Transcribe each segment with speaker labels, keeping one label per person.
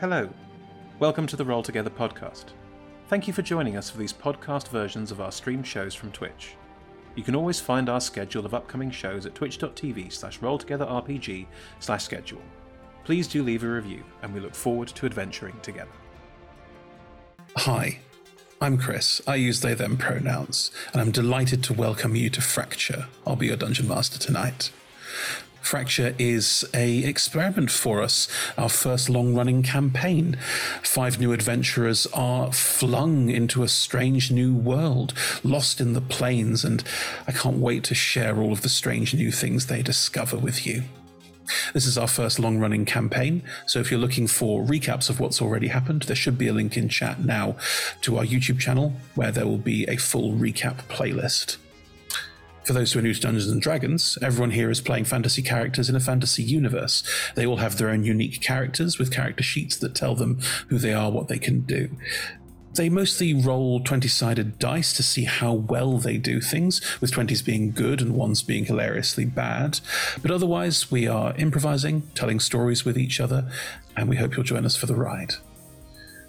Speaker 1: Hello. Welcome to the Roll Together podcast. Thank you for joining us for these podcast versions of our stream shows from Twitch. You can always find our schedule of upcoming shows at twitch.tv slash rolltogetherrpg slash schedule. Please do leave a review, and we look forward to adventuring together.
Speaker 2: Hi, I'm Chris. I use they them pronouns, and I'm delighted to welcome you to Fracture. I'll be your dungeon master tonight. Fracture is a experiment for us, our first long-running campaign. Five new adventurers are flung into a strange new world, lost in the plains, and I can't wait to share all of the strange new things they discover with you. This is our first long running campaign, so if you're looking for recaps of what's already happened, there should be a link in chat now to our YouTube channel where there will be a full recap playlist. For those who are new to Dungeons and Dragons, everyone here is playing fantasy characters in a fantasy universe. They all have their own unique characters with character sheets that tell them who they are, what they can do. They mostly roll 20 sided dice to see how well they do things, with 20s being good and 1s being hilariously bad. But otherwise, we are improvising, telling stories with each other, and we hope you'll join us for the ride.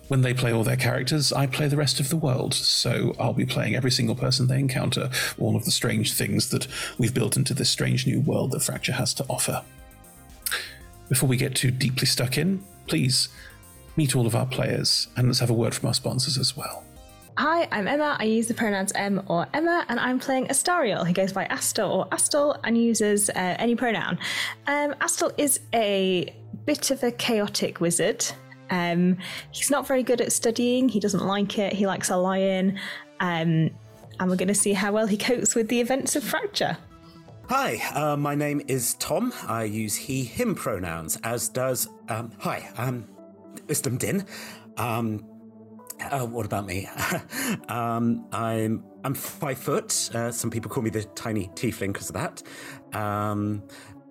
Speaker 2: When they play all their characters, I play the rest of the world, so I'll be playing every single person they encounter, all of the strange things that we've built into this strange new world that Fracture has to offer. Before we get too deeply stuck in, please meet all of our players and let's have a word from our sponsors as well.
Speaker 3: Hi, I'm Emma. I use the pronouns em or Emma, and I'm playing Astariel. He goes by Astor or Astol and uses uh, any pronoun. Um, Astol is a bit of a chaotic wizard. Um, he's not very good at studying. He doesn't like it. He likes a lion. Um, and we're going to see how well he copes with the events of Fracture.
Speaker 4: Hi, uh, my name is Tom. I use he, him pronouns, as does. Um, hi, um, Islam Din. Um, uh, what about me? um, I'm I'm five foot. Uh, some people call me the tiny tiefling because of that. Um,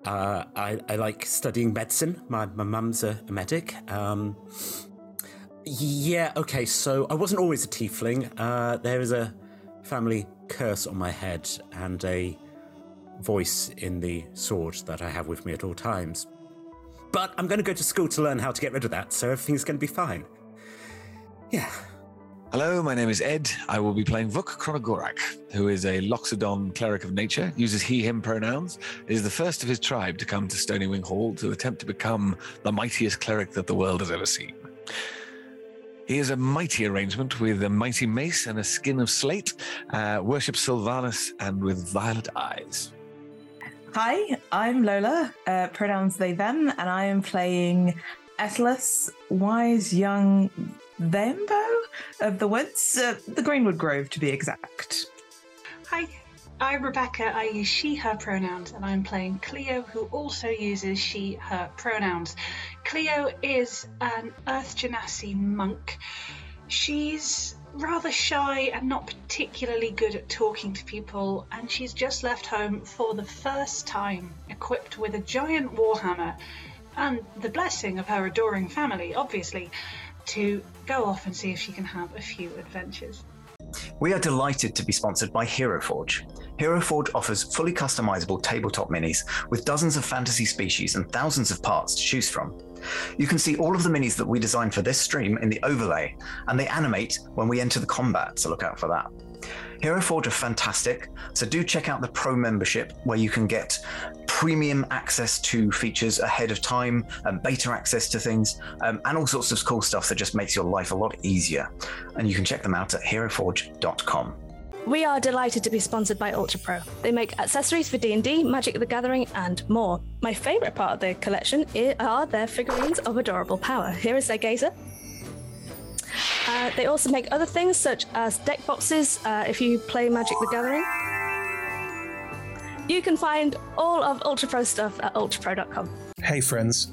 Speaker 4: uh, I, I like studying medicine. My my mum's a, a medic. Um, yeah, okay. So I wasn't always a tiefling. Uh, there is a family curse on my head and a voice in the sword that I have with me at all times. But I'm going to go to school to learn how to get rid of that, so everything's going to be fine. Yeah.
Speaker 5: Hello, my name is Ed. I will be playing Vuk Kronogorak, who is a Loxodon cleric of nature, uses he, him pronouns, is the first of his tribe to come to Stony Wing Hall to attempt to become the mightiest cleric that the world has ever seen. He is a mighty arrangement with a mighty mace and a skin of slate, uh, worships Sylvanus and with violet eyes.
Speaker 6: Hi, I'm Lola, uh, pronouns they, them, and I am playing Ethelus, wise young Vambo of the woods, uh, the Greenwood Grove to be exact.
Speaker 7: Hi, I'm Rebecca. I use she, her pronouns, and I'm playing Cleo, who also uses she, her pronouns. Cleo is an Earth Genasi monk. She's rather shy and not particularly good at talking to people, and she's just left home for the first time, equipped with a giant warhammer and the blessing of her adoring family, obviously, to go off and see if she can have a few adventures.
Speaker 8: We are delighted to be sponsored by HeroForge. HeroForge offers fully customizable tabletop minis with dozens of fantasy species and thousands of parts to choose from. You can see all of the minis that we designed for this stream in the overlay, and they animate when we enter the combat, so look out for that. HeroForge are fantastic, so do check out the pro membership where you can get premium access to features ahead of time and beta access to things um, and all sorts of cool stuff that just makes your life a lot easier. And you can check them out at heroforge.com.
Speaker 9: We are delighted to be sponsored by UltraPro. They make accessories for D&D, Magic the Gathering, and more. My favorite part of their collection i- are their figurines of adorable power. Here is their gazer. Uh, they also make other things such as deck boxes uh, if you play Magic the Gathering. You can find all of UltraPro stuff at ultrapro.com.
Speaker 2: Hey, friends,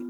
Speaker 10: be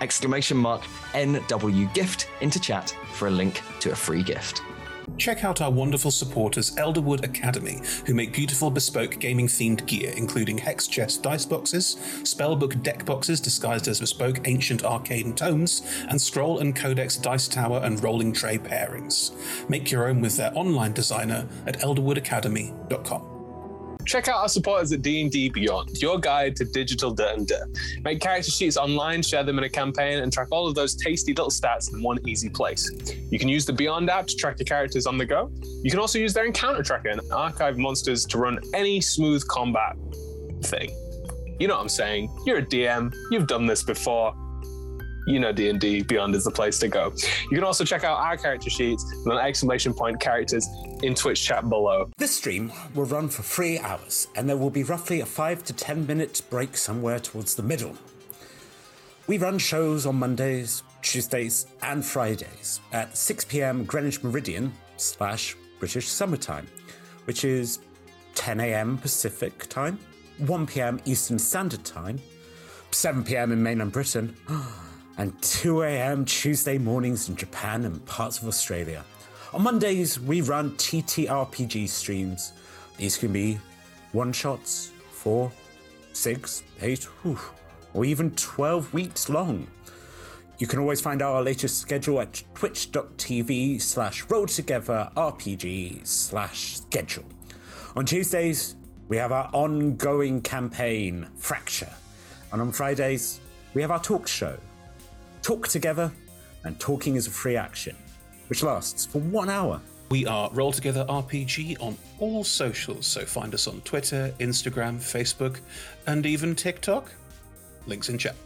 Speaker 11: exclamation mark NW gift into chat for a link to a free gift.
Speaker 2: Check out our wonderful supporters, Elderwood Academy, who make beautiful bespoke gaming themed gear, including hex chest dice boxes, spellbook deck boxes disguised as bespoke ancient arcade and tomes, and scroll and codex dice tower and rolling tray pairings. Make your own with their online designer at elderwoodacademy.com.
Speaker 5: Check out our supporters at D&D Beyond, your guide to digital D&D. Make character sheets online, share them in a campaign, and track all of those tasty little stats in one easy place. You can use the Beyond app to track your characters on the go. You can also use their encounter tracker and archive monsters to run any smooth combat thing. You know what I'm saying? You're a DM, you've done this before. You know D&D Beyond is the place to go. You can also check out our character sheets and then exclamation point characters in Twitch chat below.
Speaker 4: This stream will run for three hours, and there will be roughly a five to ten minute break somewhere towards the middle. We run shows on Mondays, Tuesdays, and Fridays at 6 pm Greenwich Meridian slash British Summertime, which is 10 am Pacific Time, 1 pm Eastern Standard Time, 7 pm in mainland Britain, and 2 am Tuesday mornings in Japan and parts of Australia. On Mondays, we run TTRPG streams. These can be one shots, four, six, eight, whew, or even 12 weeks long. You can always find our latest schedule at twitch.tv slash rolltogetherrpg slash schedule. On Tuesdays, we have our ongoing campaign, Fracture. And on Fridays, we have our talk show, Talk Together and Talking is a Free Action, which lasts for one hour.
Speaker 2: We are Roll Together RPG on all socials, so find us on Twitter, Instagram, Facebook, and even TikTok. Links in chat.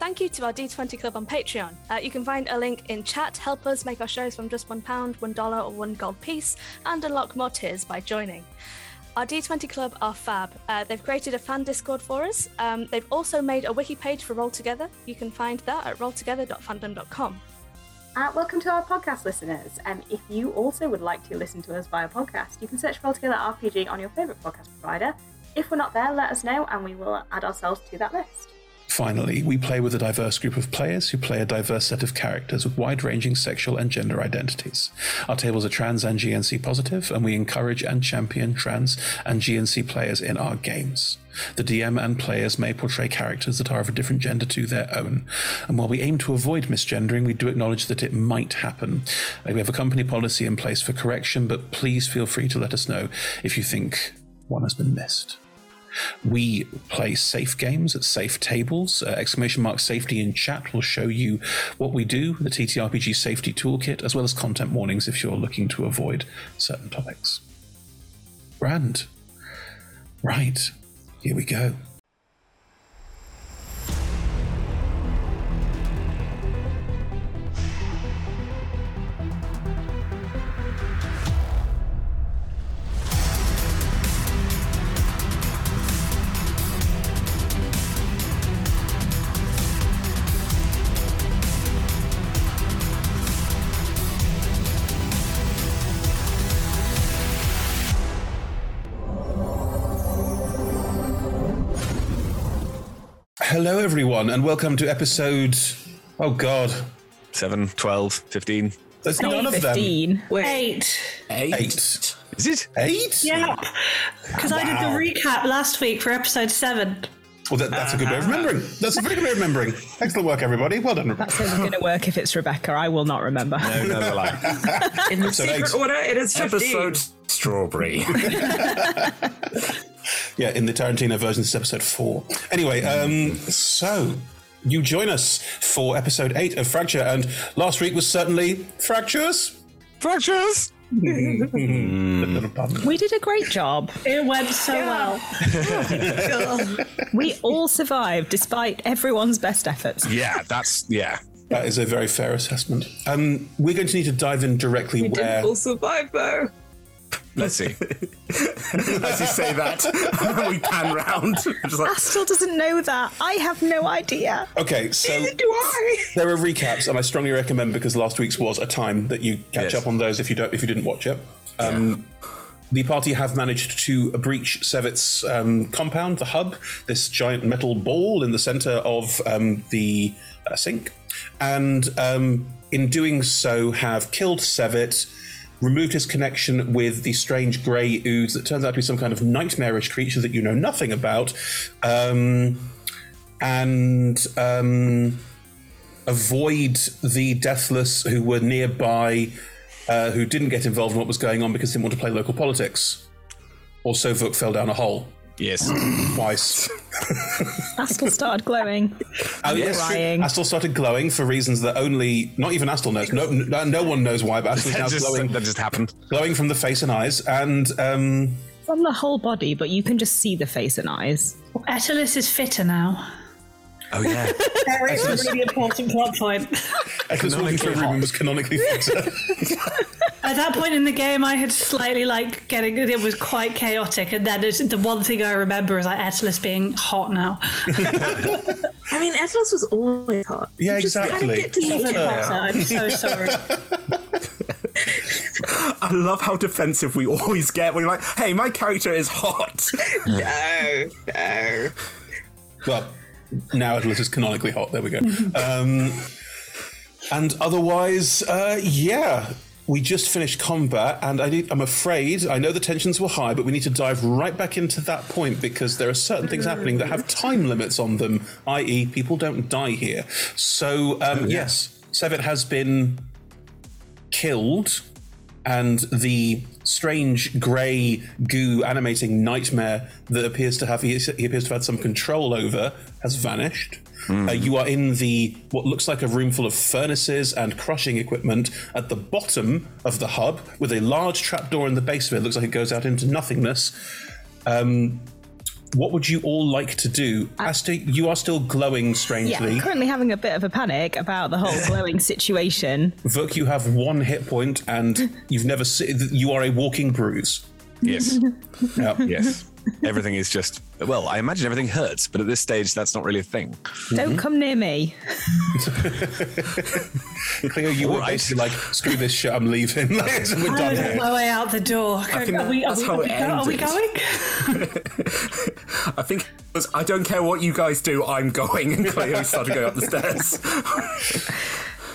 Speaker 9: Thank you to our D20 Club on Patreon. Uh, you can find a link in chat. Help us make our shows from just £1, $1, or one gold piece, and unlock more tiers by joining. Our D20 Club are fab. Uh, they've created a fan Discord for us. Um, they've also made a wiki page for Roll Together. You can find that at rolltogether.fandom.com.
Speaker 3: Uh, welcome to our podcast listeners. Um, if you also would like to listen to us via podcast, you can search Roll Together RPG on your favourite podcast provider. If we're not there, let us know and we will add ourselves to that list.
Speaker 2: Finally, we play with a diverse group of players who play a diverse set of characters with wide ranging sexual and gender identities. Our tables are trans and GNC positive, and we encourage and champion trans and GNC players in our games. The DM and players may portray characters that are of a different gender to their own, and while we aim to avoid misgendering, we do acknowledge that it might happen. Uh, We have a company policy in place for correction, but please feel free to let us know if you think one has been missed. We play safe games at safe tables. Uh, exclamation mark safety in chat will show you what we do, the TTRPG safety toolkit, as well as content warnings if you're looking to avoid certain topics. Grand. Right. Here we go. Hello, everyone, and welcome to episode. Oh, God.
Speaker 5: 7, 12, 15.
Speaker 2: That's none of them.
Speaker 7: Wait.
Speaker 2: Eight.
Speaker 5: Is it?
Speaker 2: Eight?
Speaker 7: Yeah. Because I did
Speaker 2: Wow.
Speaker 7: the recap last week for episode seven.
Speaker 2: Well, that, that's a good way
Speaker 3: Ah.
Speaker 2: of remembering. That's a very good way of remembering. Excellent work, everybody. Well done.
Speaker 3: That's only going to work if it's Rebecca. I will not remember.
Speaker 2: No, no, no, like.
Speaker 3: In the
Speaker 2: Episode
Speaker 3: secret
Speaker 2: eight.
Speaker 3: order, it is 15.
Speaker 2: Episode strawberry. yeah, in the Tarantino version, this is episode four. Anyway, um, so you join us for episode eight of Fracture, and last week was certainly fractures.
Speaker 5: Fractures.
Speaker 3: We did a great job.
Speaker 7: It went so well.
Speaker 5: Mm.
Speaker 3: we all survived despite everyone's best efforts.
Speaker 5: Yeah, that's yeah.
Speaker 2: That is a very fair assessment. Um, we're going to need to dive in directly where.
Speaker 3: survive though.
Speaker 5: Let's see.
Speaker 4: As you say that, we pan round. Just like,
Speaker 3: Astel doesn't know that. I have no idea.
Speaker 2: Okay, so
Speaker 3: Neither do I.
Speaker 2: there are recaps, and I strongly recommend because last week's was a time that you catch
Speaker 5: Yes.
Speaker 2: up on those if you don't if you didn't watch it. Um, The party have managed to breach Sevit's um, compound, the hub, this giant metal ball in the center of um, the uh, sink, and um, in doing so, have killed Sevit. Removed his connection with the strange grey ooze that turns out to be some kind of nightmarish creature that you know nothing about, um, and um, avoid the deathless who were nearby, uh, who didn't get involved in what was going on because they didn't want to play local politics. Also, Vuk fell down a hole.
Speaker 5: Yes.
Speaker 2: Twice.
Speaker 3: Astel started glowing.
Speaker 2: Oh, yes.
Speaker 3: Crying.
Speaker 2: Astle started glowing for reasons that only, not even Astle knows. No, no, no one knows why, but Astle's
Speaker 5: That
Speaker 2: now
Speaker 5: just-
Speaker 2: glowing.
Speaker 5: That just happened.
Speaker 2: Glowing from the face and eyes, and um,
Speaker 3: From the whole body, but you can just see the face and eyes.
Speaker 7: Attalus is fitter now.
Speaker 5: Oh yeah.
Speaker 7: Very really important plot point.
Speaker 2: Echo's walking through a room and was canonically fixed.
Speaker 7: At that point in the game, I had slightly like getting it was quite chaotic, and then it's, the one thing I remember is like Attalus being hot now.
Speaker 6: I mean, Atlas was always hot.
Speaker 2: Yeah,
Speaker 6: Just kinda
Speaker 2: exactly.
Speaker 6: get to know
Speaker 7: Even
Speaker 6: him.
Speaker 7: hotter. I'm so sorry.
Speaker 4: I love how defensive we always get when you're like, hey, my character is hot.
Speaker 6: No, no.
Speaker 2: Well, now Atlas is canonically hot. There we go. Um, and otherwise, uh, yeah, we just finished combat, and I need, I'm afraid I know the tensions were high, but we need to dive right back into that point because there are certain things happening that have time limits on them, i.e., people don't die here. So um, yes, Sevit has been killed, and the strange grey goo animating nightmare that appears to have he, he appears to have had some control over has vanished.
Speaker 12: Mm.
Speaker 2: Uh, you are in the what looks like a room full of furnaces and crushing equipment at the bottom of the hub, with a large trapdoor in the base of it. Looks like it goes out into nothingness. Um, what would you all like to do? Asta, you are still glowing
Speaker 3: Yeah,
Speaker 2: strangely.
Speaker 3: I'm currently having a bit of a panic about the whole glowing situation.
Speaker 2: Vuk, you have one hit point, and you've never. Se- you are a walking bruise.
Speaker 5: Yes.
Speaker 2: Yeah.
Speaker 5: Yes. Everything is just well. I imagine everything hurts, but at this stage, that's not really a thing. Mm-hmm.
Speaker 3: Don't come near me.
Speaker 2: Cleo, you were basically like, screw this shit, I'm leaving. Like, we're
Speaker 7: I
Speaker 2: done
Speaker 7: was on my
Speaker 2: here.
Speaker 7: way out the door.
Speaker 4: I think
Speaker 7: Are we, are
Speaker 4: that's
Speaker 7: we,
Speaker 4: how
Speaker 7: are we,
Speaker 4: it
Speaker 7: go- are we
Speaker 4: ended.
Speaker 7: going?
Speaker 4: I think it was, I don't care what you guys do, I'm going. And Cleo started going up the stairs.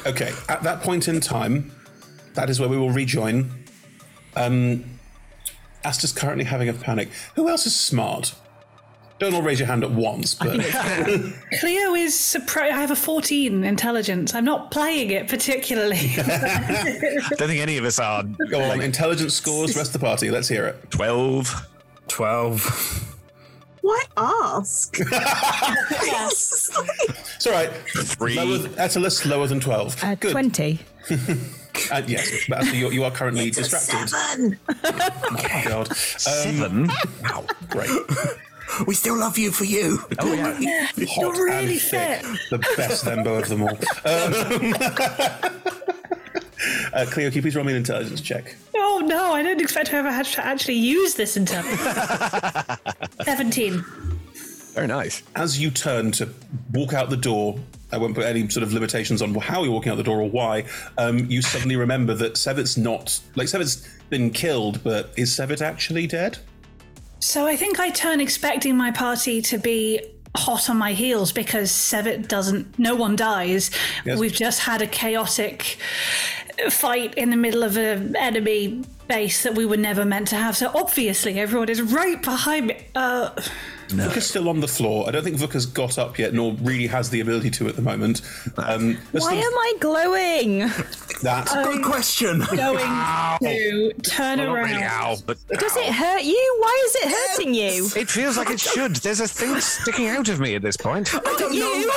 Speaker 2: Okay, at that point in time, that is where we will rejoin. Um, Asta's currently having a panic. Who else is smart? Don't all raise your hand at once, but
Speaker 7: Cleo is surprised. I have a 14 intelligence. I'm not playing it particularly.
Speaker 5: don't think any of us are.
Speaker 2: Go on, intelligence scores, rest of the party. Let's hear it.
Speaker 5: 12.
Speaker 4: 12.
Speaker 6: Why ask? Yes.
Speaker 2: It's all right. Three. Lower, Attalus, lower than 12.
Speaker 3: Uh, 20.
Speaker 2: Uh, yes, but Asta, you, you are currently distracted.
Speaker 6: Seven.
Speaker 2: Oh, God. Um,
Speaker 5: Seven?
Speaker 2: Wow, great.
Speaker 4: We still love you for you.
Speaker 5: Oh, yeah.
Speaker 2: Hot and thick. The best Lembo of them all. Um, uh, Cleo, can you please roll me an intelligence check?
Speaker 7: oh no, I didn't expect to ever have to actually use this intelligence. 17.
Speaker 5: Very nice.
Speaker 2: As you turn to walk out the door, I won't put any sort of limitations on how you're walking out the door or why. Um, you suddenly remember that Sevit's not like Sevit's been killed, but is Sevit actually dead?
Speaker 7: So I think I turn expecting my party to be hot on my heels because Sevit doesn't. No one dies.
Speaker 2: Yes.
Speaker 7: We've just had a chaotic fight in the middle of an enemy base that we were never meant to have. So obviously, everyone is right behind me. Uh,
Speaker 2: Vuka's still on the floor. I don't think Vuka's got up yet, nor really has the ability to at the moment. Um, there's
Speaker 3: Why am I glowing?
Speaker 2: That's
Speaker 3: a good
Speaker 4: question.
Speaker 3: Going to turn
Speaker 5: Well, not
Speaker 3: around.
Speaker 5: really ow, but
Speaker 3: Does it hurt you? Why is it hurting you?
Speaker 5: It feels like it should. There's a thing sticking out of me at this point.
Speaker 4: I don't know.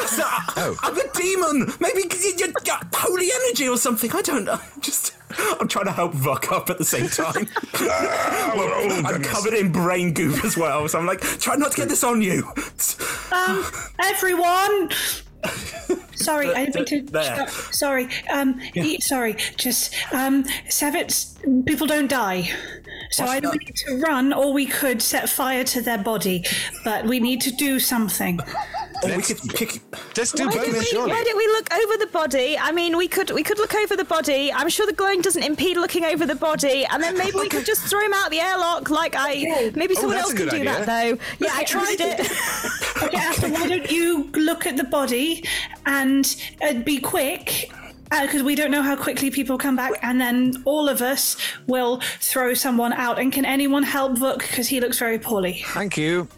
Speaker 5: Oh.
Speaker 4: I'm a demon. Maybe you you got holy energy or something. I don't know. Just I'm trying to help Vok up at the same time. Well,
Speaker 5: Oh,
Speaker 4: I'm covered in brain goop as well, so I'm like, try not to get this on you.
Speaker 7: um, everyone. Sorry, I didn't mean to.
Speaker 4: There.
Speaker 7: stop. Sorry, um, e- sorry. Just um, Savitz, people don't die, so
Speaker 4: What's
Speaker 7: either we
Speaker 4: that?
Speaker 7: need to run or we could set fire to their body. But we need to do something.
Speaker 4: Or we could kick.
Speaker 5: Let's
Speaker 3: why don't we, Why don't we look over the body? I mean, we could we could look over the body. I'm sure the glowing doesn't impede looking over the body, and then maybe we could just throw him out the airlock. Like I, maybe
Speaker 7: Oh,
Speaker 3: someone
Speaker 7: that's
Speaker 3: else
Speaker 7: a
Speaker 3: can
Speaker 7: good
Speaker 3: do
Speaker 7: idea.
Speaker 3: that though. Yeah, I
Speaker 7: Okay,
Speaker 3: tried
Speaker 7: I'm-
Speaker 3: it.
Speaker 7: Okay, Asta, why don't you look at the body and uh, be quick? Because we don't know how quickly people come back, and then all of us will throw someone out. And can anyone help Vuk? Because he looks very poorly.
Speaker 5: Thank you.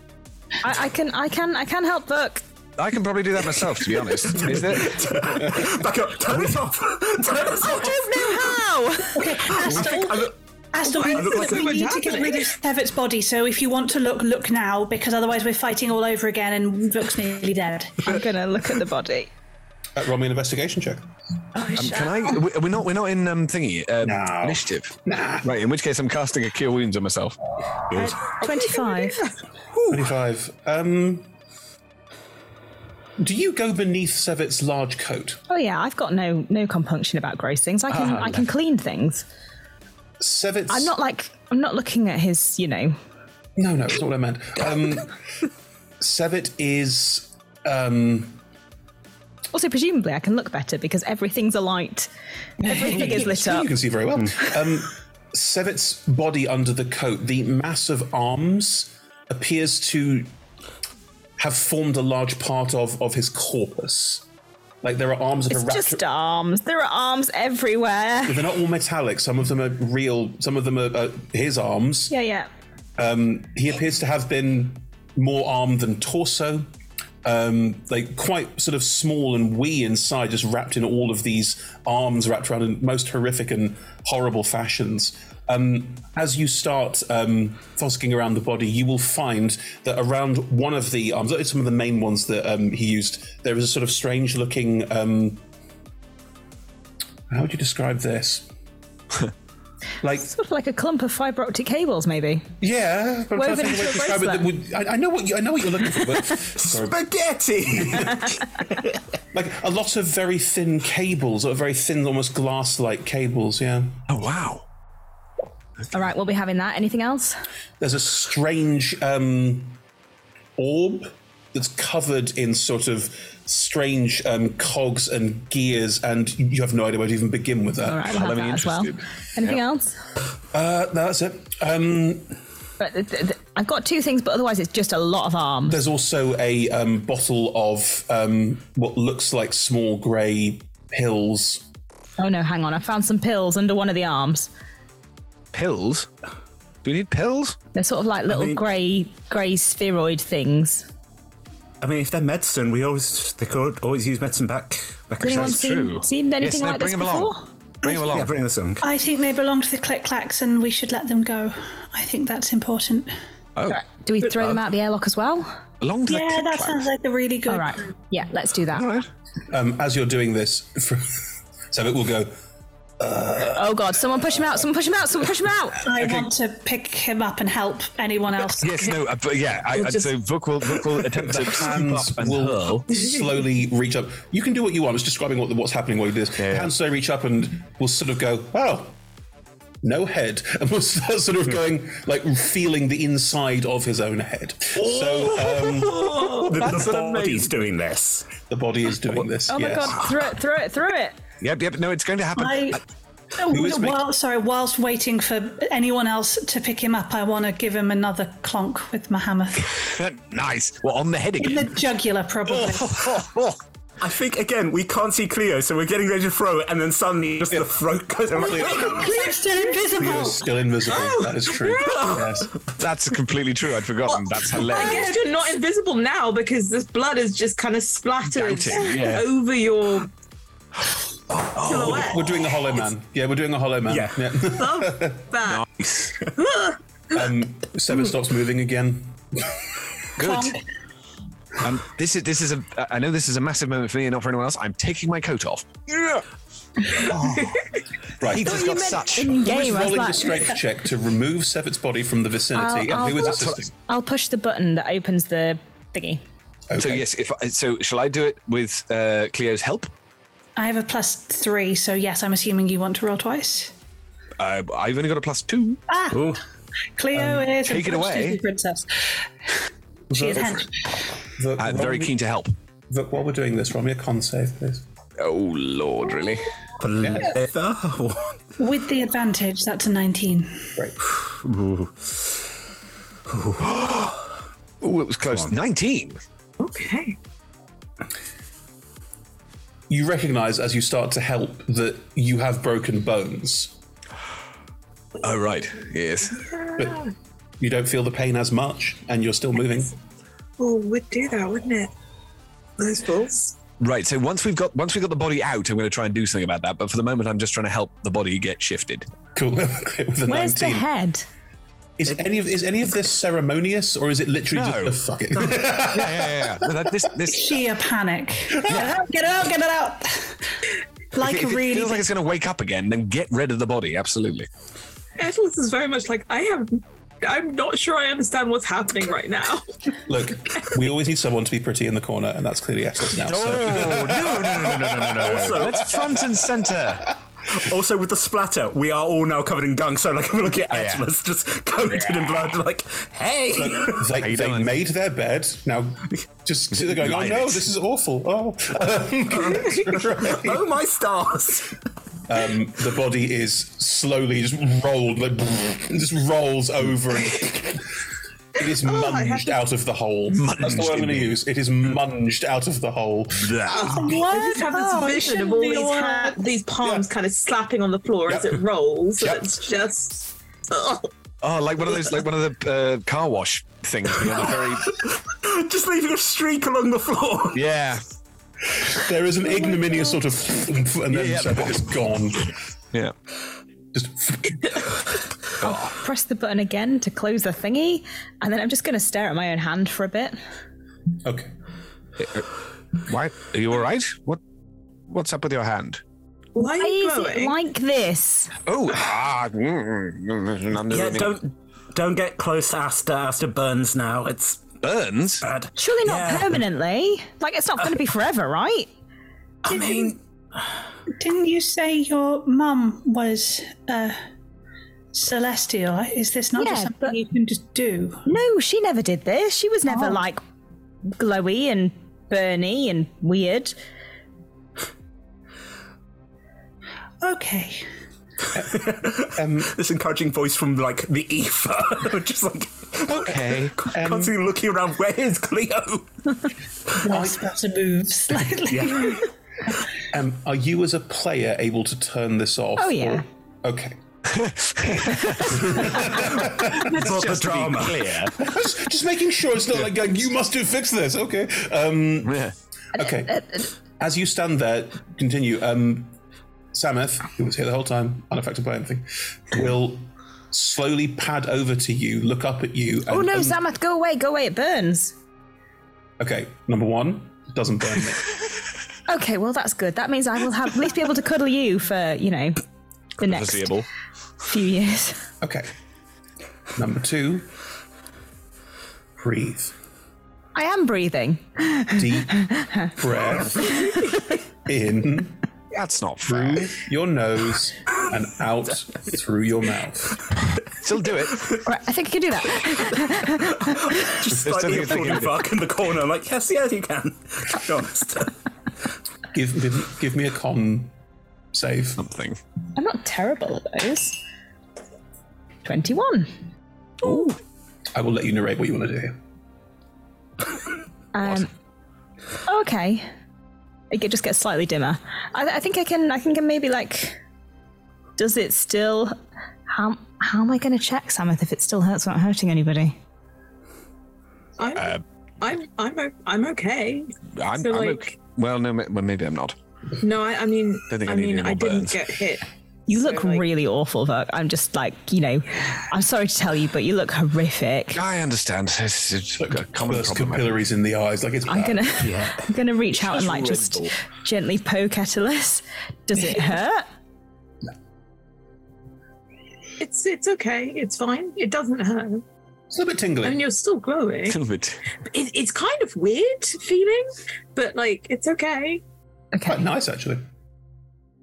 Speaker 3: I, I can I can I can help Book.
Speaker 5: I can probably do that myself, to be honest. Is there?
Speaker 4: Back up. Turn it off.
Speaker 3: I
Speaker 7: don't know how. Okay, Asta, Asta, we,
Speaker 4: I look like
Speaker 7: we
Speaker 4: someone's
Speaker 7: need to get rid of Stevet's body. So if you want to look, look now, because otherwise we're fighting all over again, and Vuk's nearly dead.
Speaker 3: I'm gonna look at the body.
Speaker 2: Uh, roll me an investigation check.
Speaker 5: Um, can I? we- We're not. We're not in um, thingy. Um, Initiative. Right. In which case, I'm casting a cure wounds on myself. Uh,
Speaker 3: Twenty-five.
Speaker 2: 25. Um, do you go beneath Sevit's large coat?
Speaker 3: Oh yeah, I've got no no compunction about gross things. I can
Speaker 2: Ah,
Speaker 3: I can
Speaker 2: lovely.
Speaker 3: clean things.
Speaker 2: Sevit's.
Speaker 3: I'm not like I'm not looking at his you know.
Speaker 2: No, no, that's not what I meant. Um, Sevit is. Um,
Speaker 3: Also, presumably, I can look better because everything's alight. Everything is lit up.
Speaker 2: You can see very well. Um, Sevit's body under the coat, the mass of arms appears to have formed a large part of, of his corpus. Like there are arms that
Speaker 3: It's
Speaker 2: are wrapped
Speaker 3: just arms. There are arms everywhere.
Speaker 2: They're not all metallic. Some of them are real. Some of them are uh, his arms.
Speaker 3: Yeah, yeah.
Speaker 2: Um, he appears to have been more armed than torso. Um, like quite sort of small and wee inside, just wrapped in all of these arms wrapped around in most horrific and horrible fashions. Um, as you start um, fosking around the body, you will find that around one of the arms, it's some of the main ones that um, he used, there is a sort of strange looking. Um, how would you describe this? like
Speaker 3: Sort of like a clump of fiber optic cables, maybe.
Speaker 2: Yeah, but I'm trying to
Speaker 3: Woven
Speaker 2: think of a way
Speaker 3: into
Speaker 2: to
Speaker 3: a
Speaker 2: describe it that
Speaker 3: bracelet.
Speaker 2: would- I, I know what you, I know what you're looking for, but
Speaker 4: spaghetti.
Speaker 2: like a lot of very thin cables, or very thin, almost glass-like cables. Yeah.
Speaker 5: Oh wow.
Speaker 3: All right, we'll be having that. Anything else?
Speaker 2: There's a strange um, orb that's covered in sort of strange um, cogs and gears, and you have no idea where to even begin with that.
Speaker 3: All right, we'll have that as well. Anything else?
Speaker 2: Uh, no, that's it. Um,
Speaker 3: But uh, th- th- th- I've got two things, but otherwise it's just a lot of arms.
Speaker 2: There's also a um, bottle of um, what looks like small grey pills.
Speaker 3: Oh no, hang on. I found some pills under one of the arms.
Speaker 5: Pills. Do we need pills?
Speaker 3: They're sort of like little
Speaker 4: mean-
Speaker 3: grey grey spheroid things.
Speaker 4: I mean, if they're medicine, we always they could always use medicine back. back
Speaker 3: Has anyone That's seen- true. seen Yes, anything no, like this bring 'em along. before?
Speaker 5: Bring
Speaker 4: him
Speaker 5: along.
Speaker 4: Yeah, bring this along.
Speaker 7: I think they belong to the Click Clacks, and we should let them go. I think that's important.
Speaker 5: Oh.
Speaker 3: Do we throw them out the airlock as well?
Speaker 5: Along
Speaker 7: yeah, that sounds like a really good. All right.
Speaker 3: Yeah, let's do that.
Speaker 2: Um, as you're doing this, so it will go. Uh,
Speaker 3: Oh god, someone push him out, someone push him out, someone push him out.
Speaker 7: I want to pick him up and help anyone else.
Speaker 5: Yes. No. Uh, but yeah. I,
Speaker 7: We'll
Speaker 5: I,
Speaker 7: just-
Speaker 5: so Vuk will, Vuk will attempt to
Speaker 2: the
Speaker 5: scoop
Speaker 2: hands
Speaker 5: up and
Speaker 2: will
Speaker 5: hurl.
Speaker 2: slowly reach up. You can do what you want. It's describing what, what's happening while you do this. The hands slowly reach up and will sort of go, oh, no head, and will start sort of going like feeling the inside of his own head. So um,
Speaker 4: the, the body's doing this.
Speaker 2: The body is doing this.
Speaker 3: Oh my
Speaker 2: yes.
Speaker 3: god, throw it, throw it, throw it.
Speaker 2: Uh,
Speaker 5: Yep. Yep. No, it's going to happen.
Speaker 3: I-
Speaker 2: Who is making-
Speaker 7: while, Oh, sorry, whilst waiting for anyone else to pick him up, I want to give him another clonk with my hammer.
Speaker 5: nice. Well, on the head
Speaker 7: In
Speaker 5: again.
Speaker 7: the jugular, probably.
Speaker 3: Oh.
Speaker 4: I think again we can't see Cleo, so we're getting ready to throw, and then suddenly just the throat goes.
Speaker 7: Cleo's still invisible.
Speaker 2: Cleo's still invisible. that is true. Yes.
Speaker 5: That's completely true. I'd forgotten. That's
Speaker 6: I
Speaker 5: hilarious.
Speaker 6: guess you're not invisible now because this blood is just kind of splattered
Speaker 2: Doubting, yeah.
Speaker 6: over your.
Speaker 2: Oh, We're doing a hollow man. Yeah, we're doing a hollow man. Yeah.
Speaker 5: nice.
Speaker 2: um, Seven stops moving again.
Speaker 5: Good. Um, this is this is a. I know this is a massive moment for me and not for anyone else. I'm taking my coat off. Yeah.
Speaker 2: Right.
Speaker 5: He's just got such.
Speaker 3: in
Speaker 2: Who is
Speaker 3: game, I was
Speaker 2: rolling the
Speaker 3: like-
Speaker 2: strength check to remove Sevett's body from the vicinity,
Speaker 3: I'll,
Speaker 2: and who is
Speaker 3: I'll-
Speaker 2: assisting?
Speaker 3: I'll push the button that opens the thingy.
Speaker 5: So yes, if I, so, shall I do it with uh, Cleo's help?
Speaker 7: I have a plus three, so yes, I'm assuming you want to roll twice.
Speaker 5: Uh, I've only got a plus two.
Speaker 7: Ah. Cleo
Speaker 5: Um,
Speaker 7: is
Speaker 5: take it away.
Speaker 7: unfortunately princess. She is hench.
Speaker 5: I'm very keen to help.
Speaker 2: Look, while we're doing this, roll me a con save, please.
Speaker 5: Oh lord, really? Oh.
Speaker 7: With the advantage, that's a 19.
Speaker 5: Ooh, it was close. Nineteen.
Speaker 6: Okay.
Speaker 2: You recognise as you start to help that you have broken bones,
Speaker 5: Oh right. Yes.
Speaker 2: but you don't feel the pain as much, and you're still moving.
Speaker 6: Well, Oh, would do that, wouldn't it? Those balls.
Speaker 5: Right. So once we've got once we've got the body out, I'm going to try and do something about that. But for the moment, I'm just trying to help the body get shifted.
Speaker 2: Cool. With a
Speaker 3: Where's the
Speaker 2: 19.
Speaker 3: head?
Speaker 2: Is any of is any of this ceremonious, or is it literally just oh, fuck it?
Speaker 5: yeah, yeah, yeah. That, this this
Speaker 7: Sheer panic. Get it out, get it out, get it out. Like
Speaker 5: if,
Speaker 7: a
Speaker 5: if
Speaker 7: really
Speaker 5: it feels like it's going to wake up again, then get rid of the body. Absolutely.
Speaker 6: Atlas is very much like I have. I'm not sure I understand what's happening right now.
Speaker 2: Look, we always need someone to be pretty in the corner, and that's clearly Essex now.
Speaker 5: No, no, no, no, no, no, no. Let's front and center.
Speaker 4: Also, with the splatter, we are all now covered in gunk. So, like, I'm looking at Atlas, just coated in blood. Like, hey,
Speaker 2: Look, they, they made their bed. Now, just they're going, oh
Speaker 4: Light
Speaker 2: no,
Speaker 4: it."
Speaker 2: this is awful. Oh, oh
Speaker 4: my stars.
Speaker 2: Um, the body is slowly just rolled, like, just rolls over and it is
Speaker 4: Oh,
Speaker 2: munged out of the hole. That's the word I'm going to use. It is munged out of the hole.
Speaker 6: Ah, I just have this
Speaker 7: Oh, it
Speaker 6: vision of
Speaker 7: shouldn't
Speaker 6: all
Speaker 7: be
Speaker 6: these,
Speaker 7: all
Speaker 6: ha- these palms kind of slapping on the floor as it rolls. and It's just. Oh.
Speaker 5: Oh, like one of those, like one of the uh, car wash things. you know, the
Speaker 4: just leaving a streak along the floor. Oh
Speaker 5: very- yeah.
Speaker 2: There is an ignominious sort of, and then "Oh, Shepard is gone.
Speaker 5: Yeah.
Speaker 3: press the button again to close the thingy, and then I'm just going to stare at my own hand for a bit.
Speaker 2: Okay.
Speaker 5: Uh, Why? Are you all right? What? What's up with your hand?
Speaker 6: Why,
Speaker 3: is it like this?
Speaker 5: Oh, ah, mm, mm, mm, I'm
Speaker 4: Yeah,
Speaker 5: doing-
Speaker 4: don't don't get close, to Asta. Asta burns now. It's
Speaker 5: burns.
Speaker 4: Bad.
Speaker 3: Surely not
Speaker 4: Yeah.
Speaker 3: permanently. Like it's not going to be forever, right?
Speaker 4: I mean,
Speaker 7: Didn't you say your mum was uh, celestial? Is this not just
Speaker 3: Yeah,
Speaker 7: something you can just do? Oh.
Speaker 3: No, she never did this. She was never like glowy and burny and weird.
Speaker 7: Okay.
Speaker 4: um, this encouraging voice from like the ether, just like
Speaker 5: okay, um,
Speaker 4: constantly looking around. Where is Cleo? Oh,
Speaker 7: Whilst better moves slightly.
Speaker 2: Yeah. Um, are you, as a player, able to turn this off?
Speaker 7: Oh, yeah.
Speaker 2: or- Okay.
Speaker 4: Not the drama.
Speaker 2: just, just making sure it's not like going, you must do fix this. Okay. Um, Okay. As you stand there, continue. Um, Sameth, who was here the whole time, unaffected by anything, will slowly pad over to you, look up at you. And, um,
Speaker 3: oh no,
Speaker 2: and-
Speaker 3: Zamath, go away, go away. It burns.
Speaker 2: Okay, number one, it doesn't burn me.
Speaker 3: Okay, well that's good. That means I will have at least be able to cuddle you for you know the next
Speaker 5: Foreseeable.
Speaker 3: few years.
Speaker 2: Okay. Number two, breathe.
Speaker 3: I am breathing.
Speaker 2: Deep breath in.
Speaker 5: That's not
Speaker 2: through your nose and out through your mouth.
Speaker 5: Still do it.
Speaker 3: Right, I think I can do that.
Speaker 4: Just
Speaker 2: There's
Speaker 4: slightly
Speaker 2: nothing to
Speaker 4: applauding
Speaker 2: think
Speaker 4: Vark in the corner. I'm like, yes, yes, you can. Be honest.
Speaker 2: Give give, give me a con save.
Speaker 5: Something.
Speaker 3: I'm not terrible at those. 21.
Speaker 2: Ooh. I will let you narrate what you want to do here.
Speaker 3: Um, oh, okay. It just gets slightly dimmer. I, I think I can. I think I maybe like. Does it still? How how am I going to check, Samoth, if it still hurts without hurting anybody?
Speaker 5: Uh,
Speaker 6: I'm, I'm, I'm, o- I'm okay.
Speaker 5: I'm,
Speaker 6: so
Speaker 5: I'm
Speaker 6: like,
Speaker 5: okay. Well, no, ma- well, maybe I'm not.
Speaker 6: no, I, I mean,
Speaker 5: Don't think I
Speaker 6: I,
Speaker 5: need any
Speaker 6: mean,
Speaker 5: more
Speaker 6: I didn't
Speaker 5: burns.
Speaker 6: get hit.
Speaker 3: You look really awful, Verk. I'm just like, you know, I'm sorry to tell you, but you look horrific.
Speaker 5: I understand. It's, it's a common
Speaker 2: burst
Speaker 5: problem.
Speaker 2: capillaries in the eyes, like it's.
Speaker 3: I'm gonna,
Speaker 5: Yeah.
Speaker 3: I'm gonna reach out and like
Speaker 5: Red
Speaker 3: just
Speaker 5: Bull.
Speaker 3: gently poke Etalus. Does it hurt?
Speaker 6: It's, it's okay. It's fine. It doesn't hurt.
Speaker 2: It's a little bit tingly.
Speaker 6: And you're still glowing.
Speaker 5: bit.
Speaker 6: It, it's kind of weird feeling, but like, it's okay.
Speaker 2: Quite nice, actually.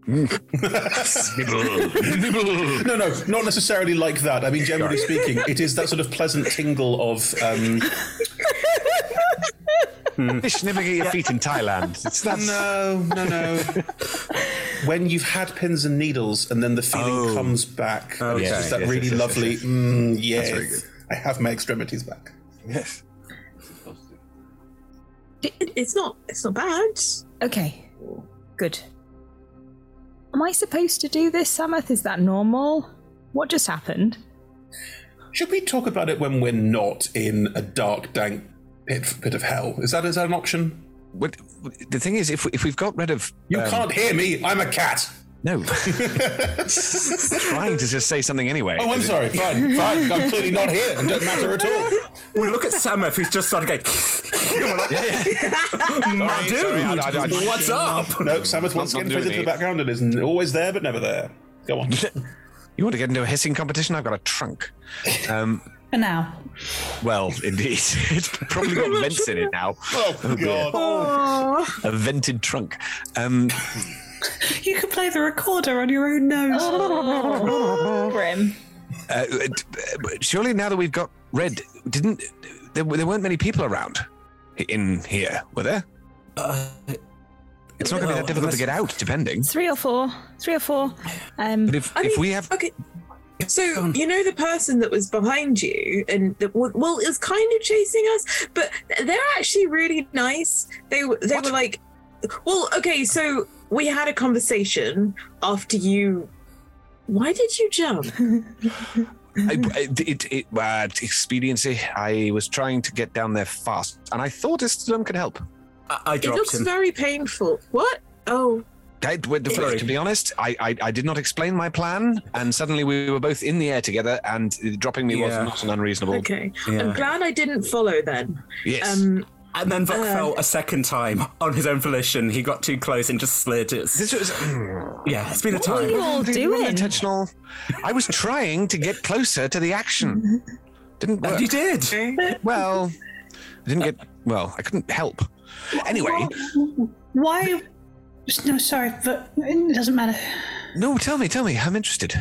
Speaker 5: Mm.
Speaker 2: no, no, not necessarily like that. I mean, generally speaking, it is that sort of pleasant tingle of. Um,
Speaker 5: Hmm. Fish never get your feet in Thailand. It's that.
Speaker 2: No, no, no. when you've had pins and needles, and then the feeling comes back. and
Speaker 5: Oh. Okay.
Speaker 2: It's just that
Speaker 5: Yes,
Speaker 2: really
Speaker 5: yes, yes,
Speaker 2: lovely.
Speaker 5: yes, yes.
Speaker 2: Mm, yes,
Speaker 5: That's very good.
Speaker 2: I have my extremities back.
Speaker 5: Yes.
Speaker 6: It, it- it's not, it's not bad.
Speaker 3: Okay, good. Am I supposed to do this, Samoth? Is that normal? What just happened?
Speaker 2: Should we talk about it when we're not in a dark, dank pit, pit of hell? Is that is that an option?
Speaker 5: What, the thing is, if, we, if we've got rid of.
Speaker 2: You
Speaker 5: um,
Speaker 2: can't hear me. I'm a cat.
Speaker 5: No. Trying to just say something anyway.
Speaker 2: Oh, I'm
Speaker 5: Is it-
Speaker 2: sorry. Fine, fine. I'm clearly not here. It doesn't matter at all.
Speaker 4: We look at Samoth, who's just started going. We're like, "My dude, what's up?
Speaker 2: No, Samoth once
Speaker 5: Not-
Speaker 2: again
Speaker 5: not doing
Speaker 2: fades into the
Speaker 5: it.
Speaker 2: background and is n- always there but never there. Go on.
Speaker 5: You want to get into a hissing competition? I've got a trunk. Um,
Speaker 7: For now.
Speaker 5: well, indeed. It's probably got vents in it now.
Speaker 2: Oh,
Speaker 5: dear.
Speaker 7: Oh.
Speaker 5: A vented trunk. Um,
Speaker 7: You could play the recorder on your own nose.
Speaker 3: Grim.
Speaker 5: uh, it- but surely now that we've got red, didn't there, there weren't many people around in here, were there? it's not
Speaker 4: Uh,
Speaker 5: going to be
Speaker 4: well,
Speaker 5: that difficult to get out, depending.
Speaker 3: Three or four. Three or four. Um,
Speaker 5: But if,
Speaker 6: I
Speaker 5: if
Speaker 6: mean,
Speaker 5: we have
Speaker 6: okay. So you know the person that was behind you and that w- well is kind of chasing us, but they're actually really nice. They w- they were like, well, okay. So we had a conversation after you. Why did you jump?
Speaker 5: I, I- it, it, uh, expediency, I was trying to get down there fast, and I thought Islam could help.
Speaker 4: I, I
Speaker 6: it looks very painful. What? Oh,
Speaker 5: I, with the-
Speaker 4: Sorry.
Speaker 5: to be honest, I, I I did not explain my plan, and suddenly we were both in the air together, and uh, dropping me was
Speaker 4: Yeah.
Speaker 5: not an unreasonable.
Speaker 6: okay.
Speaker 4: Yeah.
Speaker 6: I'm glad I didn't follow then.
Speaker 5: Yes.
Speaker 6: Um,
Speaker 4: And then Vok
Speaker 6: Uh,
Speaker 4: fell a second time on his own volition. He got too close and just slid. It's,
Speaker 5: This was-
Speaker 4: yeah, it's been a
Speaker 5: What
Speaker 4: time.
Speaker 5: were you all doing? Intentional. I was trying to get closer to the action. Didn't work.
Speaker 4: And you did.
Speaker 5: Well, I didn't get. Well, I couldn't help. Anyway,
Speaker 7: Why? No, sorry, but it doesn't matter.
Speaker 5: no. Tell me, tell me. I'm interested.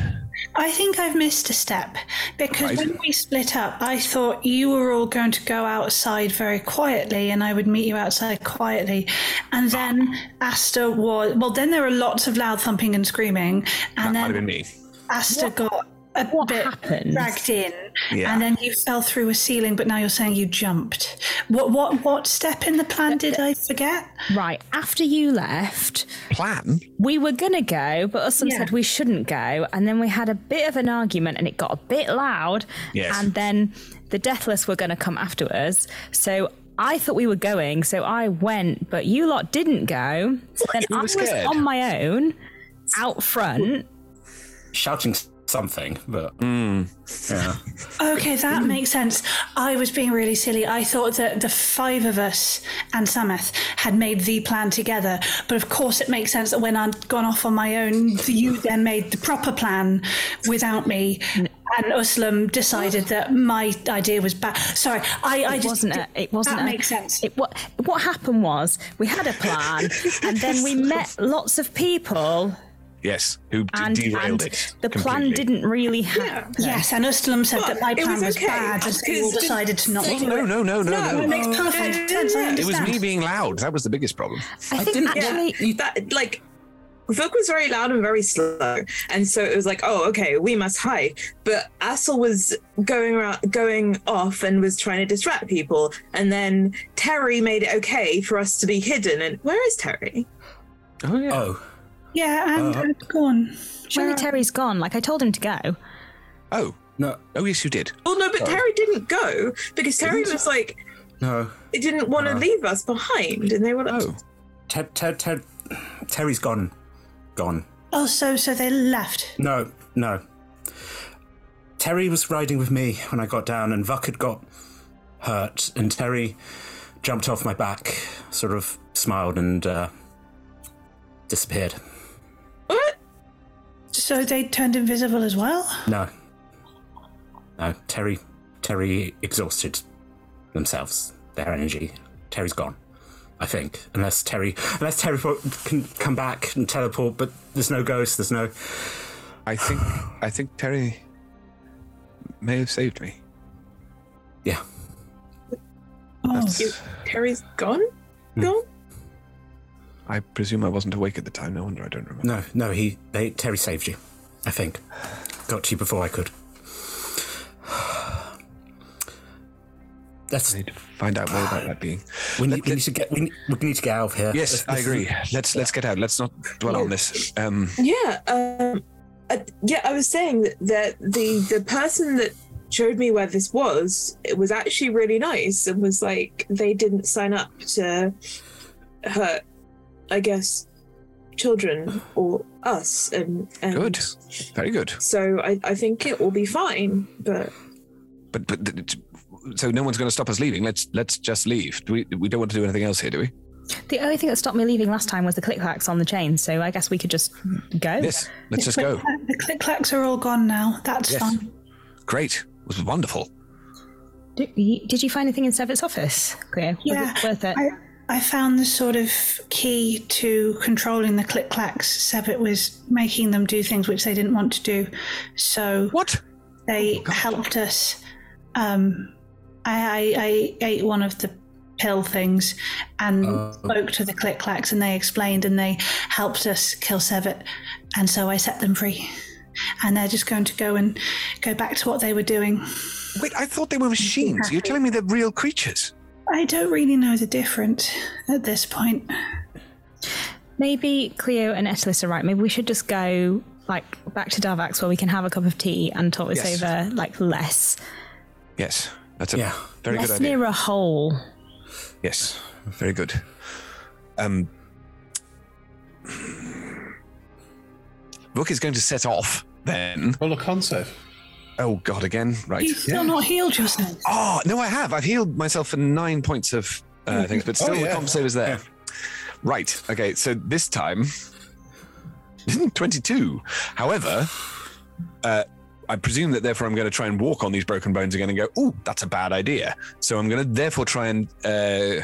Speaker 7: I think I've missed a step because
Speaker 5: Right.
Speaker 7: when we split up, I thought you were all going to go outside very quietly and I would meet you outside quietly. And then Asta was, well, then there were lots of loud thumping and screaming. And
Speaker 5: Might have been
Speaker 7: then
Speaker 5: me.
Speaker 7: Asta got a bit dragged in.
Speaker 5: Yeah.
Speaker 7: And then you fell through a ceiling, but now you're saying you jumped. What what what step in the plan did I forget?
Speaker 3: Right, after you left,
Speaker 5: Plan.
Speaker 3: we were gonna go, but Usman
Speaker 7: Yeah.
Speaker 3: said we shouldn't go, and then we had a bit of an argument, and it got a bit loud.
Speaker 5: Yes.
Speaker 3: And then the Deathless were gonna come after us, so I thought we were going, so I went, but you lot didn't go. So then
Speaker 5: You were
Speaker 3: I was
Speaker 5: scared.
Speaker 3: on my own, out front.
Speaker 4: Shouting something, but
Speaker 2: Hmm.
Speaker 4: yeah.
Speaker 7: Okay,
Speaker 3: Mm-hmm.
Speaker 7: that makes sense. I was being really silly. I thought that the five of us and Sameth had made the plan together, but of course it makes sense that when I'd gone off on my own, you then made the proper plan without me, and Uslam decided that my idea was bad. Sorry, I, I
Speaker 3: it
Speaker 7: just
Speaker 3: wasn't a, it wasn't
Speaker 7: that
Speaker 3: a,
Speaker 7: makes sense.
Speaker 3: It, what what happened was we had a plan, and then we met lots of people,
Speaker 5: Yes. Who d-
Speaker 3: and, and
Speaker 5: derailed it?
Speaker 3: the plan
Speaker 5: completely.
Speaker 3: didn't really happen.
Speaker 7: Yes, and Uslam said
Speaker 6: Well,
Speaker 7: that my
Speaker 6: it
Speaker 7: plan
Speaker 6: was
Speaker 7: was,
Speaker 6: okay.
Speaker 7: bad, and they all
Speaker 6: It's just-
Speaker 7: decided to not.
Speaker 5: Oh, No, no, no, no, no.
Speaker 7: it makes perfect sense. I
Speaker 5: It was
Speaker 7: understand.
Speaker 5: me being loud. That was the biggest problem.
Speaker 3: I think actually
Speaker 6: that like Vuk was very loud and very slow, and so it was like, oh, okay, we must hide. But Assel was going around, going off, and was trying to distract people, and then Terry made it okay for us to be hidden. And where is Terry?
Speaker 5: Oh yeah.
Speaker 4: Oh.
Speaker 7: Yeah, and
Speaker 4: Uh,
Speaker 7: and gone.
Speaker 3: Surely Terry's gone. Like I told him to go.
Speaker 5: Oh
Speaker 4: no!
Speaker 5: Oh yes, you did.
Speaker 6: Well, no, but
Speaker 5: Sorry.
Speaker 6: Terry didn't go because Terry
Speaker 4: Didn't?
Speaker 6: was like,
Speaker 4: No.
Speaker 6: they didn't want to
Speaker 5: Uh-huh.
Speaker 4: Uh.
Speaker 6: leave us behind, and they were like,
Speaker 4: Ted, Ted, Ted. Terry's gone. Gone.
Speaker 7: Oh, so so they left.
Speaker 4: No, no. Terry was riding with me when I got down, and Vuck had got hurt, and Terry jumped off my back, sort of smiled, and uh, disappeared.
Speaker 7: So they turned invisible as well.
Speaker 4: No. No, Terry. Terry exhausted themselves, their energy. Terry's gone. I think, unless Terry, unless Terry can come back and teleport, but there's no ghost. There's no.
Speaker 5: I think. I think Terry may have saved me.
Speaker 4: Yeah.
Speaker 6: "Oh, you- Terry's gone, gone."
Speaker 5: I presume I wasn't awake at the time. No wonder I don't remember.
Speaker 4: No, no, he they Terry saved you, I think. Got to you before I could. That's
Speaker 5: I need to find out more about that being.
Speaker 4: We need, we need to get we need, we need to get out of here.
Speaker 5: Yes, I agree. Uh, Let's let's get out. Let's not dwell on this. Um,
Speaker 6: Yeah, um, uh, yeah. I was saying that, that the the person that showed me where this was, it was actually really nice, and was like they didn't sign up to hurt, I guess, children or us, and, and
Speaker 5: good, very good.
Speaker 6: So I, I think it will be fine, but
Speaker 5: But but th- th- so no one's going to stop us leaving. Let's let's just leave. Do we we don't want to do anything else here, do we?
Speaker 3: The only thing that stopped me leaving last time was the click clacks on the chain, so I guess we could just go.
Speaker 5: Yes, let's just go.
Speaker 7: The click clacks are all gone now. That's
Speaker 5: Yes.
Speaker 7: fine.
Speaker 5: Great. It was wonderful.
Speaker 3: Did you, did you find anything in Severt's office, Cleo?
Speaker 7: Yeah,
Speaker 3: Was it worth it?
Speaker 7: I, I found the sort of key to controlling the click clacks. Sebit was making them do things which they didn't want to do. So
Speaker 5: what? Oh
Speaker 7: They helped us. Um, I, I, I ate one of the pill things and
Speaker 6: Oh.
Speaker 7: spoke to the click clacks, and they explained and they helped us kill Sebit, and so I set them free. And they're just going to go and go back to what they were doing.
Speaker 5: Wait, I thought they were machines. You're telling me they're real creatures.
Speaker 7: I don't really know the difference at this point.
Speaker 3: Maybe Cleo and Etelis are right. Maybe we should just go like back to Darvax where we can have a cup of tea and talk this
Speaker 5: Yes.
Speaker 3: over like less.
Speaker 5: Yes, that's a very
Speaker 3: less
Speaker 5: good idea.
Speaker 3: near a hole.
Speaker 5: Yes, very good. Um, Rook is going to set off then.
Speaker 2: Roll a concept.
Speaker 5: Oh God, again, right?
Speaker 7: You've still not healed yourself.
Speaker 5: Oh no, I have. I've healed myself for nine points of uh,
Speaker 7: Mhm.
Speaker 5: things, but
Speaker 7: Oh,
Speaker 5: still the
Speaker 7: yeah.
Speaker 5: comp save is there. Right. Okay. So this time, Hmm, twenty-two. However, uh, I presume that therefore I'm going to try and walk on these broken bones again and go, "Ooh, that's a bad idea." So I'm going to therefore try and. Uh,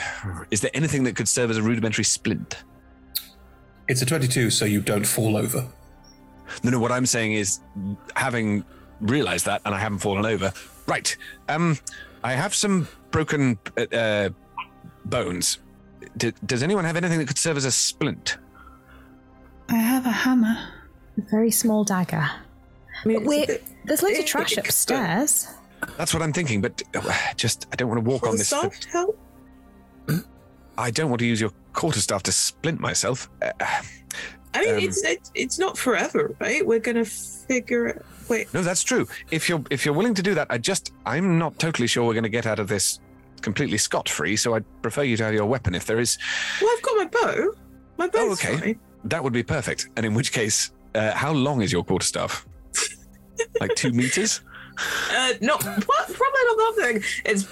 Speaker 5: is there anything that could serve as a rudimentary splint?
Speaker 2: It's a 22, so you don't fall over.
Speaker 5: No, no. What I'm saying is, having realised that, and I haven't fallen over. Right. Um, I have some broken uh, uh, bones. D- does anyone have anything that could serve as a splint?
Speaker 7: I have a hammer.
Speaker 3: A very small dagger. But we're, there's loads of trash upstairs.
Speaker 5: That's what I'm thinking. But uh, just, I don't want to walk on this. for-
Speaker 6: soft help.
Speaker 5: I don't want to use your quarterstaff to splint myself. Uh,
Speaker 6: I mean,
Speaker 5: Um,
Speaker 6: it's it's it's not forever, right? We're gonna figure it. Wait,
Speaker 5: no, that's true. If you're if you're willing to do that, I just I'm not totally sure we're going to get out of this completely scot free. So I'd prefer you to have your weapon if there is
Speaker 6: well, I've got my bow. My bow's
Speaker 5: Oh, okay.
Speaker 6: fine.
Speaker 5: That would be perfect. And in which case, uh, how long is your quarterstaff? like two meters?
Speaker 6: Uh, no, what? probably not that thing. It's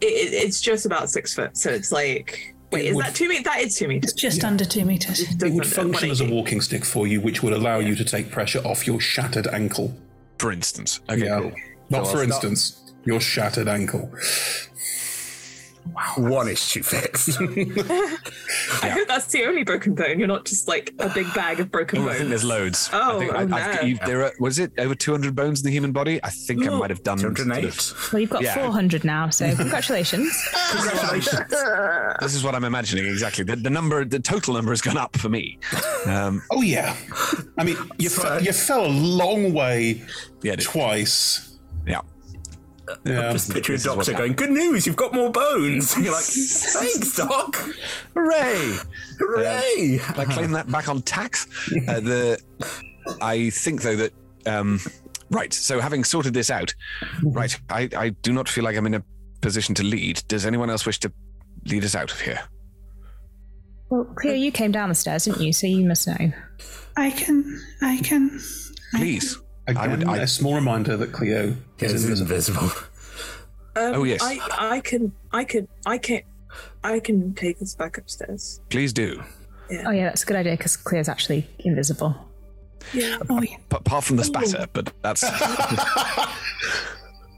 Speaker 6: it, it- it's just about six foot, so it's like wait, is
Speaker 2: would-
Speaker 6: that two meters? That is two meters.
Speaker 7: Just under two meters.
Speaker 2: It would function as a walking stick for you, which would allow you to take pressure off your shattered ankle.
Speaker 5: For instance. Okay, cool.
Speaker 2: Not
Speaker 5: So
Speaker 2: for
Speaker 5: I'll start-
Speaker 2: instance. Your shattered ankle.
Speaker 4: One issue fixed.
Speaker 6: I hope that's the only broken bone. You're not just like a big bag of broken
Speaker 5: Oh, I
Speaker 6: bones.
Speaker 5: think there's loads.
Speaker 6: Oh,
Speaker 5: I think,
Speaker 6: oh, no.
Speaker 5: you- there are, was it over 200 bones in the human body? I think I
Speaker 3: Ooh.
Speaker 5: might have done 208.
Speaker 3: Well, you've got
Speaker 5: Yeah.
Speaker 3: 400 now, so congratulations.
Speaker 2: Ah.
Speaker 5: This is what I'm imagining exactly. The, the number, the total number has gone up for me. Um,
Speaker 2: oh yeah, I mean you fe- you fell a long way twice.
Speaker 5: Yeah.
Speaker 2: Yeah.
Speaker 4: Just picture a doctor going, "Good news, you've got more bones." And you're like, "Thanks, doc."
Speaker 5: Hooray!
Speaker 4: Hooray!
Speaker 5: Um, I claim that back on tax. Uh, the I think though that um, right. So having sorted this out,
Speaker 6: Mm-hmm.
Speaker 5: right, I, I do not feel like I'm in a position to lead. Does anyone else wish to lead us out of here?
Speaker 3: Well, Cleo, you came down the stairs, didn't you? So you must know.
Speaker 7: I can. I can.
Speaker 5: Please.
Speaker 2: Again, a small reminder that Cleo is invisible.
Speaker 6: Um,
Speaker 2: Oh, yes.
Speaker 6: I, I can, I can, I can, I can take us back upstairs.
Speaker 5: Please do.
Speaker 3: Oh, yeah, that's a good idea because Cleo's actually invisible.
Speaker 6: Oh, Yeah.
Speaker 5: P- apart from the spatter, but that's
Speaker 6: But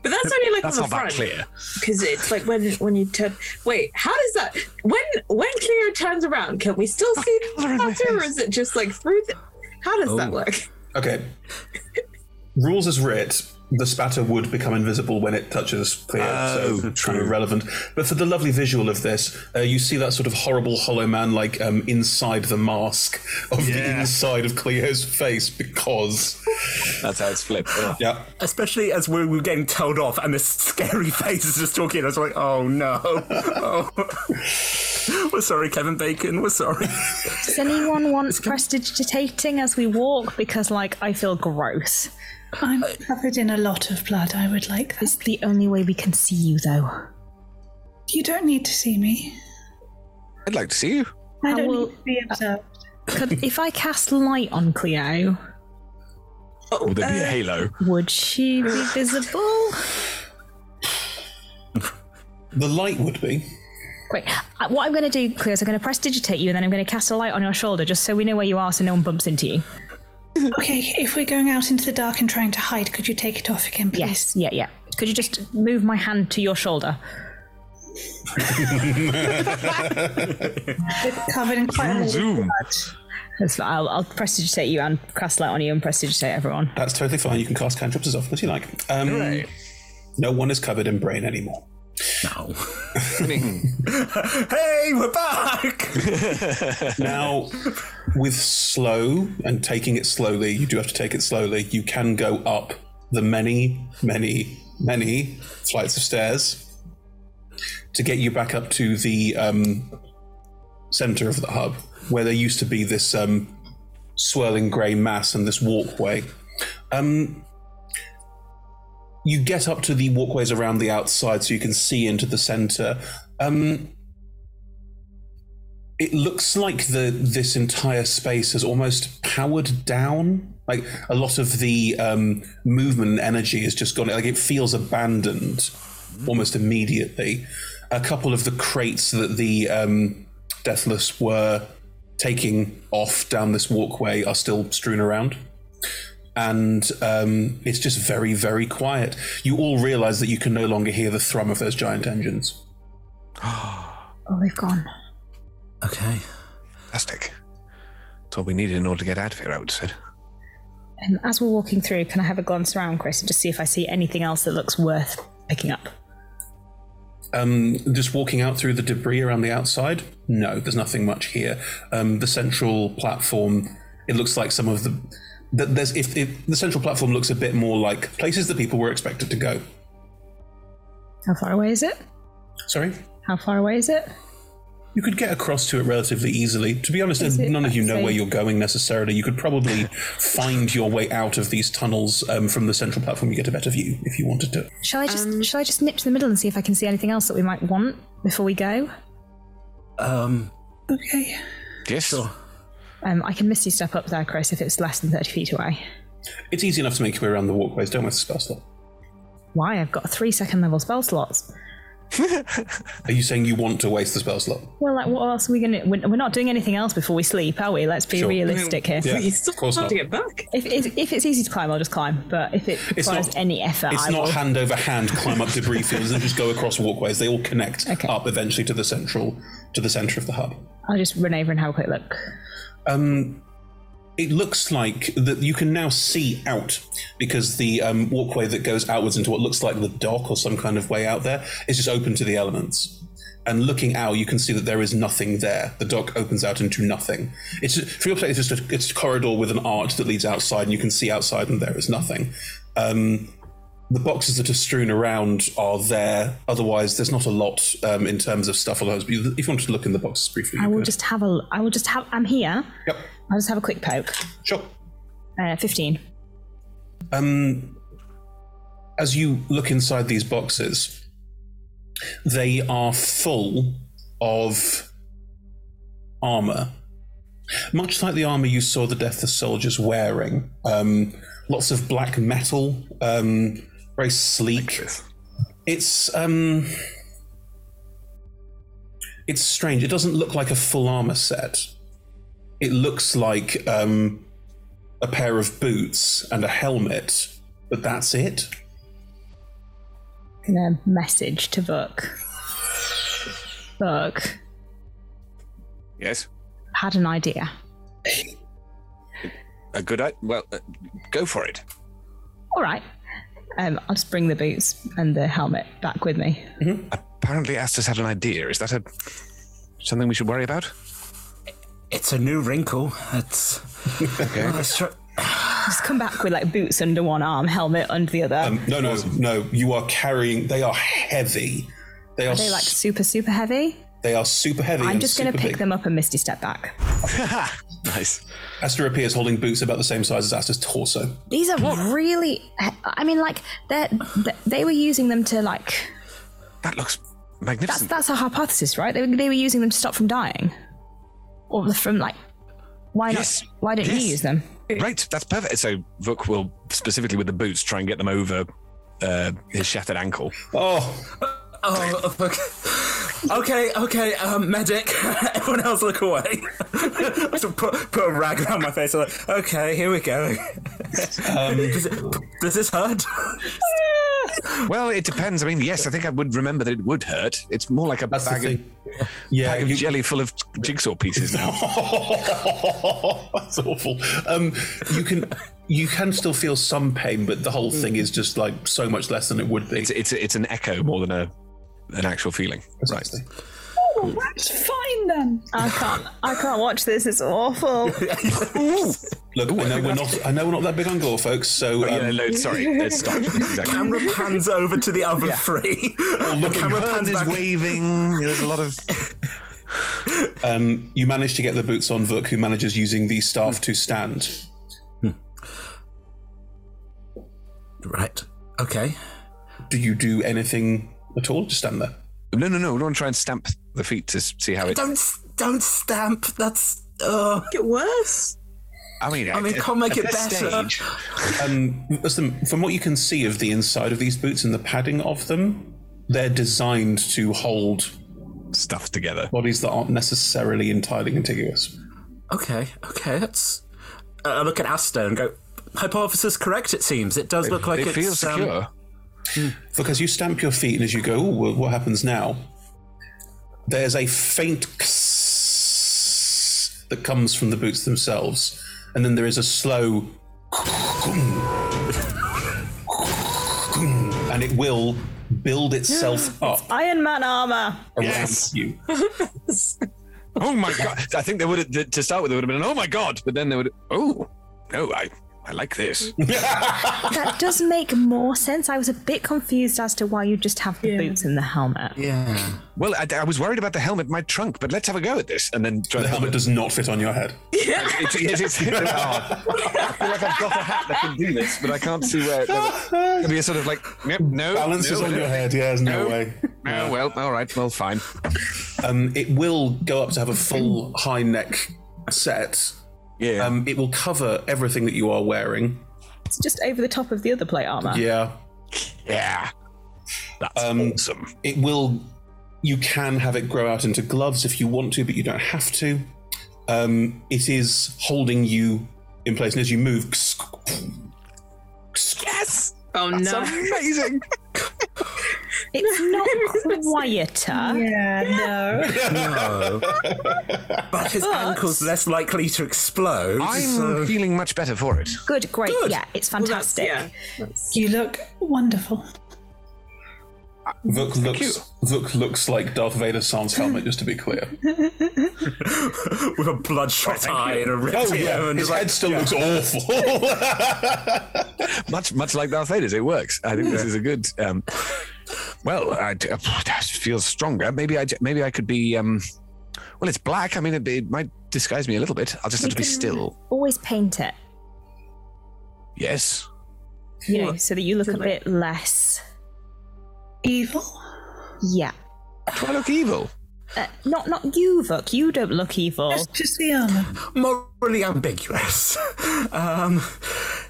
Speaker 6: that's only like
Speaker 5: That's
Speaker 6: on the
Speaker 5: not that
Speaker 6: front.
Speaker 5: clear.
Speaker 6: Because it's like when when you turn. Wait, how does that? When when Cleo turns around, can we still see the tattoo, or is it just like through? The, how does that work?
Speaker 2: Okay. Rules as writ, the spatter would become invisible when it touches clear, so true irrelevant. But for the lovely visual of this, uh, you see that sort of horrible hollow man like um, inside the mask of the inside of Cleo's face because.
Speaker 5: That's how it's flipped.
Speaker 2: Yeah.
Speaker 4: Especially as we were getting told off and this scary face is just talking. I was like, oh no. Oh. we're sorry, Kevin Bacon. We're sorry.
Speaker 3: Does anyone want prestidigitating as we walk? Because, like, I feel gross.
Speaker 7: I'm covered in a lot of blood. I would like that.
Speaker 3: It's the only way we can see you, though.
Speaker 7: You don't need to see me.
Speaker 5: I'd like to see you.
Speaker 7: I don't need to be observed.
Speaker 3: Could, if I cast light on Cleo,
Speaker 6: Oh,
Speaker 5: Would there be
Speaker 6: uh,
Speaker 5: a halo?
Speaker 3: would she be visible?
Speaker 2: The light would be.
Speaker 3: Great. Uh, What I'm going to do, Cleo, is I'm going to press digitate you, and then I'm going to cast a light on your shoulder, just so we know where you are, so no one bumps into you.
Speaker 7: Okay, if we're going out into the dark and trying to hide, could you take it off again, please?
Speaker 3: Yes. Uh, Yeah. Yeah. Could you just move my hand to your shoulder?
Speaker 7: It's covered in quite a lot of blood.
Speaker 3: That's fine. I'll, I'll prestidigitate you and cast light on you and prestidigitate everyone.
Speaker 2: That's totally fine. You can cast cantrips as often as you like. Um, No one is covered in brain anymore. No.
Speaker 4: hey, we're back!
Speaker 2: now, with slow and taking it slowly, you do have to take it slowly. You can go up the many, many, many flights of stairs to get you back up to the um, center of the hub, where there used to be this um, swirling grey mass and this walkway. Um, you get up to the walkways around the outside, so you can see into the center. Um, it looks like the this entire space has almost powered down. Like a lot of the um, movement and energy has just gone. Like it feels abandoned almost immediately. A couple of the crates that the um, Deathless were taking off down this walkway are still strewn around and um, it's just very, very quiet. You all realize that you can no longer hear the thrum of those giant engines.
Speaker 3: Oh, they've gone.
Speaker 5: Okay. Fantastic. That's all we needed in order to get out of here, I would have said.
Speaker 3: Um, as we're walking through, can I have a glance around, Chris, and just see if I see anything else that looks worth picking up?
Speaker 2: Um, just walking out through the debris around the outside, no, there's nothing much here. Um, the central platform, it looks like some of the. th- There's, if, if the central platform looks a bit more like places that people were expected to go.
Speaker 3: How far away is it?
Speaker 2: Sorry,
Speaker 3: How far away is it?
Speaker 2: you could get across to it relatively easily. To be honest,
Speaker 3: Is it
Speaker 2: none of you know
Speaker 3: actually-
Speaker 2: where you're going necessarily. You could probably find your way out of these tunnels um, from the central platform. You get a better view if you wanted to.
Speaker 3: Shall I just shall I just nip to the middle and see if I can see anything else that we might want before we go?
Speaker 4: Um,
Speaker 7: Okay.
Speaker 5: Yes.
Speaker 3: Um, I can misty step up there, Chris, if it's less than thirty feet away.
Speaker 2: It's easy enough to make your way around the walkways. Don't waste a spell slot.
Speaker 3: Why? I've got three second level spell slots.
Speaker 2: Are you saying you want to waste the spell slot?
Speaker 3: Well, like, what else are we gonna? We're we're not doing anything else before we sleep, are we? Let's be
Speaker 2: Sure.
Speaker 3: realistic here.
Speaker 2: Yeah, of course not.
Speaker 3: If, if, if it's easy to climb, I'll just climb. But if it
Speaker 2: It's
Speaker 3: requires
Speaker 2: not-
Speaker 3: any effort,
Speaker 2: It's
Speaker 3: I
Speaker 2: not
Speaker 3: will.
Speaker 2: hand over hand climb up debris fields and just go across walkways. They all connect up eventually to the central to the center of the hub.
Speaker 3: I'll just run over and have a quick look.
Speaker 2: Um, it looks like that you can now see out because the um, walkway that goes outwards into what looks like the dock or some kind of way out there is just open to the elements. And looking out, you can see that there is nothing there. The dock opens out into nothing. It's for your plate. It's just a, it's a corridor with an arch that leads outside, and you can see outside, and there is nothing. Um, the boxes that are strewn around are there. Otherwise, there's not a lot um, in terms of stuff. Although, if you want to look in the boxes briefly,
Speaker 3: I
Speaker 2: you
Speaker 3: will
Speaker 2: could.
Speaker 3: just have a. l- I will just have. I'm here.
Speaker 2: Yep.
Speaker 3: I'll just have a quick poke.
Speaker 2: Sure.
Speaker 3: Uh, Fifteen.
Speaker 2: Um, as you look inside these boxes, they are full of armor, much like the armor you saw the Deathless soldiers wearing. Um, lots of black metal, um, very sleek. It's um, it's strange. It doesn't look like a full armor set. It looks like um, a pair of boots and a helmet, but that's it.
Speaker 3: And a message to Vuk. Vuk
Speaker 5: Yes.
Speaker 3: had an idea.
Speaker 5: A good idea. Well, uh, go for it.
Speaker 3: All right. Um, I'll just bring the boots and the helmet back with me.
Speaker 2: Mm-hmm.
Speaker 5: Apparently, Astus had an idea. Is that a something we should worry about?
Speaker 4: It's a new wrinkle. It's okay.
Speaker 3: Just come back with like boots under one arm, helmet under the other.
Speaker 2: Um, no, no, no. You are carrying. They are heavy. They are.
Speaker 3: Are they like
Speaker 2: s-
Speaker 3: super, super heavy?
Speaker 2: they are super heavy.
Speaker 3: I'm
Speaker 2: and
Speaker 3: just going to
Speaker 2: super
Speaker 3: pick
Speaker 2: big.
Speaker 3: them up and Misty step back.
Speaker 2: nice. Astor appears holding boots about the same size as Astor's torso.
Speaker 3: These are what really. I mean, like they they were using them to like.
Speaker 5: That looks
Speaker 3: That's
Speaker 5: magnificent.
Speaker 3: that's our hypothesis, right? They were, they were using them to stop from dying, or from like. Why not?
Speaker 5: Yes.
Speaker 3: Why didn't
Speaker 5: Yes.
Speaker 3: you use them?
Speaker 5: Right, that's perfect. So Vuk will specifically with the boots try and get them over uh, his shattered ankle.
Speaker 2: Oh.
Speaker 4: Oh, okay. Okay, okay, um, medic. Everyone else look away. I should put, put a rag around my face. I'm like, okay, here we go.
Speaker 5: Um,
Speaker 4: does, it- does this hurt?
Speaker 5: Well, it depends. I mean, yes, I think I would remember that it would hurt. It's more like a
Speaker 2: the
Speaker 5: bag of,
Speaker 2: yeah,
Speaker 5: bag of jelly full of jigsaw pieces now.
Speaker 2: That's awful. Um, you can you can still feel some pain, but the whole thing is just like so much less than it would be.
Speaker 5: It's it's it's an echo more than a an actual feeling. Right.
Speaker 3: Oh, that's fine then. I can't. I can't watch this. It's awful.
Speaker 2: Look, I know we're not. I know we're not that big on gore, folks. So
Speaker 5: Oh,
Speaker 2: um,
Speaker 5: yeah, no, sorry. Let's stop. Exactly.
Speaker 4: Camera pans over to the other
Speaker 5: Yeah.
Speaker 4: three.
Speaker 2: Oh,
Speaker 5: look,
Speaker 4: camera
Speaker 5: Hearn is waving. There's a lot of.
Speaker 2: Um, you manage to get the boots on Vuk, who manages using the staff to stand.
Speaker 4: Right. Okay.
Speaker 2: Do you do anything at all? Just stand there.
Speaker 5: No, no, no. We don't try and stamp the feet to s- see how it.
Speaker 4: Don't s- don't stamp. That's uh,
Speaker 13: get worse.
Speaker 5: I mean,
Speaker 4: I mean,
Speaker 2: at-
Speaker 4: can't make
Speaker 2: at
Speaker 4: it
Speaker 2: this
Speaker 4: better.
Speaker 2: stage- um, listen, from what you can see of the inside of these boots and the padding of them, they're designed to hold
Speaker 5: stuff together.
Speaker 2: Bodies that aren't necessarily entirely contiguous.
Speaker 4: Okay, okay, that's. Uh, I look at Astor and go, hypothesis correct, it seems. It does look like it's. um,
Speaker 2: Because you stamp your feet, and as you go, "Ooh, wha- what happens now? There's a faint that comes from the boots themselves, and then there is a slow, and it will build itself up
Speaker 3: Iron Man armor.
Speaker 2: around you.
Speaker 5: Oh my god! I think they would have to start with. They would have been, oh my god! But then they would. Oh no! I I like this.
Speaker 3: that does make more sense. I was a bit confused as to why you just have the boots and the helmet.
Speaker 4: Yeah.
Speaker 5: Well, I, I was worried about the helmet, in my trunk, but let's have a go at this. And then
Speaker 2: The helmet does not fit on your head.
Speaker 5: Yeah. It's, it's, it's, oh. I feel like I've got a hat that can do this, but I can't see where. It, it'll be a sort of like nope, no
Speaker 2: Balance
Speaker 5: no,
Speaker 2: is on
Speaker 5: no.
Speaker 2: your head. Yeah, there's no, way.
Speaker 5: No, well, all right, well, fine.
Speaker 2: Um, it will go up to have a full high neck set.
Speaker 5: Yeah.
Speaker 2: Um, it will cover everything that you are wearing.
Speaker 3: It's just over the top of the other plate armor.
Speaker 2: Yeah.
Speaker 5: Yeah.
Speaker 2: That's awesome. Um, It will. You can have it grow out into gloves if you want to, but you don't have to. Um, it is holding you in place, and as you move,
Speaker 6: Yes. Oh
Speaker 2: That's
Speaker 6: no!
Speaker 2: amazing.
Speaker 3: It's not quieter. Yeah, no.
Speaker 4: No. but his
Speaker 3: But-
Speaker 4: ankle's less likely to explode.
Speaker 5: I'm
Speaker 4: so-
Speaker 5: feeling much better for it.
Speaker 3: Good, great. Yeah, it's fantastic.
Speaker 7: You look wonderful.
Speaker 2: Vuk looks, Vuk looks like Darth Vader sans helmet, just to be clear.
Speaker 4: With a bloodshot eye and a ripped
Speaker 2: Oh,
Speaker 4: ear
Speaker 2: yeah.
Speaker 4: and
Speaker 2: His
Speaker 4: like-
Speaker 2: head still looks awful.
Speaker 5: much much like Darth Vader's, it works. I think this is a good. Um, well, I d- I feel stronger. Maybe I j- maybe I could be. Um, well, it's black. I mean, it, it might disguise me a little bit. I'll just have to be still.
Speaker 3: Always paint it,
Speaker 5: Yes.
Speaker 3: you know, so that you look a bit less
Speaker 7: evil.
Speaker 3: Yeah.
Speaker 5: Do I look evil?
Speaker 3: Uh, not not you, Vuk. You don't look evil. Just,
Speaker 7: just the armor.
Speaker 4: Morally ambiguous.
Speaker 5: Oh.
Speaker 4: um,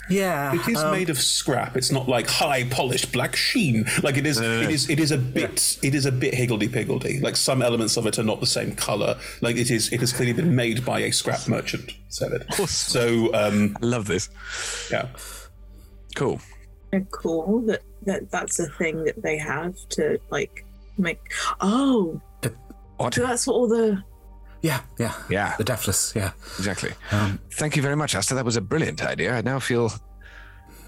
Speaker 4: yeah.
Speaker 2: It is
Speaker 5: Uh-huh.
Speaker 4: um,
Speaker 2: made of scrap. It's not like high polished black sheen. Like it is.
Speaker 5: Uh.
Speaker 2: It is. It is a bit. It is a bit higgledy piggledy. Like some elements of it are not the same color. Like it is. It has clearly been made by a scrap merchant. Said it. So um,
Speaker 5: I love this.
Speaker 2: Yeah.
Speaker 5: Cool.
Speaker 6: They're cool that, that that's a thing that they have to like make. Oh,
Speaker 5: What?
Speaker 6: so that's what all the
Speaker 4: Yeah, yeah,
Speaker 5: yeah. The
Speaker 4: deathless, yeah. Um,
Speaker 5: Exactly. Thank you very much, Asta. That was a brilliant idea. I now feel,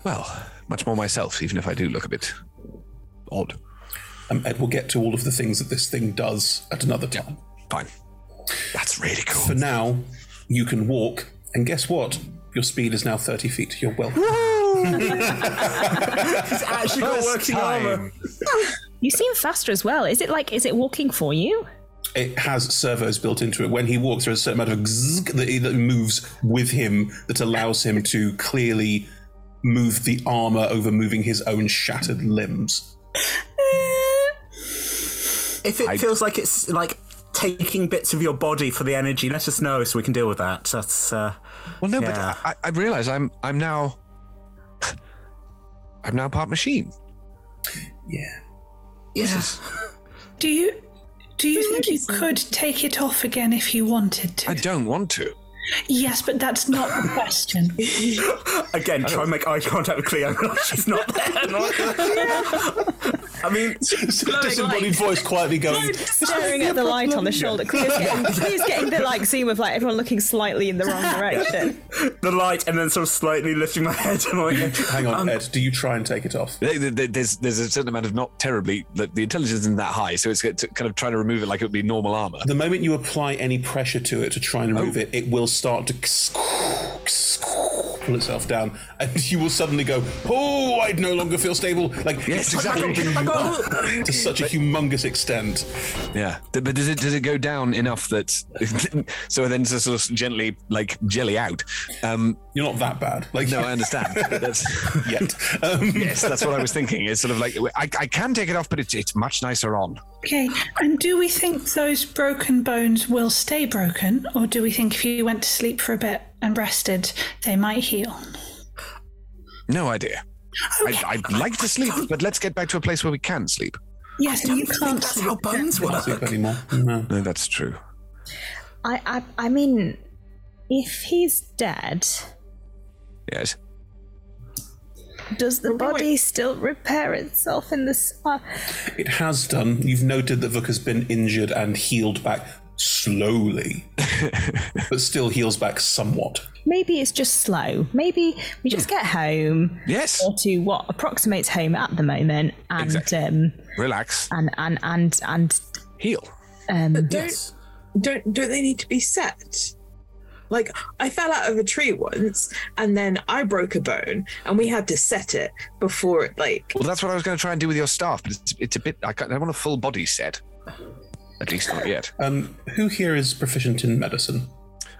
Speaker 5: well, much more myself, even if I do look a bit odd.
Speaker 2: um, Ed will get to all of the things that this thing does at another time.
Speaker 5: Fine. That's really cool.
Speaker 2: For now, you can walk, and guess what? Your speed is now thirty feet. You're welcome.
Speaker 4: He's actually got
Speaker 3: First
Speaker 4: working
Speaker 2: time.
Speaker 4: armor.
Speaker 3: you seem faster as well. Is it like is it walking for you?
Speaker 2: It has servos built into it. When he walks, there's a certain amount of zzz that, he- that moves with him that allows him to clearly move the armor over moving his own shattered limbs.
Speaker 4: If it feels like it's like taking bits of your body for the energy, let us know so we can deal with that. That's uh,
Speaker 5: Well, no,
Speaker 4: yeah.
Speaker 5: but I, I realize I'm I'm now I'm now part machine.
Speaker 2: Yeah.
Speaker 5: Yes.
Speaker 7: Do you do you think you could take it off again if you wanted to?
Speaker 5: I don't want to.
Speaker 7: Yes, but that's not the question.
Speaker 4: Again, try and make eye contact with Cleo. She's not there. I mean,
Speaker 2: disembodied voice quietly going.
Speaker 3: Staring at the light on the shoulder. Clear's getting, Clear's getting the like zoom of like everyone looking slightly in the wrong direction.
Speaker 4: the light, and then sort of slightly lifting my head. And like, um,
Speaker 2: Hang on, Ed. Do you try and take it off?
Speaker 5: There- there- There's there's a certain amount of not terribly the, the intelligence isn't that high, so it's got to kind of trying to remove it like it would be normal armor.
Speaker 2: The moment you apply any pressure to it to try and
Speaker 5: Oh.
Speaker 2: remove it, it will start to pull itself down, and you will suddenly go, "Oh, I no longer feel stable." Like
Speaker 5: Yes, exactly.
Speaker 2: to such a humongous extent.
Speaker 5: Yeah, Th- but does it does it go down enough that so then to sort of gently like jelly out? Um,
Speaker 2: You're not that bad. Like
Speaker 5: no, I understand. but that's
Speaker 2: yet. Um,
Speaker 5: yes, that's what I was thinking. It's sort of like I, I can take it off, but it's it's much nicer on.
Speaker 7: Okay, and do we think those broken bones will stay broken, or do we think if you went to sleep for a bit and rested, they might heal?
Speaker 5: No idea. I'd, I'd like to sleep, but let's get back to a place where we can sleep.
Speaker 7: Yes, you can't.
Speaker 4: That's how bones work.
Speaker 2: anymore. No.
Speaker 5: that's true.
Speaker 3: I, I I mean, if he's dead,
Speaker 5: Yes.
Speaker 3: does the body still repair itself in the uh, summer?
Speaker 2: It has done. You've noted that Vuk has been injured and healed back slowly, but still heals back somewhat.
Speaker 3: Maybe it's just slow. Maybe we just get home.
Speaker 5: Yes.
Speaker 3: Or to what approximates home at the moment, and um,
Speaker 5: Relax.
Speaker 3: and and and and
Speaker 5: heal.
Speaker 3: Um,
Speaker 6: don't don't don't they need to be set? Like I fell out of a tree once, and then I broke a bone, and we had to set it before it like
Speaker 5: Well, that's what I was going to try and do with your staff, but it's, it's a bit. I, can't, I want a full body set. At least not yet.
Speaker 2: Um, who here is proficient in medicine?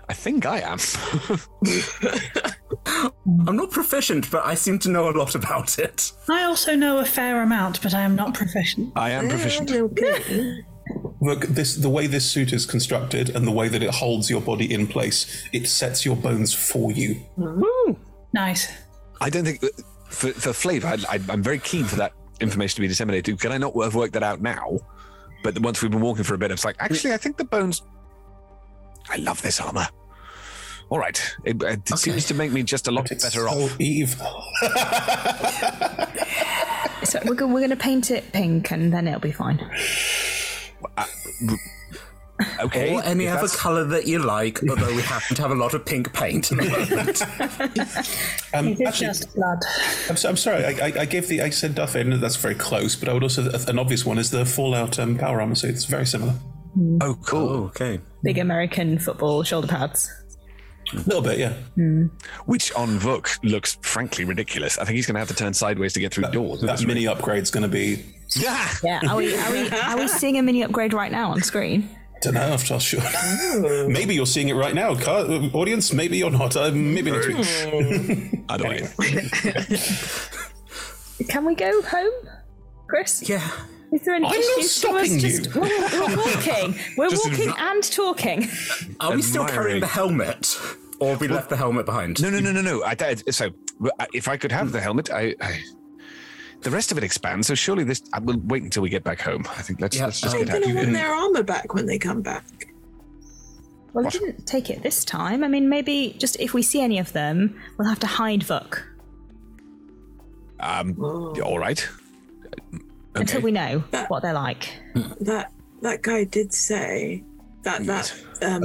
Speaker 5: I think I am.
Speaker 4: I'm not proficient, but I seem to know a lot about it.
Speaker 7: I also know a fair amount, but I am not proficient.
Speaker 5: I am
Speaker 2: proficient.
Speaker 6: Okay.
Speaker 2: Look, this the way this suit is constructed and the way that it holds your body in place, it sets your bones for you.
Speaker 7: Nice.
Speaker 5: I don't think for, for flavor. I, I, I'm very keen for that information to be disseminated. Can I not have worked that out now? But once we've been walking for a bit, it's like, actually, I think the bones. I love this armor. All right. It, it seems to make me just a lot better off.
Speaker 2: Evil.
Speaker 3: So we're, go- we're going to paint it pink and then it'll be fine.
Speaker 2: Uh,
Speaker 5: Okay.
Speaker 4: Or any other colour that you like, although we happen to have a lot of pink paint.
Speaker 2: Um,
Speaker 4: It's
Speaker 2: actually,
Speaker 4: just
Speaker 7: blood.
Speaker 2: I'm, so, I'm sorry. I, I, I gave the I said Duff. I know that's very close, but I would also an obvious one is the Fallout um, power armor suit. It's very similar.
Speaker 5: Oh, cool.
Speaker 4: Mm. okay.
Speaker 5: Hmm.
Speaker 3: Big American football shoulder pads. Hmm.
Speaker 2: A little bit, yeah.
Speaker 5: Which on Vuk looks frankly ridiculous. I think he's going to have to turn sideways to get through doors.
Speaker 2: that mini upgrade's going to be.
Speaker 5: Yeah.
Speaker 3: Yeah. Are we, are, we, are we seeing a mini upgrade right now on screen?
Speaker 2: Don't know. I'm not sure.
Speaker 4: Oh.
Speaker 2: maybe you're seeing it right now, car, uh, audience. Maybe you're not. Uh, maybe next week.
Speaker 5: I don't know.
Speaker 3: Can we go home, Chris?
Speaker 4: Yeah.
Speaker 3: Is there any
Speaker 4: I'm not
Speaker 3: issues to us
Speaker 4: stopping
Speaker 3: Just,
Speaker 4: you.
Speaker 3: we're, we're walking. We're
Speaker 4: Just
Speaker 3: walking
Speaker 4: admi-
Speaker 3: and talking.
Speaker 4: Are we still
Speaker 5: Admiring.
Speaker 4: carrying the helmet? Or we left the helmet behind?
Speaker 5: No, no, no, no, no. I, I, so I- if I could have the helmet, I, I the rest of it expands. So surely this. I will wait until we get back home. I think let's let's just
Speaker 4: um,
Speaker 6: They're
Speaker 5: get out.
Speaker 6: going to want their armor back when they come back.
Speaker 3: Well, we didn't take it this time. I mean, maybe just if we see any of them, we'll have to hide Vuk
Speaker 5: Um, all right.
Speaker 3: until we know what they're like.
Speaker 6: That that guy did say
Speaker 5: Mm,
Speaker 6: that that um,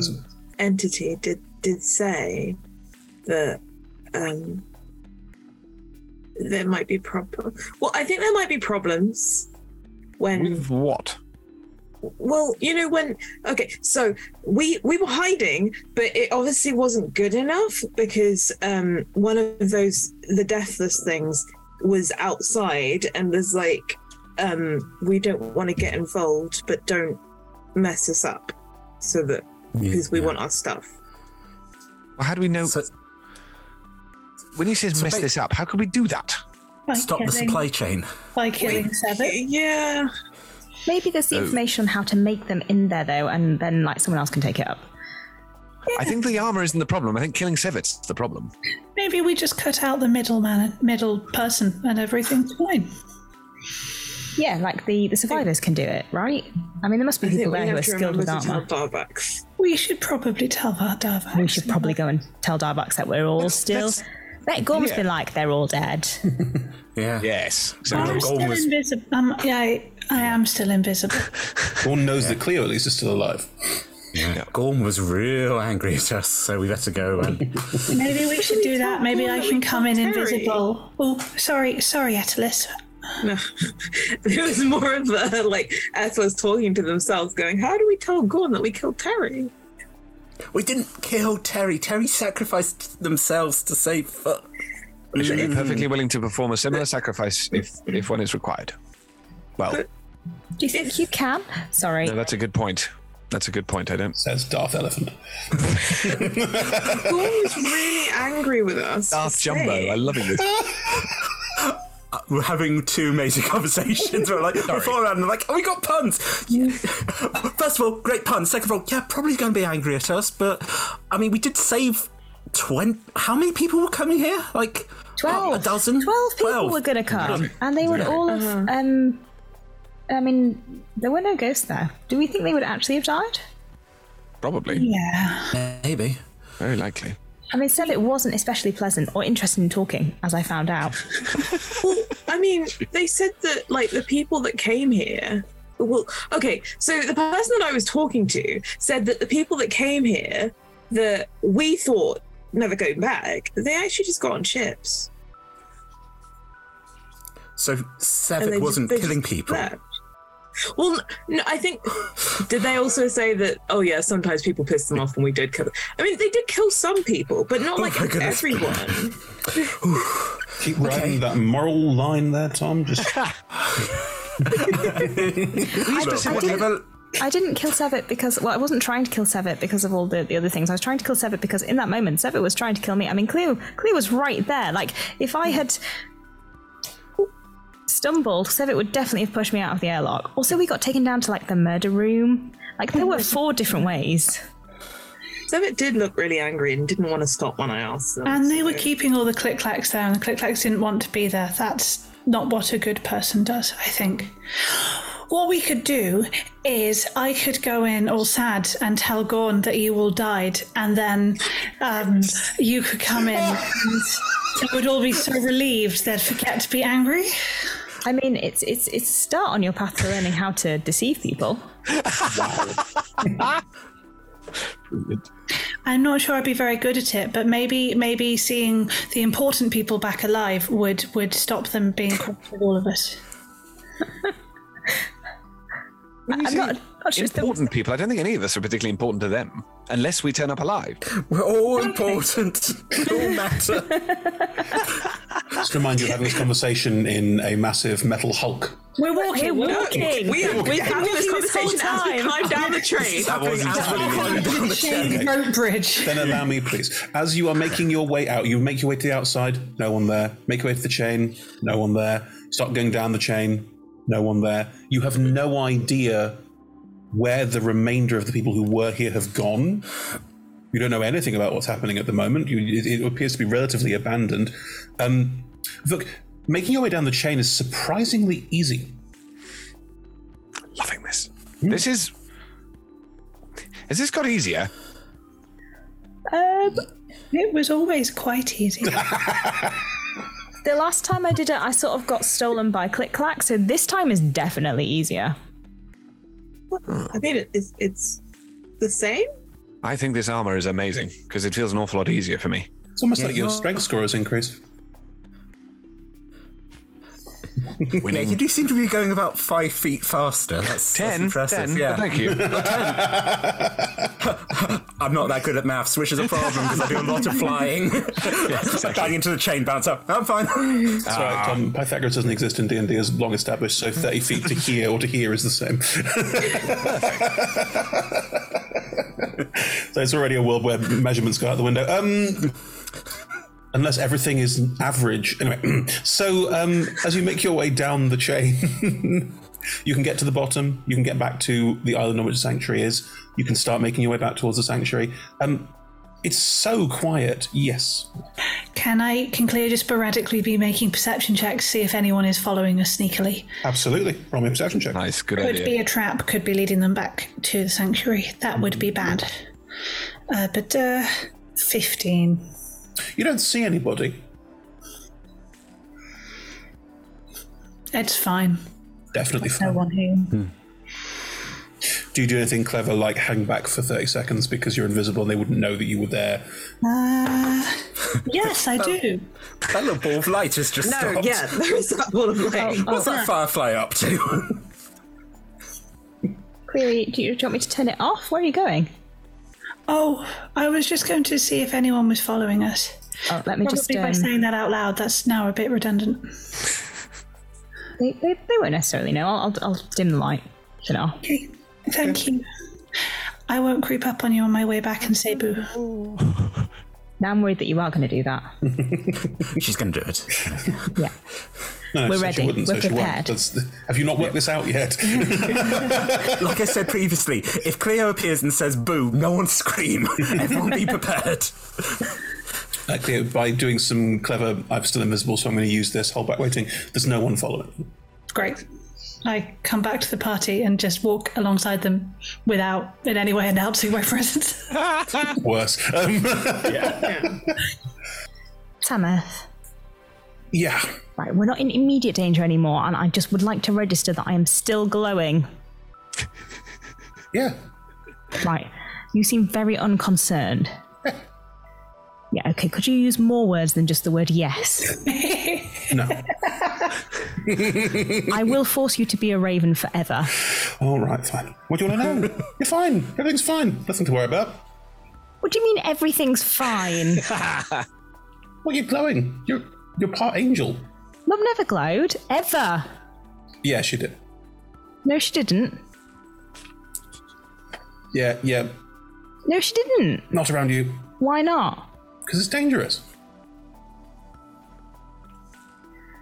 Speaker 6: entity did did say that um, there might be problem. Well, I think there might be problems when
Speaker 5: With what?
Speaker 6: well you know when okay so we we were hiding but it obviously wasn't good enough because um one of those the deathless things was outside and was like um we don't want to get involved but don't mess us up so that because we want our stuff
Speaker 5: Well, how do we know? when he says
Speaker 6: So
Speaker 5: mess
Speaker 6: ba-
Speaker 5: this up, how could we do that?
Speaker 7: By
Speaker 4: Stop the
Speaker 7: killing-
Speaker 4: supply chain.
Speaker 7: By killing seven.
Speaker 6: Yeah.
Speaker 3: Maybe there's the
Speaker 5: Oh.
Speaker 3: information on how to make them in there though, and then like someone else can take it up.
Speaker 5: I think the armor isn't the problem. I think killing Sevet's the problem.
Speaker 7: Maybe we just cut out the middle man, middle person, and everything's fine.
Speaker 3: Yeah, like the, the survivors can do it, right? I mean, there must be people there who are skilled with armor.
Speaker 6: Darvax.
Speaker 7: We should probably tell Darvax. We
Speaker 3: should probably go and tell Darbucks that we're all still. That Gorm's
Speaker 7: yeah.
Speaker 3: been like they're all dead.
Speaker 4: Yeah.
Speaker 5: Yes.
Speaker 7: I'm still invisible. Um, yeah, I, I am still invisible.
Speaker 2: Gorn knows that Cleo at least is still alive.
Speaker 4: Yeah. Gorm was real angry at us, so we better go and
Speaker 7: Maybe we should do that. Maybe I can come in invisible. Oh, sorry, sorry, Attalus.
Speaker 6: no it was more of a like as was talking to themselves going how do we tell gorn that we killed terry
Speaker 4: We didn't kill Terry. Terry sacrificed themselves to save Foot.
Speaker 5: Which
Speaker 4: Mm.
Speaker 5: I'm perfectly willing to perform a similar sacrifice if if one is required. Well,
Speaker 3: Do you think you can? Sorry.
Speaker 5: no, that's a good point. That's a good point. I don't.
Speaker 2: Says Darth Elephant.
Speaker 6: Gorn was really angry with us.
Speaker 5: Darth Jumbo. I love it.
Speaker 4: Uh, We're having two major conversations. We're like, beforehand, I'm like, oh, we got puns. Yeah. First of all, great pun. Second of all, yeah, probably going to be angry at us, but I mean, we did save 20. How many people were coming here? Like, 12. a dozen? 12
Speaker 3: people were going to come, and they would all have.
Speaker 7: Uh-huh.
Speaker 3: Um, I mean, there were no ghosts there. Do we think they would actually have died?
Speaker 5: Probably.
Speaker 7: Yeah.
Speaker 4: Maybe.
Speaker 5: Very likely.
Speaker 3: I mean, said it wasn't especially pleasant or interested in talking, as I found out.
Speaker 6: I mean, they said that like the people that came here. Well, okay. So the person that I was talking to said that the people that came here that we thought never going back, they actually just got on ships.
Speaker 4: So
Speaker 6: And they
Speaker 4: Sevik
Speaker 6: just-
Speaker 4: wasn't
Speaker 6: they just
Speaker 4: killing people.
Speaker 6: left. Well, n- no, I think. Did they also say that? Oh yeah, sometimes people piss them off when we did kill. Them. I mean, they did kill some people, but
Speaker 2: Oh
Speaker 6: not like everyone.
Speaker 2: Keep riding that moral line there, Tom. Just
Speaker 3: I, I, didn't, I didn't kill Sevit because, well, I wasn't trying to kill Sevit because of all the, the other things. I was trying to kill Sevit because in that moment, Sevit was trying to kill me. I mean, Cleo, Cleo was right there. Like, if I had stumbled, Sevit would definitely have pushed me out of the airlock. Also, we got taken down to, like, the murder room. Like, there were four different ways.
Speaker 6: Sevit did look really angry and didn't want to stop when I asked them.
Speaker 7: And they were keeping all the click clacks there, and the click clacks didn't want to be there. That's not what a good person does, I think. What we could do is I could go in all sad and tell Gorn that you all died, and then um, you could come in and they would all be so relieved they'd forget to be angry.
Speaker 3: I mean, it's it's it's a start on your path to learning how to deceive people.
Speaker 7: I'm not sure I'd be very good at it, but maybe maybe seeing the important people back alive would would stop them being cross with all of us.
Speaker 5: I'm not, important people. I don't think any of us are particularly important to them, unless we turn up alive.
Speaker 4: We're all important. It all matter.
Speaker 2: Just to remind you, we're having this conversation in a massive metal hulk.
Speaker 7: We're walking.
Speaker 2: We're
Speaker 6: walking.
Speaker 2: walking.
Speaker 6: We have
Speaker 2: We're
Speaker 6: been having this
Speaker 2: walking this
Speaker 6: conversation
Speaker 2: whole
Speaker 6: as we
Speaker 2: time.
Speaker 6: climb down the train.
Speaker 2: Okay.
Speaker 7: Then
Speaker 2: allow me, please. As you are making your way out, you make your way to the outside, no one there. Make your way to the chain, no one there. Start going down the chain, no one there. You have no idea where the remainder of the people who were here have gone. You don't know anything about what's happening at the moment. You, it, it appears to be relatively abandoned. Um, look, making your way down the chain is surprisingly easy.
Speaker 5: Loving this. This is. Has this got easier?
Speaker 7: Um, it was always quite easy.
Speaker 3: The last time I did it, I sort of got stolen by Click Clack, so this time is definitely easier.
Speaker 6: I mean, it- it's it's the same.
Speaker 5: I think this armor is amazing because it feels an awful lot easier for me.
Speaker 2: It's almost like your strength score has increased.
Speaker 4: Yeah, you do seem to be going about five feet faster. That's,
Speaker 5: Ten,
Speaker 4: that's impressive.
Speaker 5: ten,
Speaker 4: yeah.
Speaker 5: thank you.
Speaker 4: Ten. I'm not that good at maths, which is a problem because I do a lot of flying. Bang into the chain, bounce up. I'm fine. Ah.
Speaker 2: That's right, Tom. Pythagoras doesn't exist in D and D as long established, so thirty feet to here or to here is the same. so it's already a world where measurements go out the window. Um, unless everything is average. Anyway, so um, as you make your way down the chain, you can get to the bottom. You can get back to the island on which the sanctuary is. You can start making your way back towards the sanctuary. Um, it's so quiet. Yes.
Speaker 7: Can I can Cleo just sporadically be making perception checks to see if anyone is following us sneakily?
Speaker 2: Absolutely. Roll me a perception check.
Speaker 5: Nice, good
Speaker 7: could be a trap, could be leading them back to the sanctuary. That would be bad. Uh, but uh, 15.
Speaker 2: You don't see anybody.
Speaker 7: It's fine.
Speaker 2: Definitely
Speaker 7: No one here.
Speaker 2: Do you do anything clever like hang back for 30 seconds because you're invisible and they wouldn't know that you were there?
Speaker 7: Uh, yes, I do.
Speaker 4: Oh, That little ball of light has just
Speaker 6: No,
Speaker 4: stopped.
Speaker 6: yeah, there is that ball
Speaker 5: Oh,
Speaker 6: of light.
Speaker 4: What's that firefly up to?
Speaker 3: Query, do you, do you want me to turn it off? Where are you going?
Speaker 7: Oh, I was just going to see if anyone was following us.
Speaker 3: Oh, let me
Speaker 7: Probably
Speaker 3: just.
Speaker 7: by
Speaker 3: Um,
Speaker 7: saying that out loud, that's now a bit redundant.
Speaker 3: they, they, they won't necessarily know. I'll, I'll, I'll dim the light. You know.
Speaker 7: Okay, thank you. I won't creep up on you on my way back and say boo.
Speaker 3: Now I'm worried that you are going to do that.
Speaker 4: She's going to do it.
Speaker 3: Yeah. We're
Speaker 2: so
Speaker 3: ready.
Speaker 2: She wouldn't,
Speaker 3: We're
Speaker 2: so she won't.
Speaker 3: prepared.
Speaker 2: That's- have you not worked this out yet?
Speaker 4: like I said previously, if Cleo appears and says boo, no one scream. Everyone be prepared.
Speaker 2: Actually, by doing some clever, I'm still invisible, so I'm going to use this, hold back waiting. There's no one following.
Speaker 7: Great. I come back to the party and just walk alongside them without in any way announcing my presence.
Speaker 2: Worse. Um,
Speaker 3: Tameth.
Speaker 2: Yeah.
Speaker 3: Right, we're not in immediate danger anymore, and I just would like to register that I am still glowing.
Speaker 2: yeah.
Speaker 3: Right, you seem very unconcerned. yeah, okay, could you use more words than just the word yes?
Speaker 2: no.
Speaker 3: I will force you to be a raven forever.
Speaker 2: All right, fine. What do you want to know? You're fine. Everything's fine. Nothing to worry about.
Speaker 3: What do you mean everything's fine?
Speaker 2: Well, you're glowing. You're, you're part angel.
Speaker 3: Mum never glowed, ever.
Speaker 2: Yeah, she did.
Speaker 3: No, she didn't.
Speaker 2: Yeah, yeah.
Speaker 3: No, she didn't.
Speaker 2: Not around you.
Speaker 3: Why not?
Speaker 2: Because it's dangerous.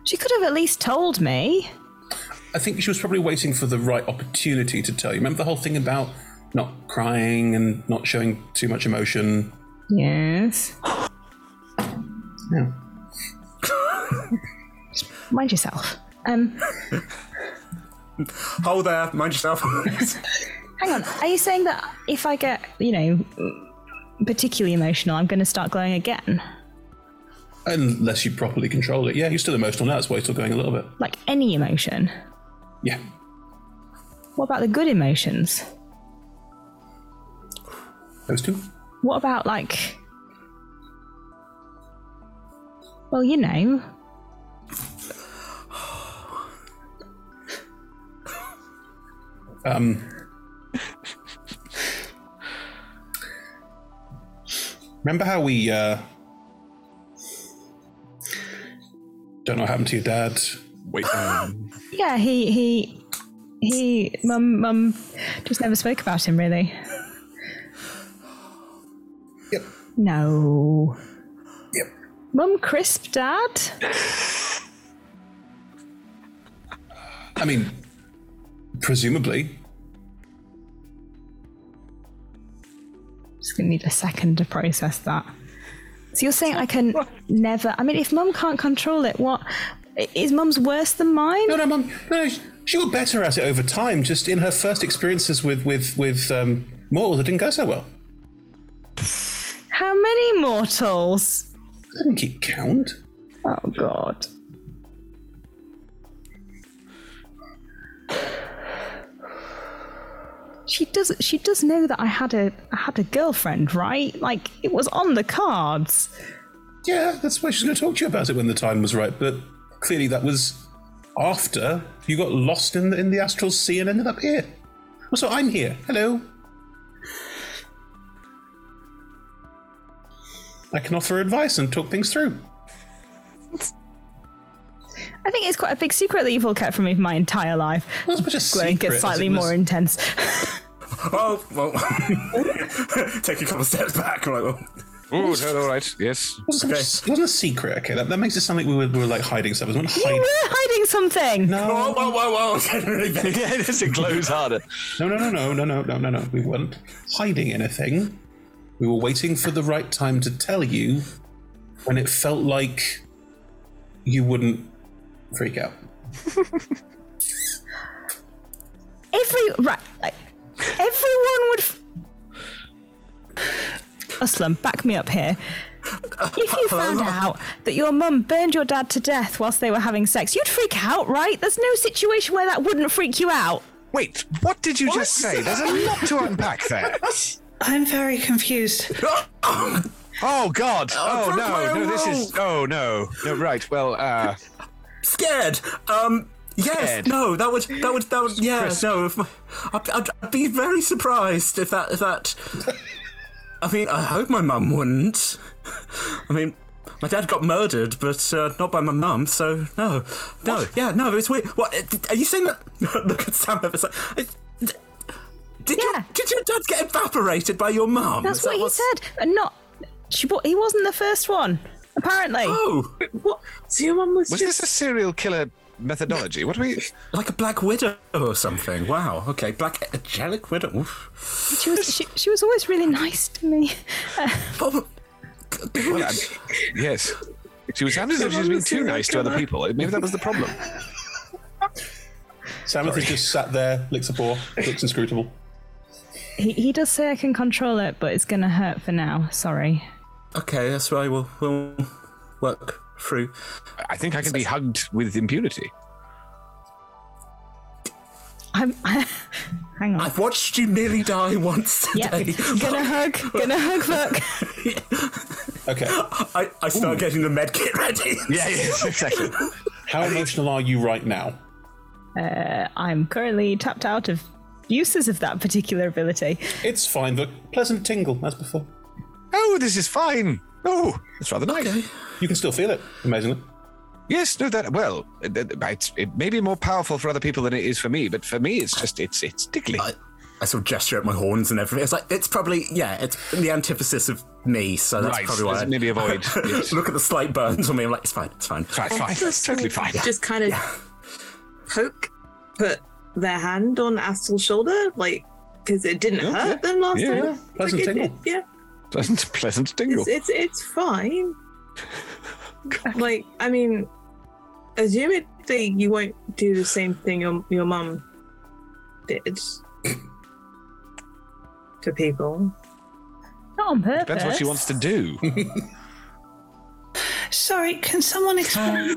Speaker 3: She could have at least told me.
Speaker 2: I think she was probably waiting for the right opportunity to tell you. Remember the whole thing about not crying and not showing too much emotion?
Speaker 3: Yes.
Speaker 2: Yeah.
Speaker 3: Mind yourself. Um,
Speaker 4: Hold there, mind yourself.
Speaker 3: hang on. Are you saying that if I get, you know, particularly emotional, I'm going to start glowing again?
Speaker 2: Unless you properly control it. Yeah, you're still emotional now. That's why you're still going a little bit.
Speaker 3: Like any emotion?
Speaker 2: Yeah.
Speaker 3: What about the good emotions?
Speaker 2: Those two?
Speaker 3: What about like? Well, you know.
Speaker 2: Um. remember how we uh, don't know what happened to your dad? Wait. Um,
Speaker 3: Yeah, he he he. Mum mum just never spoke about him really.
Speaker 2: Yep.
Speaker 3: No.
Speaker 2: Yep.
Speaker 3: Mum crisp dad.
Speaker 2: I mean, presumably.
Speaker 3: Just gonna need a second to process that. So you're saying I can never? I mean, if mum can't control it, what i- is mum's worse than mine?
Speaker 2: No, no, mum. No, she got better at it over time. Just in her first experiences with with with um, mortals, it didn't go so well.
Speaker 3: How many mortals?
Speaker 2: I didn't keep count.
Speaker 3: Oh God. She does. She does know that I had a I had a girlfriend, right? Like it was on the cards.
Speaker 2: Yeah, that's why she's going to talk to you about it when the time was right. But clearly, that was after you got lost in the, in the astral sea and ended up here. Also, I'm here. Hello. I can offer advice and talk things through.
Speaker 3: I think it's quite a big secret that you've all kept from me for my entire life.
Speaker 2: Well, it's
Speaker 4: a
Speaker 3: Growing
Speaker 4: secret,
Speaker 3: gets
Speaker 4: as
Speaker 3: slightly
Speaker 4: it was-
Speaker 3: more intense.
Speaker 4: oh, well. Take a couple steps back. I'm like, well.
Speaker 5: Oh, no, all right. Yes.
Speaker 2: It wasn't, it wasn't a secret, okay? That, that makes it sound like we were, we were like hiding stuff. It wasn't
Speaker 3: You
Speaker 2: hiding.
Speaker 3: were hiding something.
Speaker 2: No. Whoa,
Speaker 4: whoa,
Speaker 2: whoa, yeah,
Speaker 5: it glows harder.
Speaker 2: No, no, no, no, no, no, no, no, no. We weren't hiding anything. We were waiting for the right time to tell you when it felt like you wouldn't freak out.
Speaker 3: Every right, like, everyone would. F- Aslam, back me up here. If you found out that your mum burned your dad to death whilst they were having sex, you'd freak out, right? There's no situation where that wouldn't freak you out.
Speaker 5: Wait, what did you just say? There's a lot to unpack there.
Speaker 7: I'm very confused.
Speaker 5: Oh God! Oh,
Speaker 7: broke my
Speaker 5: no!
Speaker 7: own
Speaker 5: No, this is. Oh no! No, right. Well, uh,
Speaker 4: scared. Um, yes,
Speaker 5: Scared.
Speaker 4: no, that would, that would, that would, yeah, no. If my, I'd, I'd, I'd be very surprised if that, if that. I mean, I hope my mum wouldn't. I mean, my dad got murdered, but uh, not by my mum, so no, no, yeah, no, it's weird. What are you saying? That look at Sam. It's like. It, did, your, did your dad get evaporated by your
Speaker 5: Um,
Speaker 4: mum?
Speaker 3: That's
Speaker 4: Is that
Speaker 3: what he said, and not. She, wa- he wasn't the first one, apparently.
Speaker 4: Oh,
Speaker 6: what? So your mum
Speaker 5: was this a serial killer methodology? What do we?
Speaker 4: Like a black widow or something. Wow. Okay, black angelic widow. Oof.
Speaker 3: She was. She, she was always really nice to me. Uh,
Speaker 5: Well, I'm- yes. She was sounded as if she was being too nice to other people. Maybe that was the problem.
Speaker 2: Samantha just sat there, licks a paw, looks inscrutable.
Speaker 3: he, he does say I can control it, but it's going to hurt for now. Sorry.
Speaker 4: Okay, that's why we'll, we'll work through.
Speaker 5: I think I can be hugged with impunity.
Speaker 3: I'm. hang on.
Speaker 4: I've watched you nearly die once today.
Speaker 3: Gonna hug. Gonna hug. Fuck.
Speaker 2: Okay.
Speaker 4: I, I start getting the med kit ready.
Speaker 5: Yeah, yes, exactly.
Speaker 2: How emotional are you right now?
Speaker 3: Uh, I'm currently tapped out of uses of that particular ability.
Speaker 2: It's fine, but pleasant tingle as before.
Speaker 5: Oh, this is fine. Oh, it's rather nice.
Speaker 2: You can still feel it, amazingly.
Speaker 5: Yes, no, that well, it, it- it's, it may be more powerful for other people than it is for me, but for me, it's just it's it's tickling.
Speaker 4: I sort of gesture at my horns and everything. It's like it's probably yeah, it's the antithesis of me, so that's
Speaker 5: Right,
Speaker 4: probably why. I-
Speaker 5: let's maybe avoid, yes.
Speaker 4: Look at the slight burns on me. I'm like, it's fine, it's fine,
Speaker 5: it's fine, it's fine.
Speaker 6: Just sort of Just kind of poke, put their hand on Astel's shoulder, like because it didn't
Speaker 5: Yeah,
Speaker 6: hurt
Speaker 5: yeah.
Speaker 6: them last
Speaker 5: Yeah, yeah.
Speaker 6: time.
Speaker 5: Pleasant
Speaker 6: Like, it-
Speaker 5: tingle.
Speaker 6: it- yeah,
Speaker 5: Pleasant, pleasant tingle.
Speaker 6: it's, it's it's fine. like I mean, Assumedly, you won't do the same thing your, your mum did to people.
Speaker 7: Not on purpose.
Speaker 5: Depends what she wants to do.
Speaker 7: Sorry, can someone explain?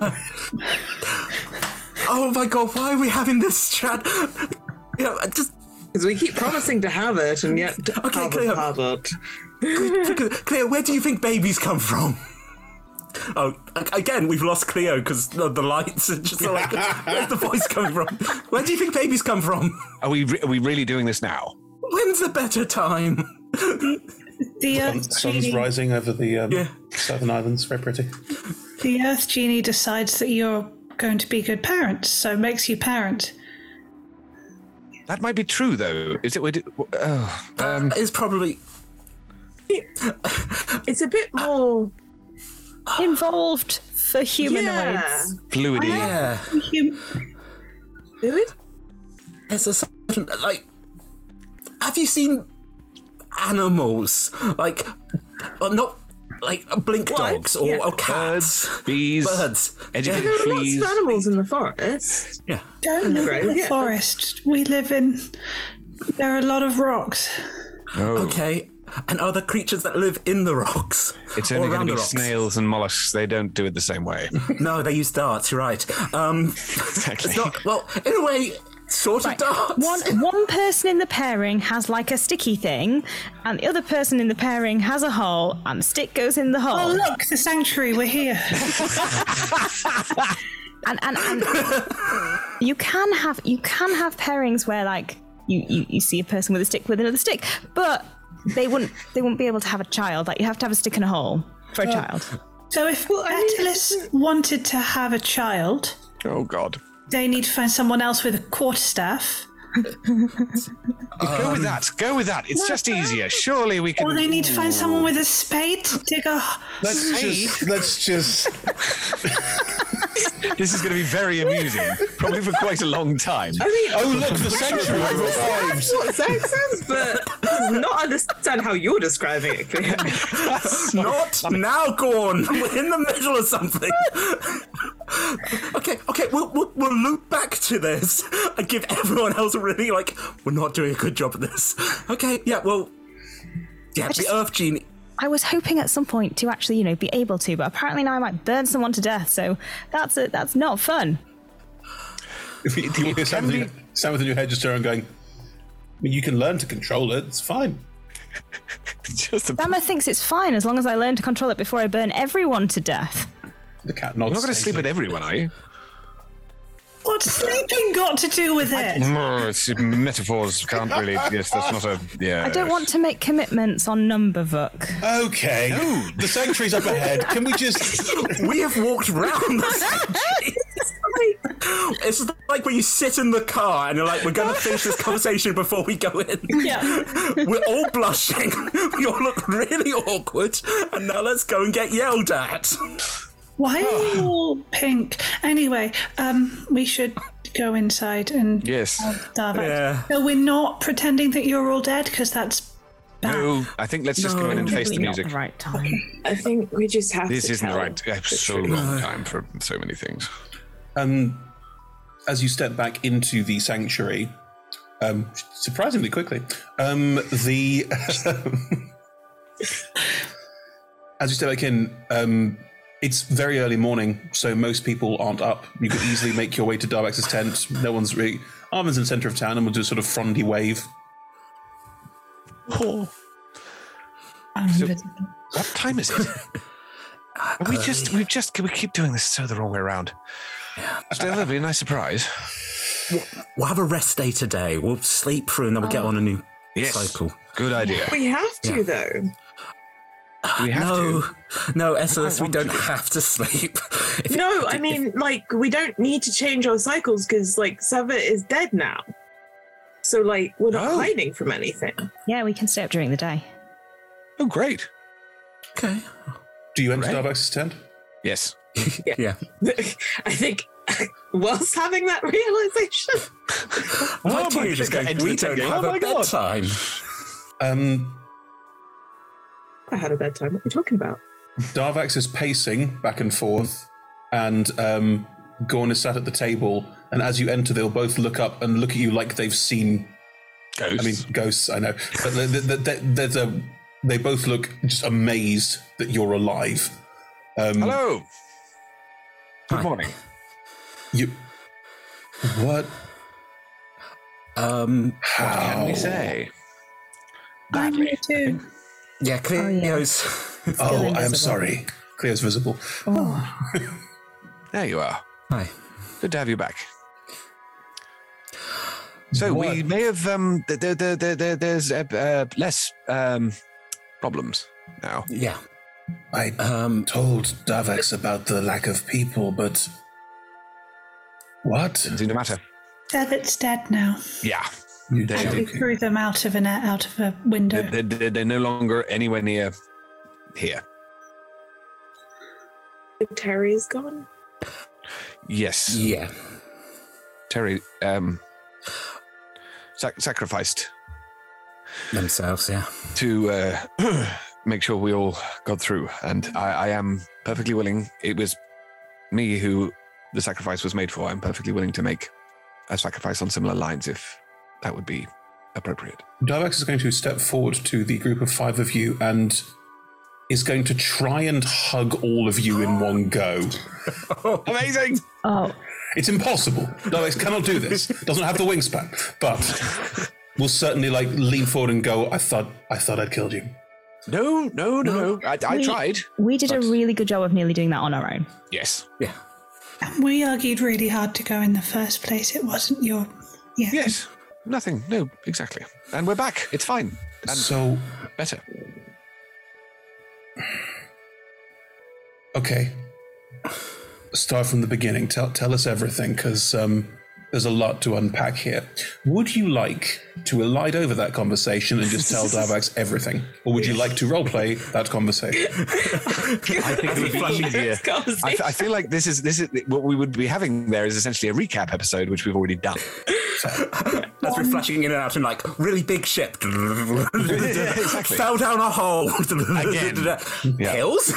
Speaker 4: Oh my god, why are we having this chat? You know, just
Speaker 6: because we keep promising to have it, and yet
Speaker 4: okay, Cleo, have
Speaker 6: it.
Speaker 4: Cleo, where do you think babies come from? Oh, a- again, we've lost Cleo because the, the lights are just like, where's the voice coming from? Where do you think babies come from?
Speaker 5: Are we re- are we really doing this now?
Speaker 4: When's the better time?
Speaker 7: The
Speaker 2: Sun-
Speaker 7: Earth
Speaker 2: sun's
Speaker 7: Genie-
Speaker 2: rising over the um, southern islands. Very pretty.
Speaker 7: The Earth Genie decides that you're going to be good parents, so makes you parent.
Speaker 5: That might be true, though. Is it? would it- Oh, um,
Speaker 4: it's probably.
Speaker 6: It's a bit more
Speaker 3: involved for humanoids.
Speaker 5: Fluidy.
Speaker 4: Yeah.
Speaker 6: Fluid?
Speaker 4: There's a certain like. Have you seen animals like, uh, not like uh, blink dogs or,
Speaker 6: Yeah.
Speaker 4: or cats,
Speaker 5: bees,
Speaker 4: birds,
Speaker 6: Yeah, there are lots of animals in the forest.
Speaker 4: Yeah.
Speaker 7: Don't live
Speaker 6: Right,
Speaker 7: in the
Speaker 6: yeah.
Speaker 7: forest. We live in. There are a lot of rocks.
Speaker 4: Oh. Okay, and are there creatures that live in the rocks?
Speaker 5: it's
Speaker 4: Or
Speaker 5: only going
Speaker 4: around
Speaker 5: to
Speaker 4: the
Speaker 5: be
Speaker 4: rocks?
Speaker 5: snails and mollusks. They don't do it the same way.
Speaker 4: No, they use darts. You're right. Um,
Speaker 5: exactly.
Speaker 4: It's not well in a way, sort of darts.
Speaker 3: One one person in the pairing has like a sticky thing, and the other person in the pairing has a hole, and the stick goes in the hole.
Speaker 7: Oh, look, the sanctuary, we're here.
Speaker 3: and and, and you can have you can have pairings where like you, you you see a person with a stick with another stick, but they wouldn't they wouldn't be able to have a child. Like you have to have a stick and a hole for a
Speaker 7: Oh.
Speaker 3: child.
Speaker 7: So if Attalus wanted to have a child,
Speaker 5: Oh God.
Speaker 7: they need to find someone else with a quarterstaff.
Speaker 2: Um,
Speaker 5: go with that. Go with that. It's just easier. Surely we can.
Speaker 7: Or they need to find someone with a spade to dig a.
Speaker 2: Let's just. Let's just.
Speaker 5: This is going to be very amusing, probably for quite a long time.
Speaker 6: I mean,
Speaker 2: Oh, look, the sanctuary
Speaker 6: I understand
Speaker 2: arrives.
Speaker 6: what sex is, but I do not understand how you're describing it. Cleo.
Speaker 4: not now, Gorn. We're in the middle of something. okay, okay, we'll, we'll we'll loop back to this and give everyone else a really like we're not doing a good job at this. Okay, yeah, well, yeah, the Earth Genie.
Speaker 3: I was hoping at some point to actually you know be able to, but apparently now I might burn someone to death. So that's a, that's not fun.
Speaker 2: If you, you hear sound, within your, sound within your head just around going, I mean, you can learn to control it. It's fine.
Speaker 5: just
Speaker 3: Bama thinks it's fine as long as I learn to control it before I burn everyone to death.
Speaker 2: the cat nods.
Speaker 5: You're not going to sleep with everyone, are you?
Speaker 7: What's sleeping got to do with it?
Speaker 5: No, it's metaphors. Can't really. Yes, that's not a. Yeah.
Speaker 3: I don't want to make commitments on number book.
Speaker 2: Okay. The sanctuary's up ahead. Can we just.
Speaker 4: We have walked round. the sanctuary. It's like when you sit in the car and you're like, we're going to finish this conversation before we go in.
Speaker 3: Yeah.
Speaker 4: We're all blushing. We all look really awkward. And now let's go and get yelled at.
Speaker 7: Why are
Speaker 5: Ah.
Speaker 7: you all pink? Anyway, um, we should go inside and
Speaker 5: Yes.
Speaker 7: starve it.
Speaker 4: Yeah.
Speaker 7: So we're not pretending that you're all dead because that's
Speaker 5: No, I think let's just go in and face the music.
Speaker 3: right time.
Speaker 6: I think we just have
Speaker 5: This
Speaker 6: to
Speaker 5: isn't the
Speaker 6: tell
Speaker 5: right. I have so
Speaker 6: truth.
Speaker 5: long time for so many things.
Speaker 2: Um, as you step back into the sanctuary, um, surprisingly quickly, um, the as you step back in, um, it's very early morning, so most people aren't up. You could easily make your way to Darbax's tent. No one's really. Armin's in the center of town and will do a sort of frondy wave.
Speaker 5: Oh. So, what time is it? Are we just we've just we keep doing this so the wrong way around. Still, that'll be a nice surprise.
Speaker 4: We'll have a rest day today. We'll sleep through and then we'll get on a new
Speaker 5: Yes.
Speaker 4: cycle.
Speaker 5: Good idea.
Speaker 6: We have to, though.
Speaker 5: We have
Speaker 4: no,
Speaker 5: to.
Speaker 4: no, Esselis, we don't have to sleep. If-
Speaker 6: No, I mean, like, we don't need to change our cycles because, like, Sava is dead now. So, like, we're not hiding from anything.
Speaker 3: Yeah, we can stay up during the day.
Speaker 5: Oh, great.
Speaker 4: Okay.
Speaker 2: Do you enter
Speaker 5: Right.
Speaker 2: Darbax's tent?
Speaker 5: Yes.
Speaker 4: Yeah.
Speaker 6: I think, whilst having that realization,
Speaker 5: Oh,
Speaker 6: Oh,
Speaker 4: My team is just going, we don't have a bedtime.
Speaker 2: Oh Um,
Speaker 6: I had a bedtime. What are you talking about?
Speaker 2: Darvax is pacing back and forth, and um, Gorn is sat at the table, and as you enter, they'll both look up and look at you like they've seen ghosts. I mean, ghosts. I know, but the, the, the, the- there's a. They both look just amazed that you're alive. Um,
Speaker 5: Hello.
Speaker 2: Good morning. You. What?
Speaker 4: Um.
Speaker 2: What
Speaker 5: can we say?
Speaker 4: Badly. Yeah, Cleo's.
Speaker 2: Oh, I am sorry. Cleo's visible.
Speaker 5: There you are.
Speaker 4: Oh. Hi.
Speaker 5: Good to have you back. So we may have um th- there there there, there there's uh, uh, less um problems now.
Speaker 4: Yeah.
Speaker 2: I um, told Davax about the lack of people, but what? Didn't
Speaker 5: seem to matter.
Speaker 7: Devitt's dead now.
Speaker 5: Yeah.
Speaker 2: You
Speaker 5: they,
Speaker 7: We
Speaker 5: they,
Speaker 7: threw them out of an out of a window.
Speaker 5: they, they, they're no longer anywhere near here.
Speaker 6: Terry's gone.
Speaker 5: Yes.
Speaker 4: Yeah.
Speaker 5: Terry um sac- sacrificed
Speaker 4: themselves, yeah.
Speaker 5: To uh, make sure we all got through. And I, I am perfectly willing. It was me who the sacrifice was made for. I'm perfectly willing to make a sacrifice on similar lines if that would be appropriate.
Speaker 2: Divax is going to step forward to the group of five of you and is going to try and hug all of you in one go.
Speaker 5: Amazing!
Speaker 2: Oh. It's impossible. Divax cannot do this. Doesn't have the wingspan. But will certainly like lean forward and go, I thought I thought I'd killed you.
Speaker 5: No, no, no, no. I,
Speaker 3: We- We did a really good job of nearly doing that on our own.
Speaker 5: Yes.
Speaker 4: Yeah.
Speaker 7: We argued really hard to go in the first place. It wasn't your. Yeah.
Speaker 5: Yes. Nothing. No, exactly. And we're back. It's fine. And
Speaker 2: so
Speaker 5: better.
Speaker 2: Okay. Start from the beginning. Tell tell us everything, because um, there's a lot to unpack here. Would you like to elide over that conversation and just tell Divax everything, or would you like to roleplay that conversation?
Speaker 5: I think it would be easier. I, f- I feel like this is this is what we would be having there is essentially a recap episode, which we've already done.
Speaker 4: That's been flashing in and out in like really big ship. Fell down a hole. Again. Hills?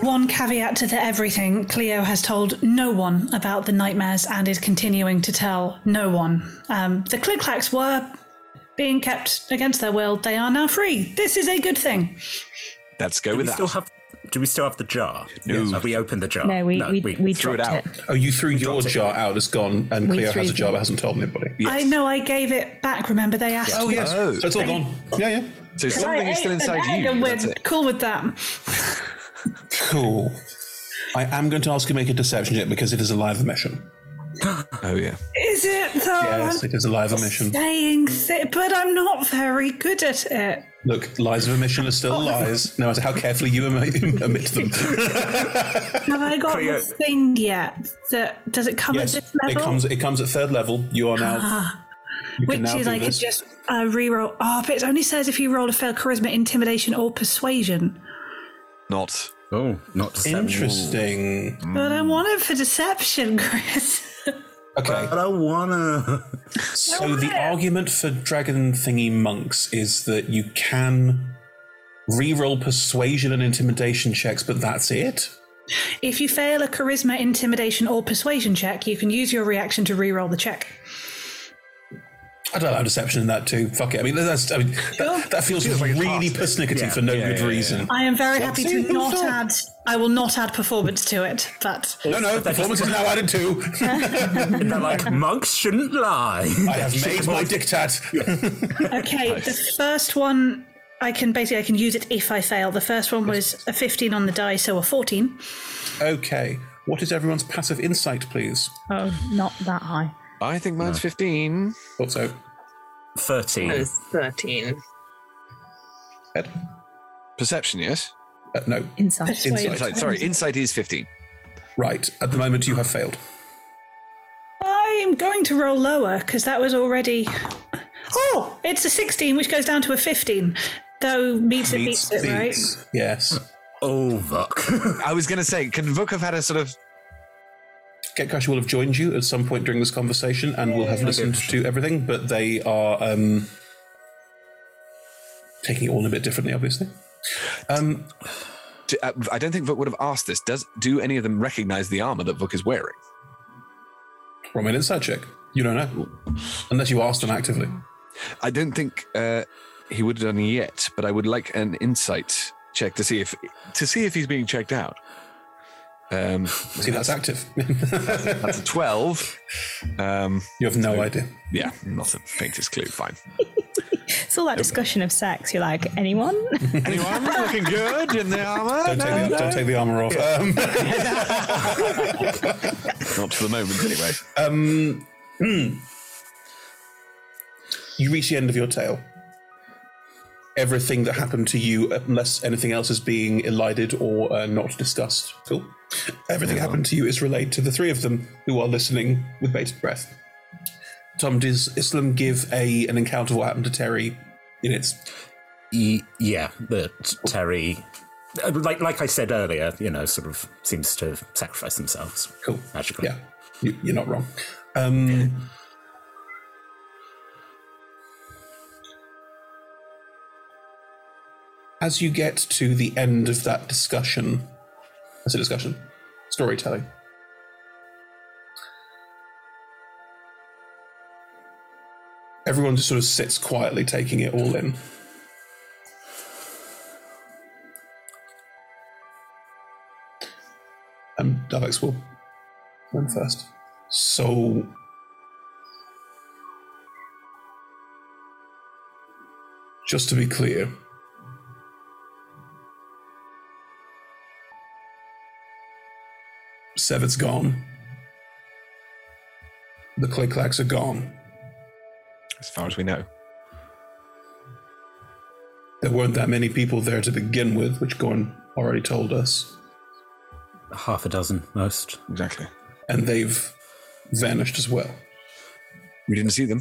Speaker 7: One caveat to the everything Cleo has told no one about the nightmares and is continuing to tell no one. Um, the Click Clacks were being kept against their will. They are now free. This is a good thing.
Speaker 5: Let's go
Speaker 4: do
Speaker 5: with
Speaker 4: we
Speaker 5: that.
Speaker 4: Still have, do we still have the jar?
Speaker 2: No.
Speaker 4: Yes, have we opened the jar?
Speaker 3: No, we- we- we dropped
Speaker 2: Oh, you threw your jar out. It's gone, and
Speaker 7: We
Speaker 2: Cleo
Speaker 7: threw
Speaker 2: has a jar
Speaker 7: them.
Speaker 2: but hasn't told anybody.
Speaker 7: I know I gave it back. Remember, they asked.
Speaker 2: Oh
Speaker 7: me.
Speaker 2: yes, so it's all gone. Yeah, yeah.
Speaker 5: So
Speaker 7: Because I ate an egg and we're cool with that.
Speaker 2: Cool. I am going to ask you to make a deception check because it is a live emission.
Speaker 5: Oh yeah.
Speaker 7: Is it though?
Speaker 2: Yes, it is a live emission.
Speaker 7: I'm saying, thi- but I'm not very good at it.
Speaker 2: Look, lies of omission are
Speaker 7: Oh.
Speaker 2: still lies, no matter how carefully you em- omit them.
Speaker 7: Have I got
Speaker 2: Cleo-
Speaker 7: the thing yet? That does it come at this
Speaker 2: it
Speaker 7: level?
Speaker 2: comes. It comes at third level. You are now.
Speaker 7: Ah,
Speaker 2: you
Speaker 7: which
Speaker 2: can now
Speaker 7: is
Speaker 2: do
Speaker 7: I could
Speaker 2: this.
Speaker 7: just uh, reroll. Oh, but it only says if you roll a failed charisma, intimidation, or persuasion.
Speaker 5: Not.
Speaker 4: Oh, not
Speaker 2: deception. Interesting.
Speaker 7: But I want it for deception, Chris.
Speaker 2: Okay.
Speaker 4: But I wanna.
Speaker 2: So the argument for dragon thingy monks is that you can re-roll persuasion and intimidation checks, but that's it.
Speaker 7: If you fail a charisma, intimidation, or persuasion check, you can use your reaction to reroll the check.
Speaker 2: I'd allow deception in that too. Fuck it. I mean, that's. I mean, that, that feels, really persnickety for no good reason.
Speaker 7: I am very
Speaker 2: Well,
Speaker 7: happy
Speaker 2: see,
Speaker 7: to
Speaker 2: who's
Speaker 7: not
Speaker 2: that?
Speaker 7: add. I will not add performance to it, but
Speaker 2: No, no, performance is now added too.
Speaker 4: They're like, monks shouldn't lie.
Speaker 2: I have made my diktat.
Speaker 7: Okay, the first one I can basically I can use it if I fail. The first one was a 15 on the die, so a 14.
Speaker 2: Okay. What is everyone's passive insight, please?
Speaker 3: Oh, not that high.
Speaker 5: I think mine's
Speaker 2: No.
Speaker 5: 15.
Speaker 2: Thought so.
Speaker 4: 13.
Speaker 6: That was 13.
Speaker 5: Perception, yes?
Speaker 2: Uh, no.
Speaker 3: Insight.
Speaker 5: Insight. Sorry, insight is 15.
Speaker 2: Right. At the moment, you have failed.
Speaker 7: I'm going to roll lower because that was already. Oh, it's a 16, which goes down to a 15. Though meets it, beats it, right?
Speaker 2: Yes.
Speaker 4: Oh, Vuk.
Speaker 5: I was going to say, can Vuk have had a sort of.
Speaker 2: Getcrash will have joined you at some point during this conversation and will have listened to everything, but they are um, taking it all a bit differently, obviously. Um,
Speaker 5: Do- uh, I don't think Vuk would have asked this. Does do any of them recognize the armor that Vuk is wearing?
Speaker 2: Roll me an insight check. You don't know. Unless you asked him actively.
Speaker 5: I don't think uh, he would have done it yet, but I would like an insight check to see if to see if he's being checked out. Um, see,
Speaker 2: that's active.
Speaker 5: that's a twelve. Um,
Speaker 2: you have no idea.
Speaker 5: Yeah, not the faintest clue. Fine.
Speaker 3: It's all that discussion of sex. You're like, anyone?
Speaker 5: anyone looking good in the armor?
Speaker 2: Don't take the, don't take the armor off. Um,
Speaker 5: Not for the moment, anyway.
Speaker 2: Um, hmm. You reach the end of your tale. Everything that happened to you, unless anything else is being elided or uh, not discussed. Cool. Everything that happened to you is relayed to the three of them who are listening with bated breath. Tom, does Islam give a an encounter of what happened to Terry in its
Speaker 4: Y- yeah, the t- Terry, uh, like like I said earlier, you know, sort of seems to have sacrificed themselves.
Speaker 2: Cool,
Speaker 4: magically. Yeah,
Speaker 2: you, you're not wrong. Um, as you get to the end of that discussion, that's a discussion, storytelling. Everyone just sort of sits quietly, taking it all in. Um, Davex will went first. So. Just to be clear, Sevet's gone. The Clay Clacks are gone.
Speaker 5: As far as we know.
Speaker 2: There weren't that many people there to begin with, which Gorn already told us,
Speaker 4: half a dozen most.
Speaker 5: Exactly.
Speaker 2: and they've vanished as well.
Speaker 5: We didn't see them.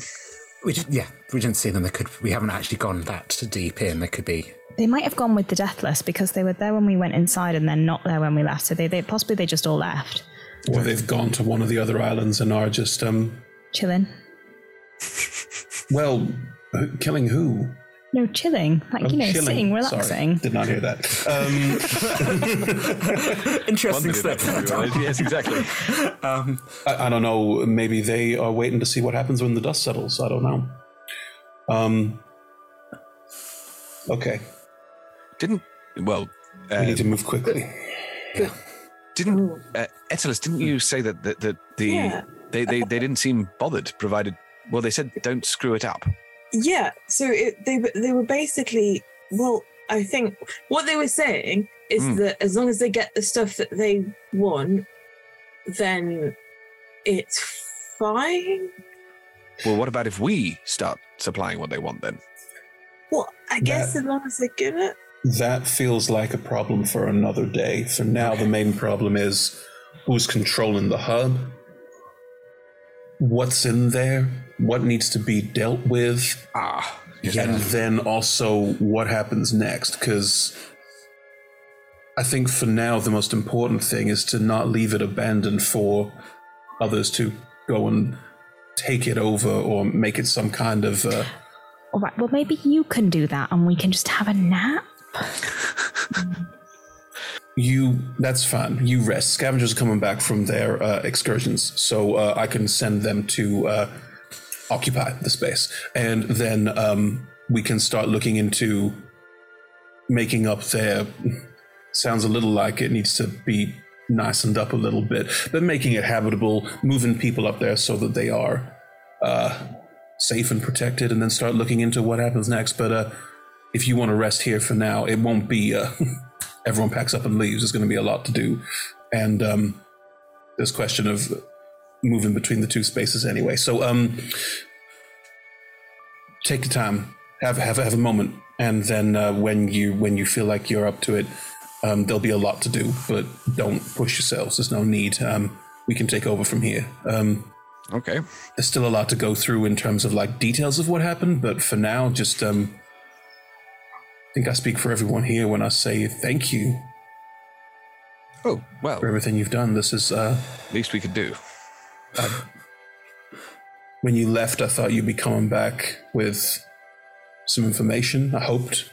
Speaker 4: We d- yeah, we didn't see them. They could. We haven't actually gone that deep in. They could be.
Speaker 3: They might have gone with the deathless because they were there when we went inside and then not there when we left. So they, they possibly they just all left,
Speaker 2: Or they've gone to one of the other islands and are just, um,
Speaker 3: chilling.
Speaker 2: well, uh, killing who?
Speaker 3: No, chilling. Like
Speaker 2: Oh,
Speaker 3: you know,
Speaker 2: chilling.
Speaker 3: sitting,
Speaker 2: Sorry,
Speaker 3: relaxing.
Speaker 2: did not hear that. Um,
Speaker 4: Interesting
Speaker 2: Wondered if
Speaker 4: slip.
Speaker 2: that's what it was. Yes,
Speaker 5: exactly.
Speaker 2: um, I, I don't know. Maybe they are waiting to see what happens when the dust settles. I don't know. Um. Okay.
Speaker 5: Didn't well. um,
Speaker 2: we need to move quickly.
Speaker 5: Didn't uh, Etalus? Didn't you say that the the, the
Speaker 6: Yeah.
Speaker 5: they, they they didn't seem bothered, provided. Well, they said don't screw it up.
Speaker 6: Yeah, so it, they were- they were basically well, I think what they were saying is
Speaker 5: Mm.
Speaker 6: that as long as they get the stuff that they want, then it's fine.
Speaker 5: Well, what about if we start supplying what they want then?
Speaker 6: Well, I guess as long as they get it.
Speaker 2: That feels like a problem for another day. For now, the main problem is who's controlling the hub, what's in there, what needs to be dealt with, ah, and then also what happens next. Because I think for now, the most important thing is to not leave it abandoned for others to go and take it over or make it some kind of. Uh,
Speaker 3: All right. Well, maybe you can do that, and we can just have a nap.
Speaker 2: You, that's fine. You rest. Scavengers are coming back from their uh, excursions, so uh, I can send them to uh, occupy the space, and then um, we can start looking into making up their. Sounds a little like it needs to be nicened up a little bit, but making it habitable, moving people up there so that they are uh, safe and protected, and then start looking into what happens next. But uh, if you want to rest here for now, it won't be. Uh, everyone packs up and leaves. There's going to be a lot to do, and um, this question of moving between the two spaces anyway. So um, take your time, have have have a moment, and then uh, when you when you feel like you're up to it, um, there'll be a lot to do. But don't push yourselves. There's no need. Um, we can take over from here. Um,
Speaker 5: okay.
Speaker 2: There's still a lot to go through in terms of like details of what happened, but for now, just um, I think I speak for everyone here when I say thank you
Speaker 5: Oh well,
Speaker 2: for everything you've done. This is uh,
Speaker 5: least we could do.
Speaker 2: when you left. I thought you'd be coming back with some information. I hoped,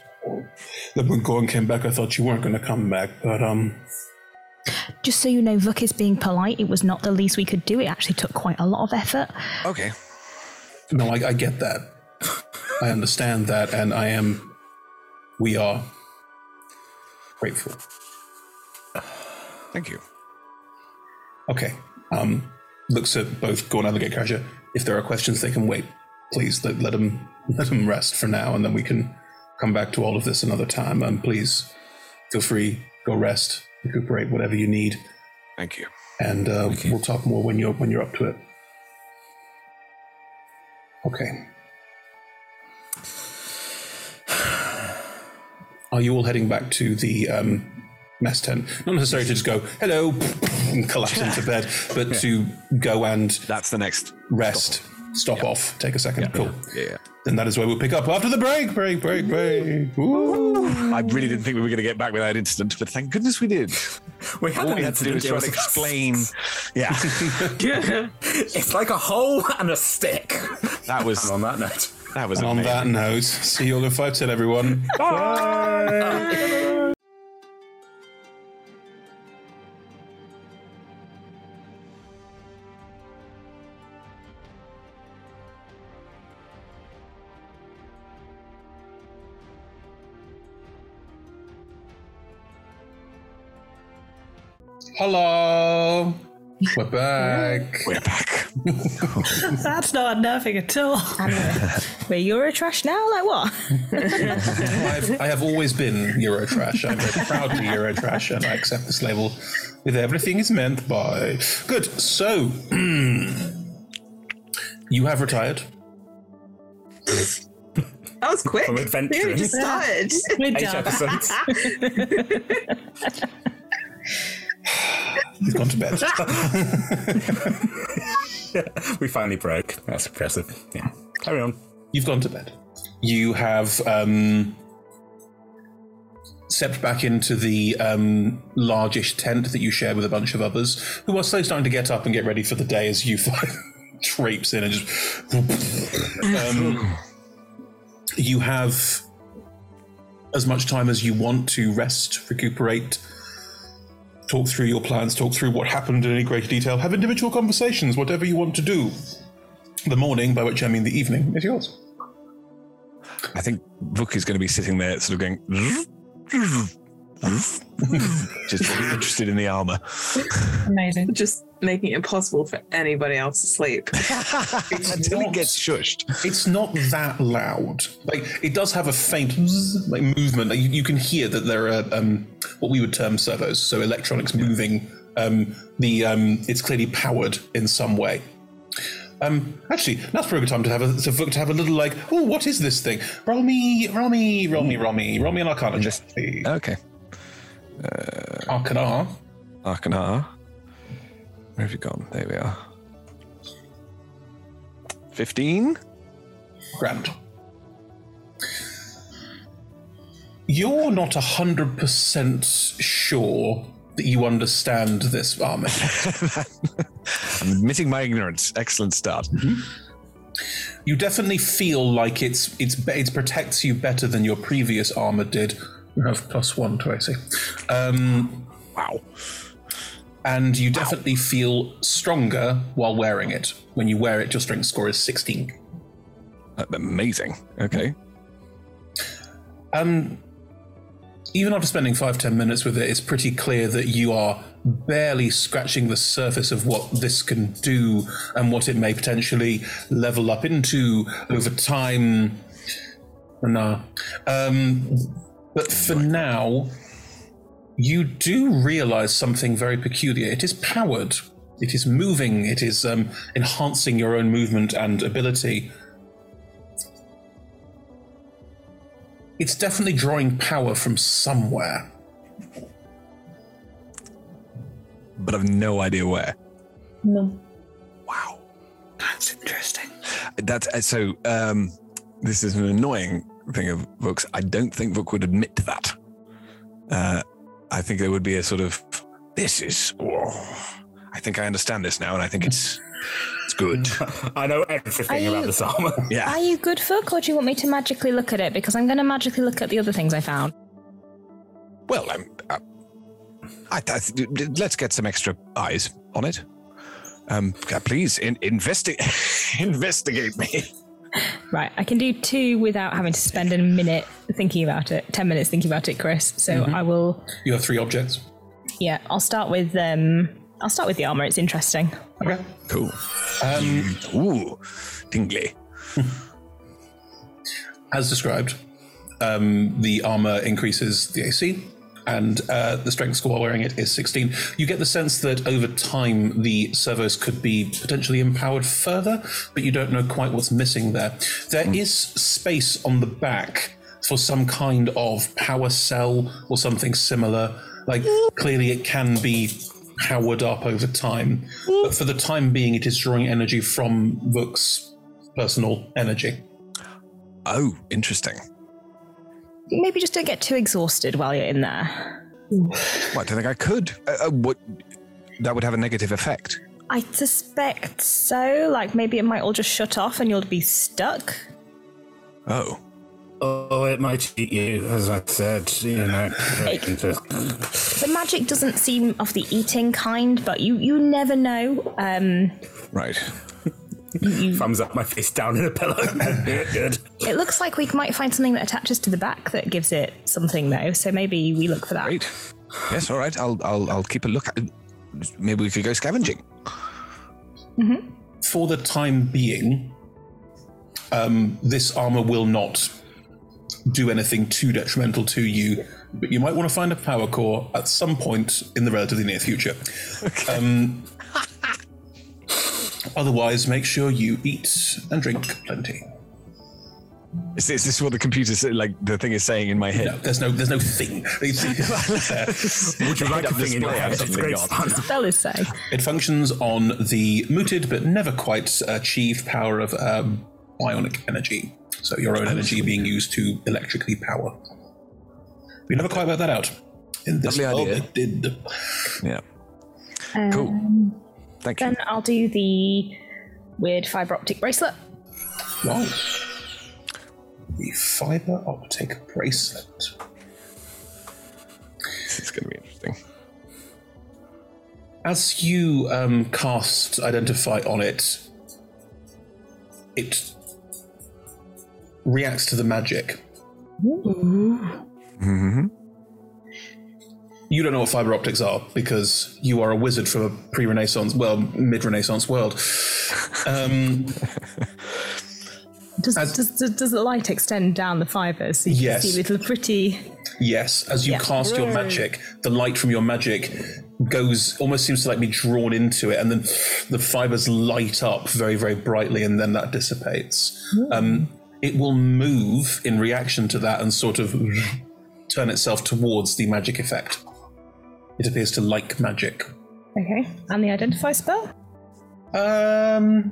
Speaker 2: Then when Gordon came back, I thought you weren't going to come back, but um,
Speaker 3: Just so you know, Vuk is being polite. It was not the least we could do. It actually took quite a lot of effort.
Speaker 5: Okay.
Speaker 2: No, I, I get that. I understand that, and I am. We are grateful.
Speaker 5: Thank you.
Speaker 2: Okay. Um, looks at both Gorn and the Gatecrasher. If there are questions, they can wait. Please let, let them let them rest for now, and then we can come back to all of this another time. And please feel free, go rest, recuperate, whatever you need.
Speaker 5: Thank you.
Speaker 2: And uh, we'll talk more when you're when you're up to it. Okay. Are you all heading back to the um, mess tent? Not necessarily to just go hello and collapse into bed, but to go and
Speaker 5: that's the next
Speaker 2: rest, stop, off, take a second. Cool. Yeah, yeah. Then that is where we'll pick up after the break. Break. Break. Break. Ooh.
Speaker 5: I really didn't think we were going to get back with that incident, but thank goodness we did.
Speaker 4: We had
Speaker 5: All
Speaker 4: an
Speaker 5: we had to do
Speaker 4: incident,
Speaker 5: was
Speaker 4: it
Speaker 5: try to
Speaker 4: was-
Speaker 5: explain. Yeah.
Speaker 4: yeah. It's like a hole and a stick.
Speaker 5: That was
Speaker 4: on that note.
Speaker 5: That
Speaker 2: And on that note, see you all in five ten, everyone. Hello. We're back.
Speaker 5: We're back.
Speaker 7: That's not unnerving at all.
Speaker 3: Where you're a trash now? Like what?
Speaker 2: I've, I have always been Eurotrash. I'm very proudly Eurotrash, and I accept this label with everything is meant by. Good. So, you have retired.
Speaker 6: That was quick.
Speaker 2: From adventuring.
Speaker 6: We only just started.
Speaker 2: Eight job. episodes. He's gone to bed.
Speaker 4: we finally broke. That's impressive. Yeah. Carry on.
Speaker 2: You've gone to bed. You have um, stepped back into the um, largish tent that you shared with a bunch of others, who are slowly starting to get up and get ready for the day as you traipse in and just. um, you have as much time as you want to rest, recuperate, talk through your plans, talk through what happened in any greater detail, have individual conversations, whatever you want to do. The morning, by which I mean the evening, is yours.
Speaker 5: I think Vuk is going to be sitting there, sort of going, just really interested in the armor.
Speaker 6: Amazing. Just making it impossible for anybody else to sleep.
Speaker 2: Until it gets
Speaker 5: shushed.
Speaker 2: It's not that loud. Like it does have a faint zzz, like movement. Like, you, you can hear that there are um, what we would term servos, so electronics moving. Um, the um, it's clearly powered in some way. Um, actually, now's probably a good time to have a to, Vuk to have a little like, oh, what is this thing? Roll me, roll me, roll me, roll me, roll me an Arcana check, please.
Speaker 5: Okay.
Speaker 2: Arcana.
Speaker 5: Arcana. Where have you gone? There we are. 15?
Speaker 2: Grand. You're not hundred percent sure that you understand this armor.
Speaker 5: I'm admitting my ignorance. Excellent start.
Speaker 2: Mm-hmm. You definitely feel like it's it's be- it protects you better than your previous armor did. You have plus one to AC. Um,
Speaker 5: wow.
Speaker 2: And you definitely feel stronger while wearing it. When you wear it, your strength score is sixteen.
Speaker 5: Uh, Amazing. Okay.
Speaker 2: Um, even after spending five ten minutes with it, it's pretty clear that you are barely scratching the surface of what this can do and what it may potentially level up into over time. Nah. Um, but for now, you do realize something very peculiar. It is powered. It is moving. It is um, enhancing your own movement and ability. It's definitely drawing power from somewhere.
Speaker 5: But I've no idea where.
Speaker 7: No.
Speaker 5: That's interesting. That's uh, so. Um, this is an annoying thing of Vuk's. I don't think Vuk would admit to that. Uh, I think there would be a sort of this is. oh." I think I understand this now, and I think it's it's good.
Speaker 4: I know everything
Speaker 3: Are about you- this
Speaker 4: armor.
Speaker 5: Yeah.
Speaker 3: Are you good folk, or do you want me to magically look at it? Because I'm going to magically look at the other things I found.
Speaker 5: Well, I'm. I, I, th- let's get some extra eyes on it. Um, uh, please in, investi- investigate me.
Speaker 3: Right, I can do two without having to spend a minute thinking about it. Ten minutes thinking about it, Chris. So
Speaker 2: Mhm.
Speaker 3: I will.
Speaker 2: You have three objects.
Speaker 3: Yeah, I'll start with um. I'll start with the armor. It's interesting.
Speaker 2: Okay.
Speaker 5: Cool. Um, Ooh, tingly.
Speaker 2: As described, um, the armor increases the AC, and uh, the strength score while wearing it is 16. You get the sense that over time the servos could be potentially empowered further, but you don't know quite what's missing there. There is
Speaker 5: Hmm.
Speaker 2: space on the back for some kind of power cell or something similar. Like, clearly, it can be powered up over time, but for the time being, it is drawing energy from Vook's personal energy.
Speaker 5: Oh, interesting.
Speaker 3: Maybe just don't get too exhausted while you're in there.
Speaker 5: Well, I don't think I could. Uh, uh, what? That would have a negative effect.
Speaker 3: I suspect so. Like maybe it might all just shut off and you'll be stuck.
Speaker 5: Oh.
Speaker 4: Oh, it might eat you, as I said. You know.
Speaker 3: The magic doesn't seem of the eating kind, but you you never know. Um,
Speaker 5: right.
Speaker 4: Thumbs up, my face down in a pillow. Good.
Speaker 3: it looks like we might find something that attaches to the back that gives it something though. So maybe we look for that.
Speaker 5: Great. Yes. All right. I'll I'll I'll keep a look. At, maybe we could go scavenging.
Speaker 3: Mm-hmm.
Speaker 2: for the time being, um, this armor will not do anything too detrimental to you, but you might want to find a power core at some point in the relatively near future. Um, otherwise, make sure you eat and drink plenty.
Speaker 5: Is this, is this what the computer said, like the thing is saying in my head?
Speaker 2: No, there's no there's no thing. uh, Would
Speaker 5: you like a thing in your hand? It's great fun.
Speaker 3: Spell is saying.
Speaker 2: It functions on the mooted but never quite uh, achieved power of um, bionic energy. So your own energy being used to electrically power. We never quite worked that out. In this world, it did.
Speaker 5: Yeah.
Speaker 3: cool.
Speaker 5: Thank
Speaker 3: then I'll do the weird fiber optic bracelet.
Speaker 2: Right. The fiber optic bracelet.
Speaker 5: This is going to be interesting.
Speaker 2: As you um, cast Identify on it, it reacts to the magic.
Speaker 5: Mm-hmm.
Speaker 2: You don't know what fiber optics are because you are a wizard from a pre Renaissance, well, mid Renaissance world. Um,
Speaker 3: Does, does, does, does the light extend down the fibers? So you
Speaker 2: Yes.
Speaker 3: can see little pretty.
Speaker 2: yes, as you
Speaker 3: Yeah.
Speaker 2: cast your
Speaker 3: Yay.
Speaker 2: magic, the light from your magic goes almost seems to like be drawn into it, and then the fibers light up very, very brightly, and then that dissipates. Um, it will move in reaction to that and sort of turn itself towards the magic effect. It appears to like magic.
Speaker 3: Okay. And the identify spell?
Speaker 2: Um,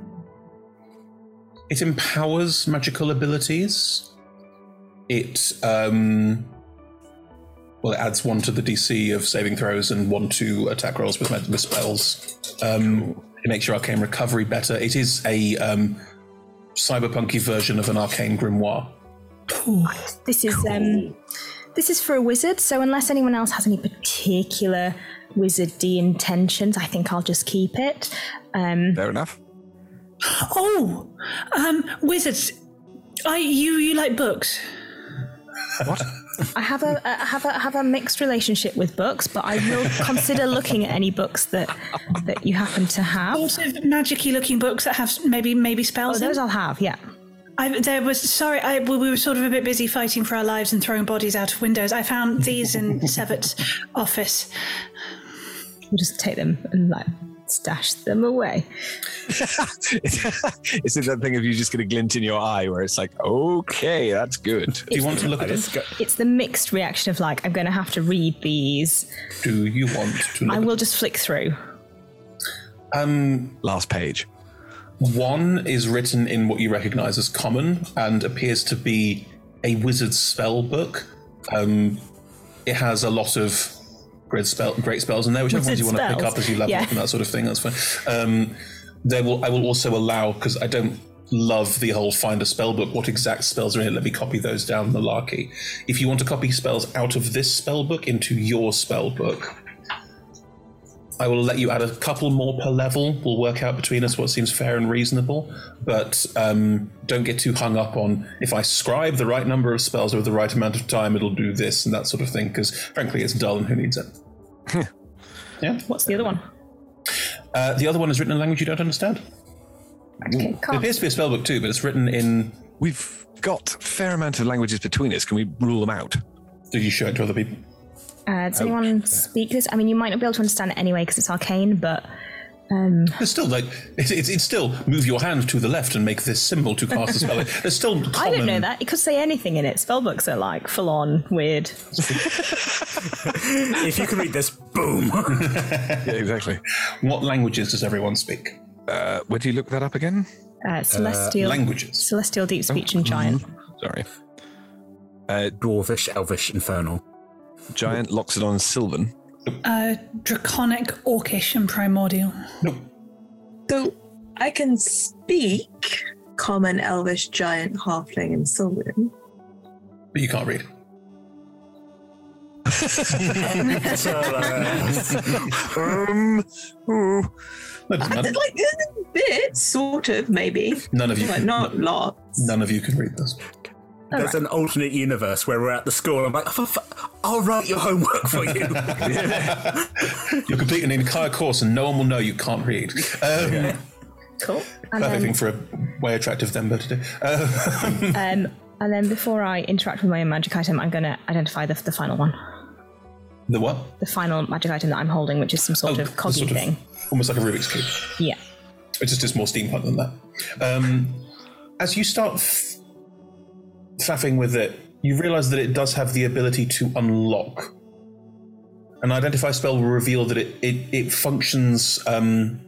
Speaker 2: it empowers magical abilities. It um, well, it adds one to the DC of saving throws and one to attack rolls with, ma- with spells. Um, it makes your arcane recovery better. It is a um, cyberpunky version of an arcane grimoire.
Speaker 3: This is um, this is for a wizard. So unless anyone else has any particular wizardy intentions, I think I'll just keep it. Um,
Speaker 5: Fair enough.
Speaker 7: Oh, um, wizards. I you you like books?
Speaker 3: I have a I have a I have a mixed relationship with books, but I will consider looking at any books that that you happen to have.
Speaker 7: Also, magicy looking books that have s- maybe maybe spells.
Speaker 3: Oh, those I'll have. Yeah.
Speaker 7: I, there was sorry, I, we we were sort of a bit busy fighting for our lives and throwing bodies out of windows. I found these in Severt's office.
Speaker 3: We'll just take them and like stash them away.
Speaker 5: Is it that thing of you just get a glint in your eye where it's like, okay, that's good. Do
Speaker 2: you want to look at
Speaker 5: this?
Speaker 3: It's the mixed reaction of like I'm going to have to read these.
Speaker 2: Do you want to? Look
Speaker 3: I will just flick through.
Speaker 2: Um,
Speaker 5: Last page.
Speaker 2: One is written in what you recognize as common and appears to be a wizard spell book. Um, it has a lot of great, spell, great spells in there, whichever ones
Speaker 3: Wizard
Speaker 2: you want to pick
Speaker 3: spells.
Speaker 2: up as you level
Speaker 3: Yeah.
Speaker 2: up and that sort of thing. That's fine. Um, there will I will also allow because I don't love the whole find a spell book. What exact spells are in it? Let me copy those down, malarkey. If you want to copy spells out of this spell book into your spell book, I will let you add a couple more per level. We'll work out between us what seems fair and reasonable, but um, don't get too hung up on if I scribe the right number of spells over the right amount of time, it'll do this and that sort of thing. Because frankly, it's dull and who needs it? yeah.
Speaker 3: What's the other one?
Speaker 2: Uh, the other one is written in a language you don't understand.
Speaker 3: Okay,
Speaker 2: It appears to be a spellbook too, but it's written in.
Speaker 5: We've got fair amount of languages between us. Can we rule them out?
Speaker 2: Did you show it to other people?
Speaker 3: Uh, does anyone speak this? I mean, you might not be able to understand it anyway because it's arcane, but um,
Speaker 2: It's still like it's, it's, it's still move your hand to the left and make this symbol to cast a spell. There's still common.
Speaker 3: I don't know that. It could say anything in it. Spellbooks are like full on weird.
Speaker 2: if you can read this, boom. yeah,
Speaker 5: exactly.
Speaker 2: What languages does everyone speak?
Speaker 5: Uh, where do you look that up again?
Speaker 3: Uh, celestial
Speaker 2: languages. Mm-hmm.
Speaker 3: Celestial deep speech and giant.
Speaker 5: Sorry.
Speaker 4: Uh, Dwarvish, Elvish, Infernal.
Speaker 5: Giant, Loxodon, Sylvan.
Speaker 7: Uh, draconic, orcish, and primordial.
Speaker 6: So I can speak common elvish giant halfling and sylvan.
Speaker 2: But you can't read.
Speaker 5: um,
Speaker 6: I, like a bit, sort of, maybe.
Speaker 2: None of you
Speaker 6: Like,
Speaker 2: can-
Speaker 6: not lot.
Speaker 2: None of you can read this.
Speaker 4: There's an alternate universe where we're at the school. I'm like, "For fu- I'll write your homework for you.
Speaker 2: You'll complete an entire course and no one will know you can't read. Um,
Speaker 3: Cool. And
Speaker 2: Perfect thing
Speaker 3: then,
Speaker 2: for a way attractive Themba to do. Uh,
Speaker 3: um, and then before I interact with my own magic item, I'm going to identify the, the final one,
Speaker 2: the what?
Speaker 3: the final magic item that I'm holding, which is some sort of
Speaker 2: Oh, The
Speaker 3: coggy
Speaker 2: sort of-
Speaker 3: thing.
Speaker 2: almost like a Rubik's cube.
Speaker 3: Yeah.
Speaker 2: It's just, just more steampunk than that. Um, as you start f- faffing with it, you realize that it does have the ability to unlock. An identify spell will reveal that it it, it functions. Um,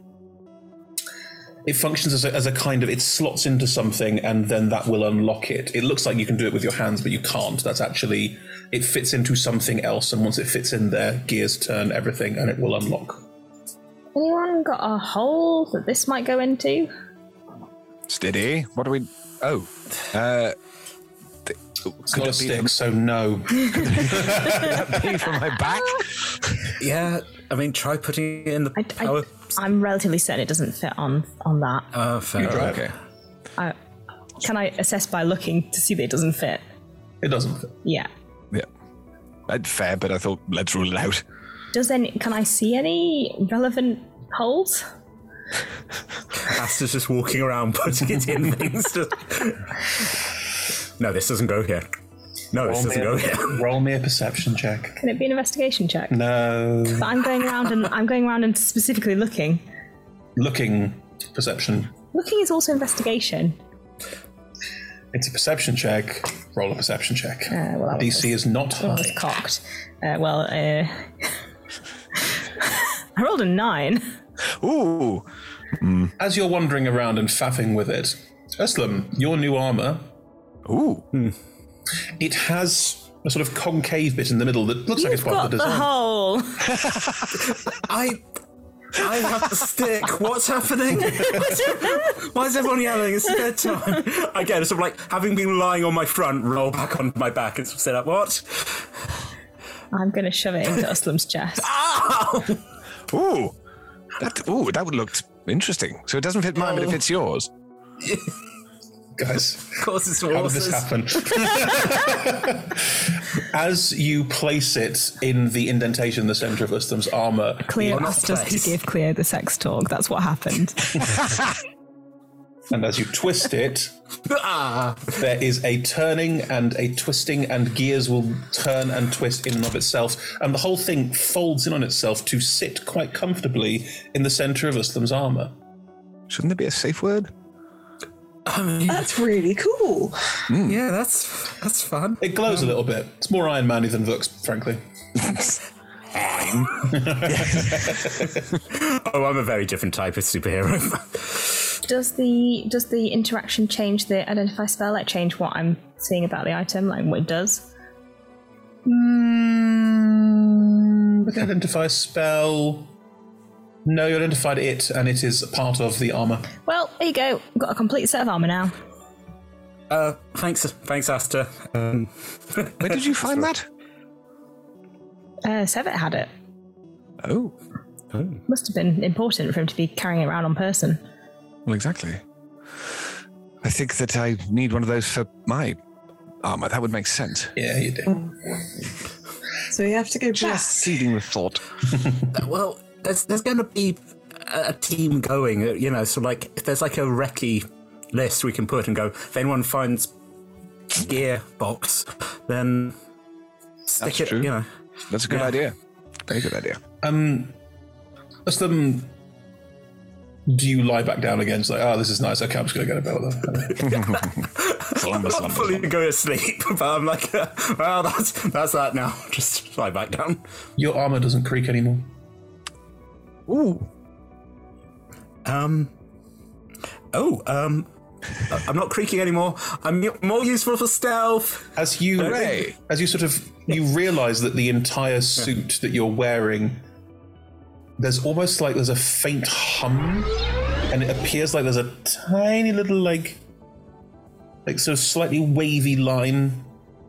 Speaker 2: it functions as a, as a kind of it slots into something and then that will unlock it. It looks like you can do it with your hands, but you can't. That's actually it fits into something else, and once it fits in there, gears turn everything and it will unlock.
Speaker 3: Anyone got a hole that this might go into?
Speaker 5: Steady. What do we? Oh, uh, th-
Speaker 2: It's not a stick, so no.
Speaker 5: Pee from my back.
Speaker 4: yeah, I mean, try putting it in the
Speaker 3: I,
Speaker 4: power.
Speaker 3: I'm relatively certain it doesn't fit on on that.
Speaker 4: Oh, fair.
Speaker 2: You drive. Okay.
Speaker 3: I, can I assess by looking to see that it doesn't fit?
Speaker 2: It doesn't.
Speaker 3: Yeah.
Speaker 5: Yeah, Uh, fair, but I thought let's rule it out.
Speaker 3: Does any? Can I see any relevant holes?
Speaker 4: Asta's just walking around putting it in things. just- No, this doesn't go here. No, this
Speaker 2: Roll me
Speaker 4: doesn't
Speaker 2: a-
Speaker 4: go here.
Speaker 2: Roll me a perception check.
Speaker 3: Can it be an investigation check?
Speaker 2: No.
Speaker 3: But I'm going around and I'm going around and specifically looking.
Speaker 2: Looking perception.
Speaker 3: Looking is also investigation.
Speaker 2: It's a perception check. Roll a perception check.
Speaker 3: Uh, well, that
Speaker 2: DC is not
Speaker 3: That one was
Speaker 2: high.
Speaker 3: cocked. Uh, well, uh, I rolled a nine.
Speaker 5: Ooh. Hmm.
Speaker 2: As you're wandering around and faffing with it, Uslam, your new armor. Hmm.
Speaker 5: Ooh.
Speaker 2: It has a sort of concave bit in the middle that looks like it's
Speaker 3: You've
Speaker 2: part
Speaker 3: got
Speaker 2: of the
Speaker 3: the,
Speaker 2: design.
Speaker 3: hole.
Speaker 4: I I have the stick. What's happening? Why is everyone yelling? It's third time. Again, it's sort of like having been lying on my front, roll back on my back and say like, what?
Speaker 3: I'm going to shove it into Uslam's chest.
Speaker 4: Oh.
Speaker 5: Ooh, that, ooh, that would look interesting. So it doesn't fit mine, but it fits yours.
Speaker 2: Guys,
Speaker 4: of course it's
Speaker 2: how did this happen? As you place it in the indentation in the center of Uslam's armor,
Speaker 3: Cleo
Speaker 2: it-
Speaker 3: asked us to give Cleo the sex talk. That's what happened.
Speaker 2: And as you twist it,
Speaker 4: Ah.
Speaker 2: there is a turning and a twisting, and gears will turn and twist in and of itself. And the whole thing folds in on itself to sit quite comfortably in the center of Uslam's armor.
Speaker 5: Shouldn't there be a safe word?
Speaker 6: That's really cool.
Speaker 4: hmm. Yeah, that's that's fun.
Speaker 2: It glows a little bit. It's more Iron Man y than Vux, frankly.
Speaker 4: Oh, I'm a very different type of superhero.
Speaker 3: does the does the interaction change the identify spell? Like change what I'm seeing about the item, like what it does?
Speaker 7: Mm,
Speaker 2: Somebody identify a spell. No, you identified it, and it is part of the armor.
Speaker 3: Well, there you go. Got a complete set of armor now.
Speaker 4: Uh, thanks, thanks, Asta. Um,
Speaker 5: Where did you find that?
Speaker 3: Uh, Sevet had it.
Speaker 5: Oh. Oh.
Speaker 3: Must have been important for him to be carrying it around on person.
Speaker 5: Well, exactly. I think that I need one of those for my armor. That would make sense.
Speaker 2: Yeah, you do.
Speaker 6: So you have to go
Speaker 5: Just seeding with thought.
Speaker 4: Uh, well, there's there's going to be a a team going, uh, you know. So like, if there's like a recce list we can put and go, if anyone finds gear box, then stick it. You know,
Speaker 5: That's a good idea. Very good idea.
Speaker 2: Um, does them. Do you lie back down again? It's like, oh, this is nice. Okay, I'm just going to go to bed then.
Speaker 4: I'm not fully go to sleep, but I'm like, uh, well, that's that's that now. Just lie back down.
Speaker 2: Your armor doesn't creak anymore.
Speaker 4: Ooh. Um. Oh. Um. I- I'm not creaking anymore. I'm u- more useful for stealth.
Speaker 2: As you as you sort of you realize that the entire suit that you're wearing there's almost like there's a faint hum and it appears like there's a tiny little like like sort of slightly wavy line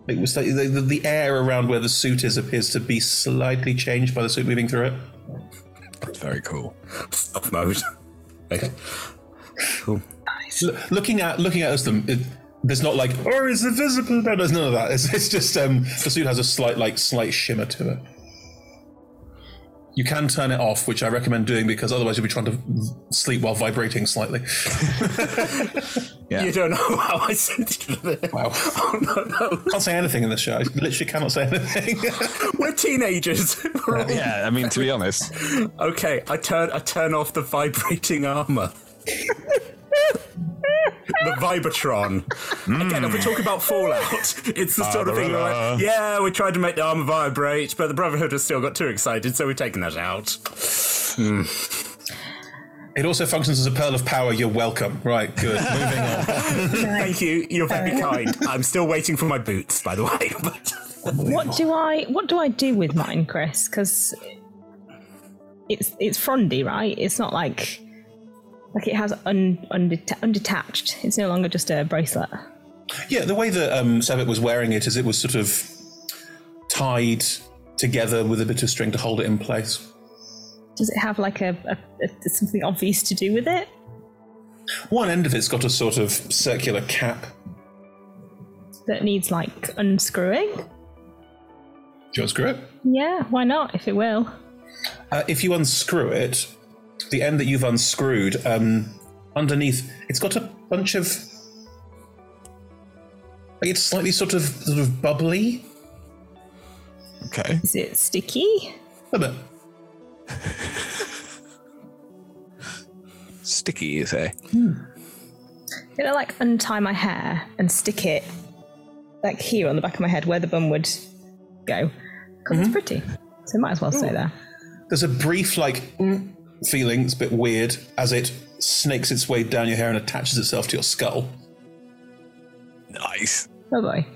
Speaker 2: like was like the, the, the air around where the suit is appears to be slightly changed by the suit moving through it
Speaker 5: that's very cool
Speaker 4: stealth mode cool
Speaker 2: looking at looking at us them it, there's not like oh it's invisible no there's none of that it's, it's just um the suit has a slight like slight shimmer to it you can turn it off which i recommend doing because otherwise you'll be trying to v- sleep while vibrating slightly
Speaker 4: You don't know how I sent you there.
Speaker 2: Wow.
Speaker 4: Oh, no, no.
Speaker 2: can't say anything in this show i literally cannot say anything
Speaker 4: We're teenagers. We're all-
Speaker 5: yeah, I mean, to be honest.
Speaker 4: Okay, I turn I turn off the vibrating armor. the Vibatron. Again, if we're talking about Fallout, it's the sort of thing where, like,
Speaker 5: Barbarella.
Speaker 4: yeah, we tried to make the armor vibrate, but the Brotherhood has still got too excited, so we've taken that out.
Speaker 2: it also functions as a pearl of power you're welcome right good moving on
Speaker 4: Thank you. You're very kind. I'm still waiting for my boots, by the way. But
Speaker 3: What do I what do I do with mine, Chris? Because it's it's frondy, right? It's not like like it has un, undeta- undetached. It's no longer just a bracelet.
Speaker 2: Yeah, the way that um, Savitt was wearing it is it was sort of tied together with a bit of string to hold it in place.
Speaker 3: Does it have like a, a, a something obvious to do with it?
Speaker 2: One end of it's got a sort of circular cap.
Speaker 3: that needs like unscrewing.
Speaker 2: Do you unscrew it?
Speaker 3: Yeah, why not? If it will.
Speaker 2: Uh, if you unscrew it, the end that you've unscrewed, um, underneath, it's got a bunch of. like, It's slightly sort of sort of bubbly.
Speaker 5: Okay.
Speaker 3: Is it sticky?
Speaker 2: A bit.
Speaker 5: Sticky, you say?
Speaker 3: I'm gonna like untie my hair and stick it like here on the back of my head where the bun would go. because it's pretty. So might as well stay there.
Speaker 2: There's a brief like mm, feeling. It's a bit weird as it snakes its way down your hair and attaches itself to your skull.
Speaker 5: Nice.
Speaker 3: Oh boy.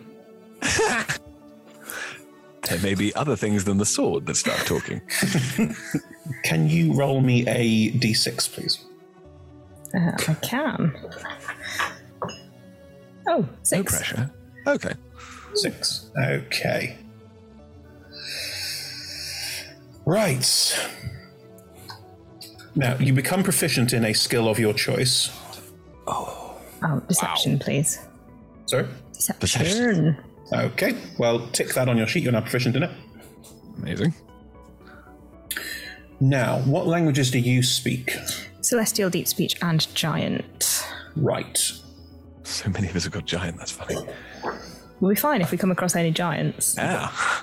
Speaker 5: There may be other things than the sword that start talking.
Speaker 2: Can you roll me a d6, please?
Speaker 3: Uh, I can. Oh, six.
Speaker 2: No pressure.
Speaker 5: Okay.
Speaker 2: Six. Okay. Right. Now, you become proficient in a skill of your choice.
Speaker 3: Oh, deception, please.
Speaker 2: Sorry?
Speaker 3: Deception.
Speaker 2: Okay. Well, tick that on your sheet. You're now proficient in it.
Speaker 5: Amazing.
Speaker 2: Now, what languages do you speak?
Speaker 3: Celestial deep speech and giant.
Speaker 2: Right.
Speaker 5: So many of us have got giant, that's funny.
Speaker 3: We'll be fine if we come across any giants.
Speaker 5: Ah.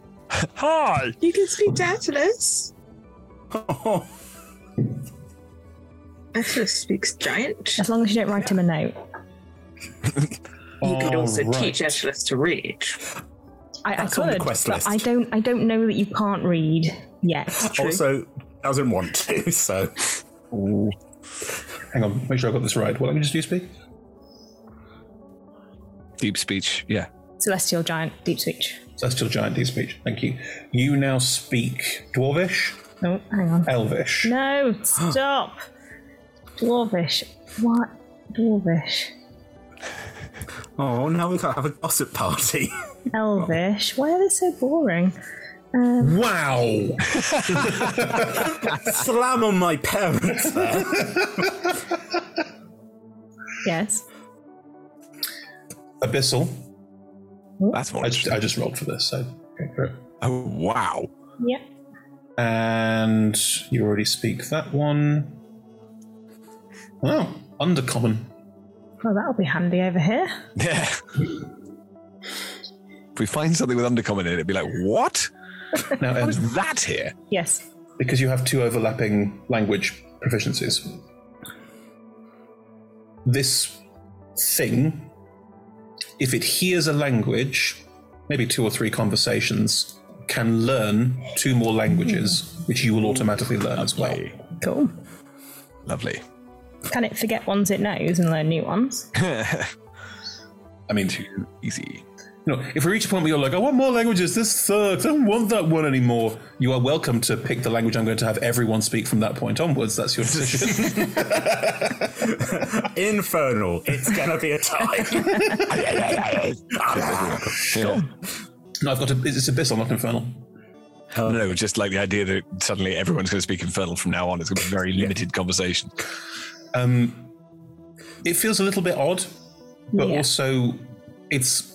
Speaker 5: Hi!
Speaker 6: You can speak to Atlas. Atlas speaks giant.
Speaker 3: As long as you don't write him a note.
Speaker 6: You could also
Speaker 3: Alright.
Speaker 6: teach Atlas to read.
Speaker 3: I, I
Speaker 6: That's on
Speaker 3: could,
Speaker 6: the quest
Speaker 3: but
Speaker 6: list.
Speaker 3: I don't. I don't know that you can't read yet.
Speaker 4: also doesn't want to, so
Speaker 2: Hang on, make sure I got this right. What languages do you speak?
Speaker 5: Deep speech, yeah.
Speaker 3: Celestial giant, deep speech.
Speaker 2: Celestial giant, deep speech. Thank you. You now speak dwarvish.
Speaker 3: No, hang on.
Speaker 2: Elvish.
Speaker 3: No, stop. Dwarvish. What? Dwarvish.
Speaker 4: Oh, now we can't have a gossip party.
Speaker 3: Elvish. Why are they so boring? Um,
Speaker 2: Wow!
Speaker 4: Slam on my parents there.
Speaker 3: Yes.
Speaker 2: Abyssal.
Speaker 5: That's
Speaker 2: what I, ju- I just rolled for this. So.
Speaker 5: Oh wow!
Speaker 3: Yep.
Speaker 2: And you already speak that one. Oh, undercommon.
Speaker 3: Well, that'll be handy over here.
Speaker 5: Yeah. if we find something with undercommon in it, it'd be like, what?
Speaker 2: Now,
Speaker 5: How is that here?
Speaker 3: Yes.
Speaker 2: Because you have two overlapping language proficiencies. This thing, if it hears a language, maybe two or three conversations, can learn two more languages, which you will automatically learn as well.
Speaker 3: Cool.
Speaker 5: Lovely.
Speaker 3: Can it forget ones it knows and learn new ones?
Speaker 2: I mean, too
Speaker 5: easy.
Speaker 2: You know, if we reach a point where you're like, I want more languages, this sucks, I don't want that one anymore, you are welcome to pick the language I'm going to have everyone speak from that point onwards. That's your decision.
Speaker 4: Infernal. It's gonna be a tie.
Speaker 5: Yeah.
Speaker 2: No, I've got a, it's abyssal, not infernal.
Speaker 5: no, no, just like the idea that suddenly everyone's going to speak infernal from now on. It's going to be very limited conversation.
Speaker 2: Um, it feels a little bit odd, but
Speaker 5: Yeah.
Speaker 2: also it's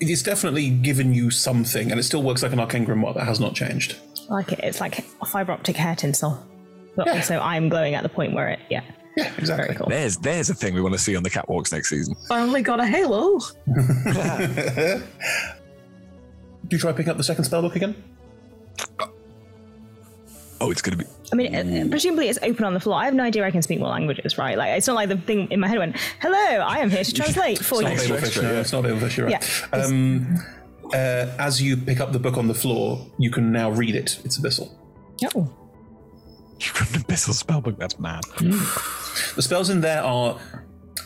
Speaker 2: it's definitely given you something, and it still works like an arcane grimoire that has not changed.
Speaker 3: I like it. It's like a fiber optic hair tinsel. But also, I'm glowing at the point where it, yeah.
Speaker 2: Yeah,
Speaker 5: exactly. There's there's a thing we want to see on the catwalks next season.
Speaker 6: Finally got a halo.
Speaker 2: Do you try picking up the second spell book again?
Speaker 5: Oh, it's going to be.
Speaker 3: I mean, it, presumably it's open on the floor. I have no idea I can speak more languages, right? Like, it's not like the thing in my head went, hello, I am here to translate for you.
Speaker 2: It's not Babelfish, no, it's not Babelfish, you're right. Um, uh, as you pick up the book on the floor, you can now read it. It's abyssal.
Speaker 3: Oh.
Speaker 5: You got an abyssal spellbook. That's mad.
Speaker 2: The spells in there are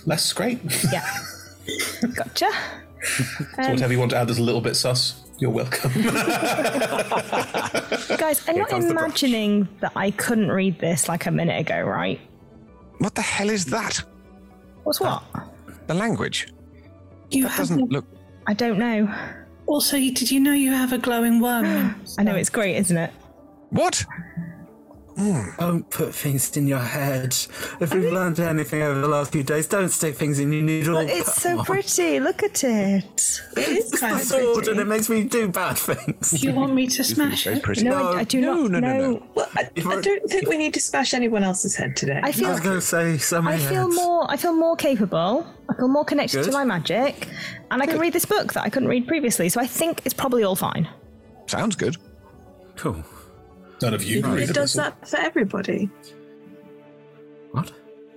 Speaker 2: less great.
Speaker 3: Yeah. Gotcha.
Speaker 2: so
Speaker 3: Um,
Speaker 2: whatever you want to add that's a little bit sus, you're welcome.
Speaker 3: Guys, I'm
Speaker 2: Here
Speaker 3: not
Speaker 2: comes the brush.
Speaker 3: imagining that I couldn't read this like a minute ago, right?
Speaker 5: What the hell is that?
Speaker 3: What's what?
Speaker 5: The language.
Speaker 7: You
Speaker 5: that doesn't look.
Speaker 3: I don't know.
Speaker 7: Also, you- did you know you have a glowing worm?
Speaker 3: I know it's great, isn't it?
Speaker 5: What?
Speaker 4: Don't put things in your head. If we've learned anything over the last few days, don't stick things in your noodle.
Speaker 3: But it's so pretty. Look at it.
Speaker 4: It is
Speaker 7: kind of
Speaker 6: Oh
Speaker 4: sword, and it makes me do bad things.
Speaker 7: Do you want me to smash it?
Speaker 4: No,
Speaker 7: no,
Speaker 4: no, no, no.
Speaker 6: Well, I, I don't think we need to smash anyone else's head today.
Speaker 3: I feel- I was gonna
Speaker 4: say something.
Speaker 3: I feel more. I feel more capable. I feel more connected to
Speaker 5: Good.
Speaker 3: my magic, and I can read this book that I couldn't read previously. So I think it's probably all fine.
Speaker 5: Sounds good.
Speaker 4: Cool.
Speaker 2: None of you. can read
Speaker 6: it does
Speaker 2: abyssal.
Speaker 6: that for everybody.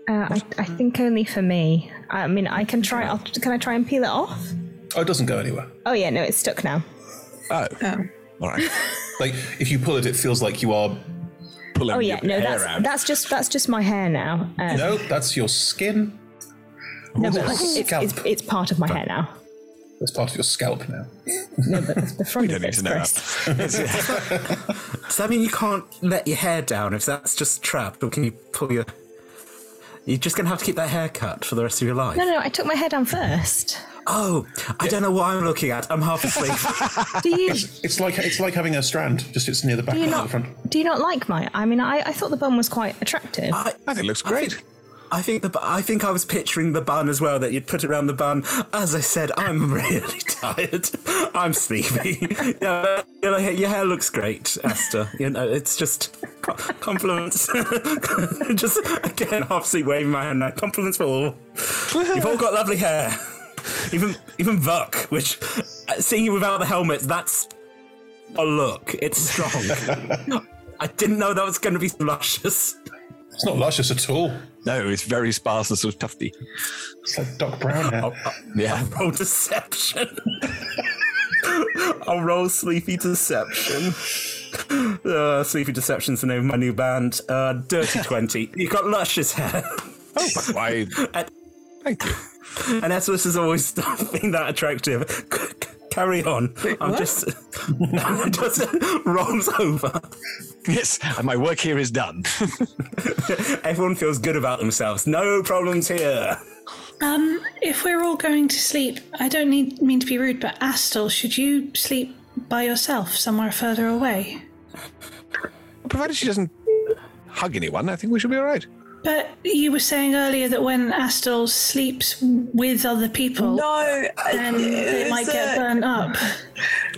Speaker 3: Uh, I, I think only for me. I mean, I can try. I'll, can I try and peel it off?
Speaker 2: Oh, it doesn't go anywhere.
Speaker 3: Oh yeah, no, it's stuck now.
Speaker 5: Oh.
Speaker 6: Oh.
Speaker 5: All right.
Speaker 2: like if you pull it, it feels like you are
Speaker 5: pulling.
Speaker 3: Oh yeah, no, that's that's just that's just my hair now. Um,
Speaker 2: no, that's your skin.
Speaker 3: no,
Speaker 2: Ooh,
Speaker 3: but like, it's,
Speaker 2: scalp.
Speaker 3: it's, it's part of my hair now.
Speaker 2: That's part of your scalp now.
Speaker 3: No, but it's the front of it.
Speaker 4: Does that mean you can't let your hair down if that's just trapped, or can you pull your? You're just gonna have to keep that hair cut for the rest of your life.
Speaker 3: No, no, no, I took my hair down first.
Speaker 4: Oh, I don't know what I'm looking at. I'm half asleep.
Speaker 3: Do you
Speaker 2: It's, it's like it's like having a strand, just it's near the back,
Speaker 3: do you
Speaker 2: not
Speaker 3: not
Speaker 2: the front.
Speaker 3: do you not like my? I mean, I, I thought the bun was quite attractive.
Speaker 5: I think it looks
Speaker 4: great. I think the bu- I think I was picturing the bun as well that you'd put it around the bun. As I said, I'm really tired. I'm sleepy. yeah, but your, hair- your hair looks great, Esther. You know, it's just co- compliments. just again, half sleep waving my hand. now. Compliments for all. You've all got lovely hair. Even even Vuck, which uh, seeing you without the helmet, that's a look. It's strong. I didn't know that was going to be luscious.
Speaker 2: It's not luscious at all.
Speaker 5: No, it's very sparse and sort of tufty.
Speaker 2: It's like Doc Brown now.
Speaker 5: Yeah.
Speaker 4: Roll Oh, deception. I'll roll sleepy deception. Uh, sleepy deception's the name of my new band. Uh, Dirty Twenty. You got luscious hair.
Speaker 5: Oh, why?
Speaker 4: Thank
Speaker 5: you.
Speaker 4: and Esselis is always being that attractive. C- c- Carry on. I'm
Speaker 11: what?
Speaker 4: just just rolls over.
Speaker 5: Yes, and my work here is done.
Speaker 4: Everyone feels good about themselves. No problems here.
Speaker 7: Um, if we're all going to sleep, I don't need, mean to be rude, but Astel, should you sleep by yourself somewhere further away?
Speaker 5: Provided she doesn't hug anyone, I think we should be all right.
Speaker 7: But you were saying earlier that when Astel sleeps with other people,
Speaker 6: no,
Speaker 7: then they
Speaker 6: it's
Speaker 7: might get
Speaker 6: a-
Speaker 7: burnt up.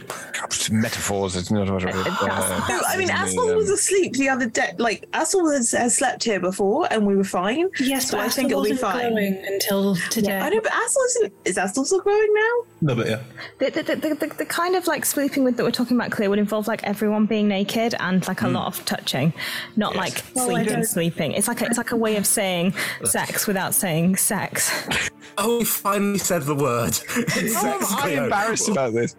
Speaker 5: Perhaps Metaphors, it's not what it is.
Speaker 6: No, I mean,
Speaker 5: Uh,
Speaker 6: Aswell was asleep the other day. Like, Aswell has, has slept here before, and we were fine.
Speaker 7: Yes,
Speaker 6: so
Speaker 7: but
Speaker 6: I think
Speaker 7: Aswell
Speaker 6: it'll be
Speaker 7: wasn't
Speaker 6: fine.
Speaker 7: glowing until today.
Speaker 6: I know, but Aswell isn't. Is Aswell still glowing now?
Speaker 2: No, but yeah.
Speaker 3: The, the, the, the, the- the kind of like sleeping with that we're talking about clear would involve like everyone being naked and like a
Speaker 5: Hmm.
Speaker 3: lot of touching, not like
Speaker 14: Oh, I
Speaker 3: sleeping,
Speaker 14: don't-
Speaker 3: sleeping. It's like a, it's like a way of saying sex without saying sex.
Speaker 4: Oh, we finally said the word. Sex,
Speaker 5: Oh, I'm
Speaker 4: Cleo.
Speaker 5: embarrassed about this.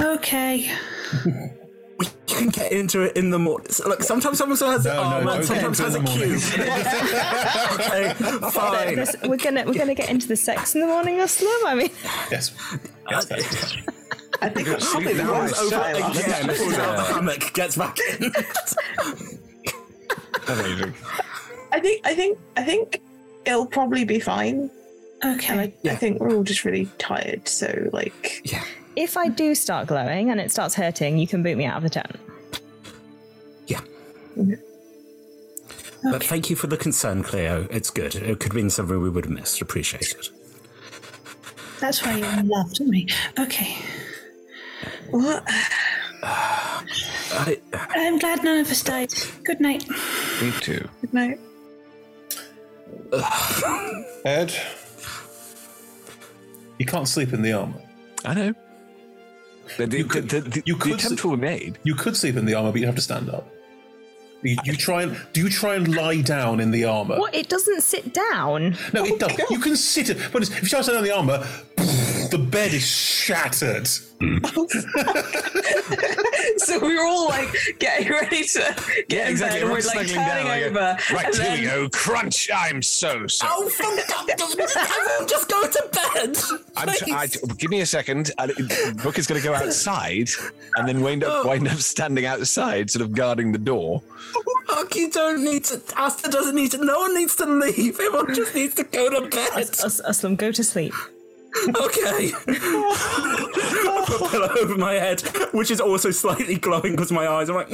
Speaker 7: Okay.
Speaker 4: You can get into it in the morning. Look, sometimes someone has an arm,
Speaker 2: no,
Speaker 4: and
Speaker 2: don't
Speaker 4: sometimes
Speaker 2: get
Speaker 4: has a
Speaker 2: into it in
Speaker 4: cube. okay,
Speaker 3: But
Speaker 4: fine.
Speaker 3: this- we're gonna we're gonna get into the sex in the morning, Aslam. I mean,
Speaker 2: Yes.
Speaker 6: I think
Speaker 4: it probably
Speaker 2: Sleep
Speaker 4: rolls
Speaker 2: now,
Speaker 4: over
Speaker 2: Shylock.
Speaker 4: again, falls out the hammock, gets back in.
Speaker 5: Amazing.
Speaker 6: I think, I think, I think it'll probably be fine.
Speaker 7: Okay.
Speaker 6: I, I think we're all just really tired, so like, yeah.
Speaker 3: if I do start glowing and it starts hurting, you can boot me out of the tent.
Speaker 4: But thank you for the concern, Cleo. It's good. It could have been something we would have missed. Appreciate it.
Speaker 7: That's why you laughed at me. Okay.
Speaker 6: What?
Speaker 4: I,
Speaker 7: I'm glad none of us died. Good night.
Speaker 5: Me too.
Speaker 6: Good night.
Speaker 2: Ed, you can't sleep in the armor.
Speaker 5: I know.
Speaker 2: you could, you could attempt
Speaker 5: were made.
Speaker 2: You could sleep in the armor, but you'd have to stand up. You, you try and do you try and lie down in the armor?
Speaker 3: What? It doesn't sit down. Oh
Speaker 2: No, it does. You can sit. in- But it's- if you try to stand on the armor, the bed is shattered.
Speaker 6: so we were all like getting ready to get
Speaker 5: Yeah,
Speaker 6: in
Speaker 5: exactly.
Speaker 6: bed, and
Speaker 5: Everyone's
Speaker 6: we're like
Speaker 5: snuggling down.
Speaker 6: turning
Speaker 5: like,
Speaker 6: over.
Speaker 5: right,
Speaker 6: and
Speaker 5: here we
Speaker 6: then-
Speaker 5: go. Crunch. I'm so sorry.
Speaker 4: Oh, fuck! Everyone Um, just go to bed.
Speaker 5: I'm t- I, give me a second. And it- Book is going to go outside and then wind
Speaker 6: Oh.
Speaker 5: up, wind up standing outside, sort of guarding the door.
Speaker 4: Fuck, you don't need to. Asta doesn't need to. No one needs to leave. Everyone just needs to go to bed.
Speaker 3: Aslam, go to sleep.
Speaker 4: Okay. I put a pillow over my head, which is also slightly glowing because my eyes. I'm like,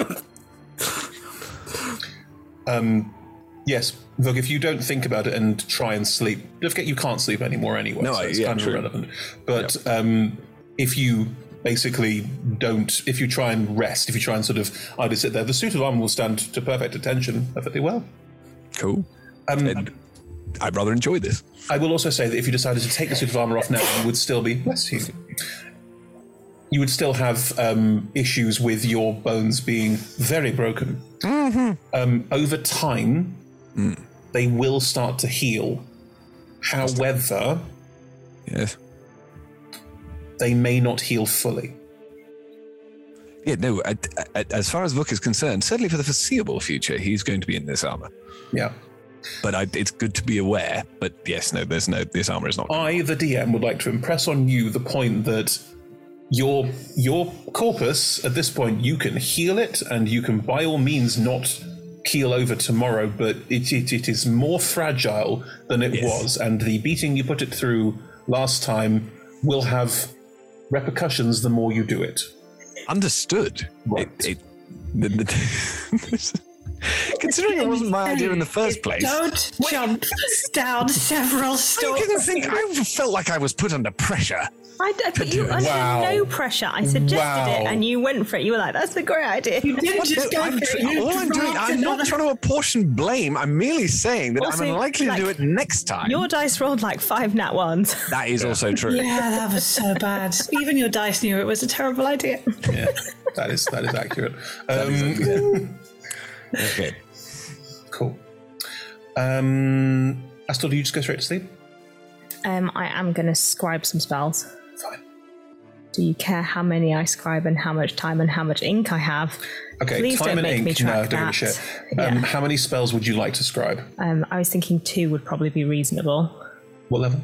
Speaker 2: Um, yes, look. If you don't think about it and try and sleep, don't forget you can't sleep anymore anyway.
Speaker 5: No,
Speaker 2: so
Speaker 5: I-
Speaker 2: it's
Speaker 5: yeah,
Speaker 2: kind of
Speaker 5: true.
Speaker 2: irrelevant. But um, if you basically don't, if you try and rest, if you try and sort of either sit there, the suit of armor will stand to perfect attention perfectly well.
Speaker 5: Cool.
Speaker 2: Um,
Speaker 5: I rather enjoy this.
Speaker 2: I will also say that if you decided to take the suit of armor off now, you would still be bless you. You would still have um, issues with your bones being very broken. Um, over time, they will start to heal. However,
Speaker 5: yes,
Speaker 2: they may not heal fully.
Speaker 5: Yeah, no, I, I, as far as Book is concerned, certainly for the foreseeable future, he's going to be in this armor.
Speaker 2: Yeah.
Speaker 5: But I, it's good to be aware. But yes, no, there's no, this armor is not.
Speaker 6: Oh,
Speaker 2: I, the DM, would like to impress on you the point that your your corpus at this point you can heal it, and you can by all means not keel over tomorrow, but it it, it is more fragile than it was, and the beating you put it through last time will have repercussions the more you do it.
Speaker 5: Understood. Right. It, the, the, considering it wasn't my idea in the first place.
Speaker 7: Don't jump down several stories.
Speaker 5: I didn't think I felt like I was put under pressure.
Speaker 3: I, I put
Speaker 5: do
Speaker 3: you
Speaker 5: it.
Speaker 3: under
Speaker 5: Wow.
Speaker 3: no pressure. I suggested it,
Speaker 5: Wow.
Speaker 3: and you went for it. You were like, "That's the great idea." You
Speaker 7: didn't
Speaker 5: What? No, I'm tr- all I'm doing, I'm not trying to apportion blame. I'm merely saying that
Speaker 3: Also,
Speaker 5: I'm unlikely
Speaker 3: like,
Speaker 5: to do it next time.
Speaker 3: Your dice rolled like five nat ones.
Speaker 5: That is also true.
Speaker 7: Yeah, that was so bad. Even your dice knew it was a terrible idea.
Speaker 2: Yeah, that is that is accurate. Um,
Speaker 5: okay,
Speaker 2: cool. Um, Astor, do you just go straight to sleep?
Speaker 3: Um, I am going to scribe some spells.
Speaker 2: Fine.
Speaker 14: Do you care how many I scribe and how much time and how much ink I have?
Speaker 2: Okay,
Speaker 14: Please
Speaker 2: time
Speaker 14: don't
Speaker 2: and
Speaker 14: make
Speaker 2: ink.
Speaker 14: me
Speaker 2: no,
Speaker 14: track
Speaker 2: don't give a
Speaker 14: that.
Speaker 2: shit.
Speaker 14: Yeah.
Speaker 2: Um, how many spells would you like to scribe?
Speaker 14: Um, I was thinking two would probably be reasonable.
Speaker 2: What level?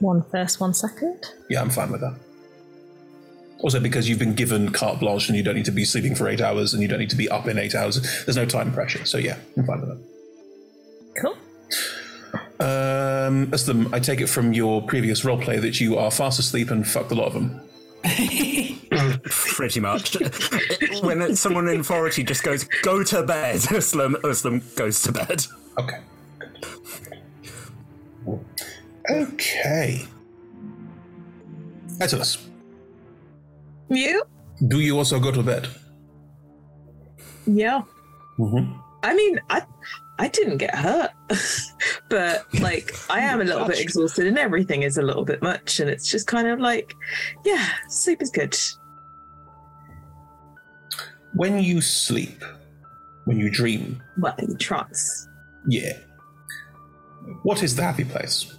Speaker 14: One first, one second.
Speaker 2: Yeah, I'm fine with that. Also, because you've been given carte blanche and you don't need to be sleeping for eight hours and you don't need to be up in eight hours, there's no time pressure. So, yeah, I'm fine with that.
Speaker 14: Cool.
Speaker 2: Um, Islam, I take it from your previous roleplay that you are fast asleep and fucked a lot of them.
Speaker 4: Pretty much. when someone in authority just goes, go to bed, Islam, Islam goes to bed.
Speaker 2: Okay. Okay. Atlas,
Speaker 6: You?
Speaker 2: do you also go to bed?
Speaker 6: Yeah.
Speaker 2: Mm-hmm.
Speaker 6: I mean, I I didn't get hurt, but like I am a little bit exhausted, and everything is a little bit much, and it's just kind of like, yeah, sleep is good.
Speaker 2: When you sleep, when you dream.
Speaker 6: Well, in trance.
Speaker 2: Yeah. What is the happy place?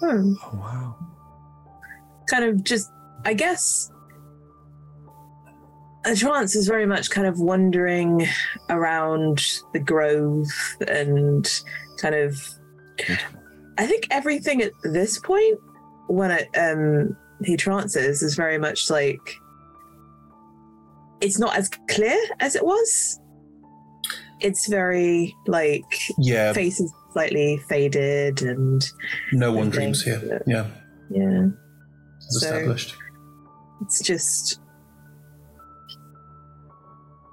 Speaker 6: Oh. wow. Kind of just, I guess, a trance is very much kind of wandering around the grove and kind of. I think everything at this point, when it, um, he trances, is very much like it's not as clear as it was. It's very like
Speaker 2: Yeah.
Speaker 6: faces slightly faded and
Speaker 2: No one dreams here. Yeah.
Speaker 6: yeah.
Speaker 2: It's
Speaker 6: So-
Speaker 2: established.
Speaker 6: It's just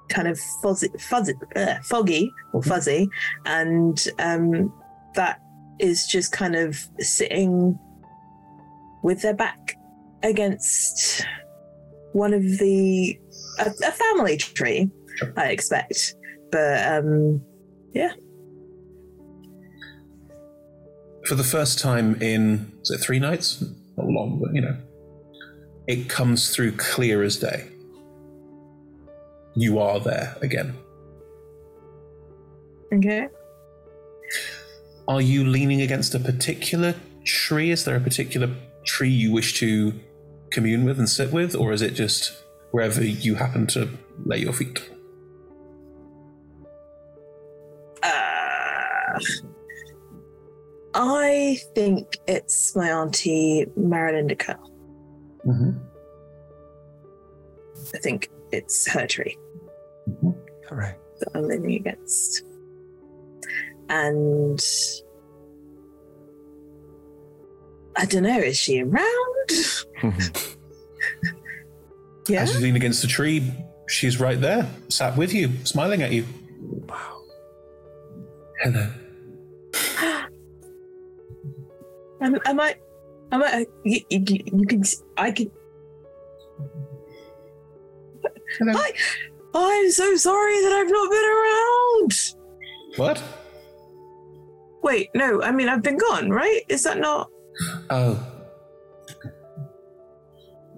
Speaker 6: kind of fuzzy, fuzzy, uh, foggy or fuzzy, and um, that is just kind of sitting with their back against one of the a, a family tree, I expect. But um, yeah,
Speaker 2: for the first time in is it three nights? Not long, but you know, it comes through clear as day. You are there again.
Speaker 6: okay.
Speaker 2: Are you leaning against a particular tree? Is there a particular tree you wish to commune with and sit with, or is it just wherever you happen to lay your feet?
Speaker 6: Uh, I think it's my auntie Marilyn Decker.
Speaker 2: Mhm.
Speaker 6: I think it's her tree
Speaker 5: Correct.
Speaker 6: that I'm leaning against. And I don't know, is she around? Yeah.
Speaker 2: As you lean against the tree, she's right there, sat with you, smiling at you. Wow. Hello.
Speaker 6: Am, am I? Am I? You, you, you can. s- I can. I, I'm so sorry that I've not been around.
Speaker 2: What?
Speaker 6: Wait, no. I mean, I've been gone, right? Is that not?
Speaker 2: Oh.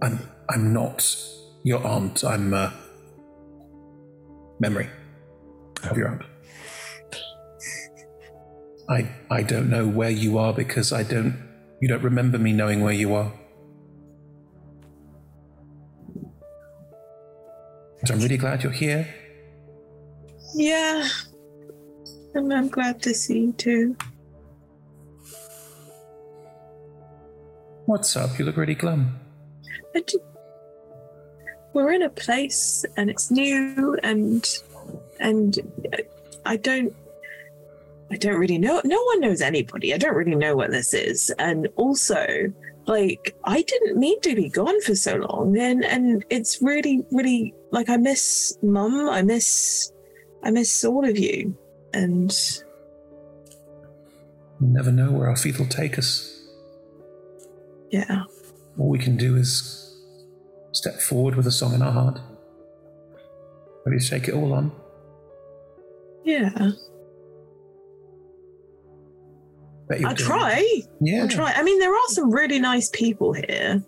Speaker 2: I'm I'm not your aunt. I'm uh, memory of your aunt. I I don't know where you are because I don't you don't remember me knowing where you are. But I'm really glad you're here.
Speaker 6: Yeah. I'm, I'm glad to see you too.
Speaker 2: What's up? You look really glum.
Speaker 6: I ju- we're in a place and it's new and and I don't I don't really know no one knows anybody. I don't really know what this is. And also like I didn't mean to be gone for so long and and it's really really like I miss mum, I miss I miss all of you and
Speaker 2: We never know where our feet will take us.
Speaker 6: yeah.
Speaker 2: All we can do is step forward with a song in our heart. Ready to take it all on.
Speaker 6: Yeah.
Speaker 2: Bet you're
Speaker 6: I'll
Speaker 2: doing
Speaker 6: try.
Speaker 2: Yeah.
Speaker 6: I'll try. I mean, there are some really nice people here.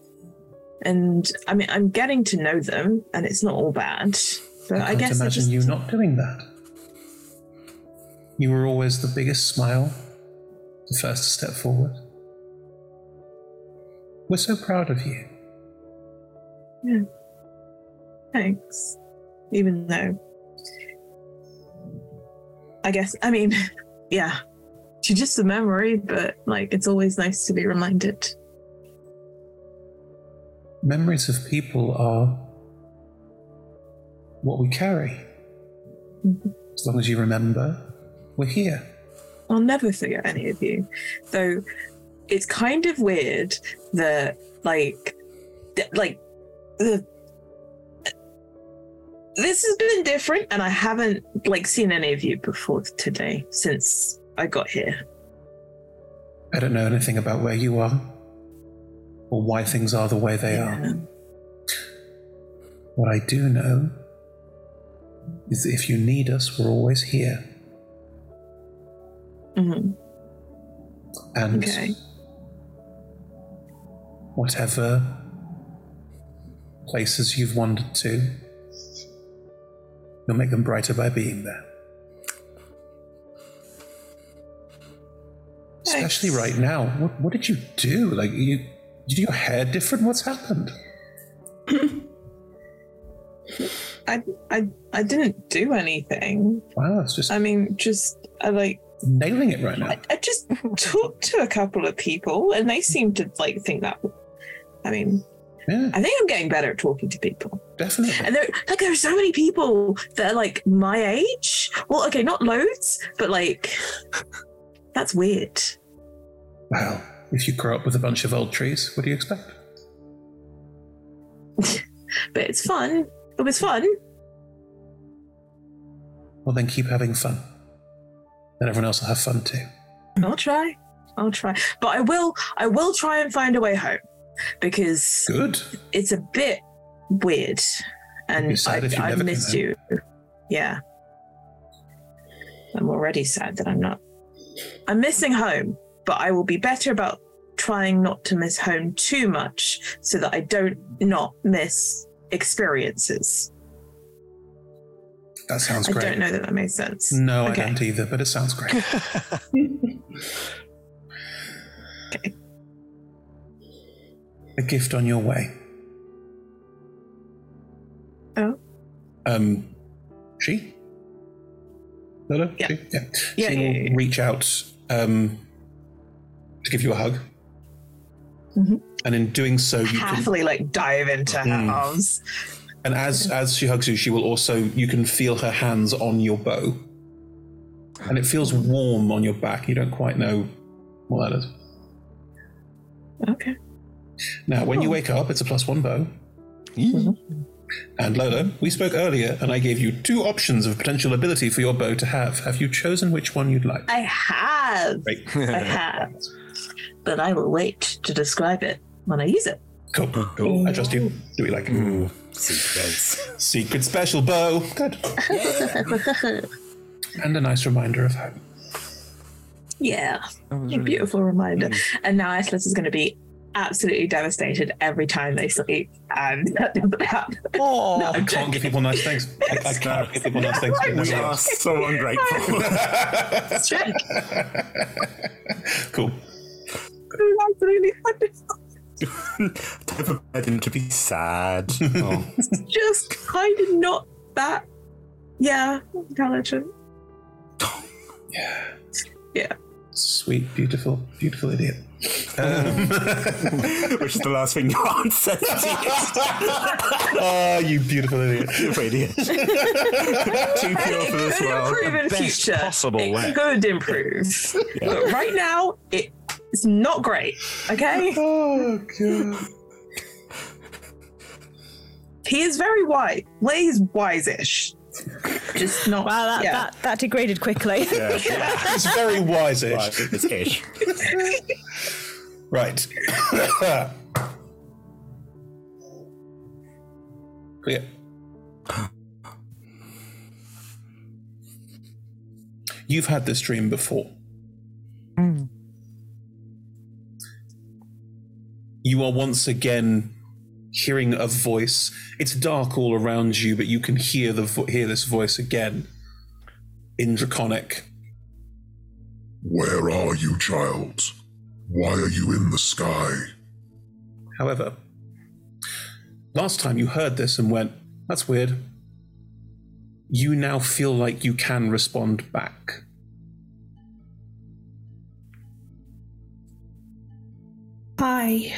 Speaker 6: And I mean, I'm getting to know them, and it's not all bad. But I,
Speaker 2: can't
Speaker 6: guess I
Speaker 2: imagine
Speaker 6: just.
Speaker 2: you not doing that. You were always the biggest smile, the first to step forward. We're so proud of you.
Speaker 6: Yeah. Thanks. Even though, I guess, I mean, yeah, she's just a memory, but like it's always nice to be reminded.
Speaker 2: Memories of people are what we carry.
Speaker 6: Mm-hmm.
Speaker 2: As long as you remember, we're here.
Speaker 6: I'll never forget any of you. Though it's kind of weird that like th- like the this has been different and I haven't like seen any of you before today since I got here.
Speaker 2: I don't know anything about where you are or why things are the way they are. What I do know is that if you need us, we're always here.
Speaker 6: Mhm.
Speaker 2: And
Speaker 6: Okay.
Speaker 2: whatever places you've wandered to, you'll make them brighter by being there. Especially right now. What, what did you do? Like, you did your hair different? What's happened?
Speaker 6: I I I didn't do anything.
Speaker 2: Wow, it's just
Speaker 6: I mean, just I like
Speaker 2: nailing it right now.
Speaker 6: I just talked to a couple of people and they seem to like think that I mean I think I'm getting better at talking to people.
Speaker 2: Definitely.
Speaker 6: And there like there are so many people that are like my age. Well, okay, not loads, but like that's weird.
Speaker 2: Well, if you grow up with a bunch of old trees, what do you expect?
Speaker 6: But it's fun. It was fun.
Speaker 2: Well, then keep having fun. Then everyone else will have fun too.
Speaker 6: I'll try. I'll try. But I will I will try and find a way home. Because
Speaker 2: Good.
Speaker 6: it's a bit weird.
Speaker 2: You'd be
Speaker 6: And I,
Speaker 2: sad if you
Speaker 6: I
Speaker 2: never came
Speaker 6: missed
Speaker 2: home.
Speaker 6: you. Yeah. I'm already sad that I'm not. I'm missing home, but I will be better about trying not to miss home too much so that I don't not miss experiences.
Speaker 2: That sounds
Speaker 6: I
Speaker 2: great.
Speaker 6: don't know that that makes sense.
Speaker 2: No, I don't either, but it sounds great. A gift on your way.
Speaker 6: Oh.
Speaker 2: Um, she? Lola? Yeah. She, yeah. she will reach out um, to give you a hug.
Speaker 6: Mhm.
Speaker 2: And in doing so, you can
Speaker 6: Happily, like, dive into
Speaker 2: Mm.
Speaker 6: her arms.
Speaker 2: And as as she hugs you, she will also you can feel her hands on your bow, and it feels warm on your back. You don't quite know what that is.
Speaker 6: Okay.
Speaker 2: Now, when you wake up, it's a plus one bow. And Lola, we spoke earlier, and I gave you two options of potential ability for your bow to have. Have you chosen which one you'd like?
Speaker 6: I have.
Speaker 2: Great.
Speaker 6: I have. But I will wait to describe it when I use it.
Speaker 2: Cool. cool. I trust you. Do we like secrets? Secret special bow. Good. and a nice reminder of home.
Speaker 6: Yeah.
Speaker 2: That was
Speaker 6: A
Speaker 2: really
Speaker 6: beautiful reminder. And now Atlas is going to be absolutely devastated every time they sleep. And that doesn't happen.
Speaker 2: I can't give people nice things. I, I can't give people nice things.
Speaker 4: We are so ungrateful.
Speaker 2: cool.
Speaker 6: absolutely
Speaker 4: Never meant him to be sad. Oh.
Speaker 6: It's just kind of not that, yeah, intelligent. Yeah.
Speaker 2: Sweet, beautiful, beautiful idiot. Um,
Speaker 4: Which is the last thing you answered.
Speaker 2: Ah, you beautiful idiot.
Speaker 4: Beautiful idiot. Too pure for this world.
Speaker 6: Improve in future.
Speaker 4: possible
Speaker 6: it
Speaker 4: way.
Speaker 6: could improve. But right now, it, it's not great. Okay.
Speaker 2: Oh god.
Speaker 6: He is very wise. Well, he's wise-ish. Just not.
Speaker 3: Wow, that,
Speaker 6: yeah.
Speaker 3: that, that degraded quickly.
Speaker 2: It's very wise-ish.
Speaker 4: It's ish.
Speaker 2: Right. yeah. You've had this dream before. You are once again hearing a voice. It's dark all around you, but you can hear the vo- hear this voice again in Draconic.
Speaker 12: Where are you, child? Why are you in the sky?
Speaker 2: However, last time you heard this and went, that's weird, you now feel like you can respond back.
Speaker 7: Hi.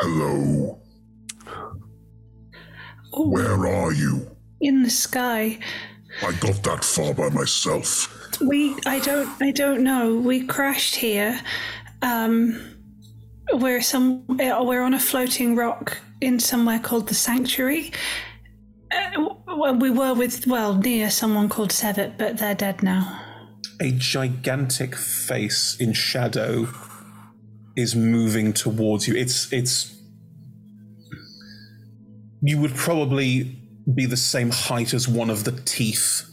Speaker 12: Hello. Where are you?
Speaker 7: In the sky.
Speaker 12: I got that far by myself.
Speaker 7: We I don't I don't know. We crashed here. Um we're some uh, we're on a floating rock in somewhere called the sanctuary. Uh, w- well, we were with well near someone called Sevet, but they're dead now.
Speaker 2: A gigantic face in shadow is moving towards you. It's it's you would probably be the same height as one of the teeth.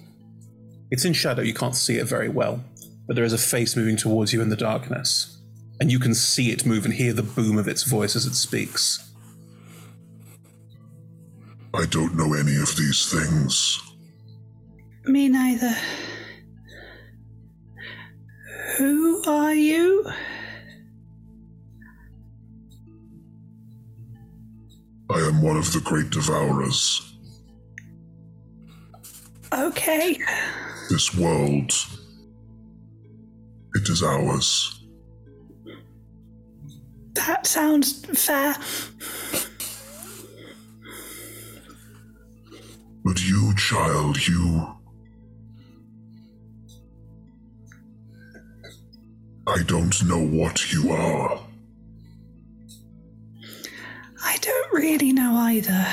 Speaker 2: It's in shadow, you can't see it very well, but there is a face moving towards you in the darkness. And you can see it move and hear the boom of its voice as it speaks.
Speaker 12: I don't know any of these things.
Speaker 7: Me neither. Who are you?
Speaker 12: I am one of the great devourers.
Speaker 7: Okay.
Speaker 12: This world. It is ours.
Speaker 7: That sounds fair.
Speaker 12: But you, child, you. I don't know what you are.
Speaker 7: I don't really know either.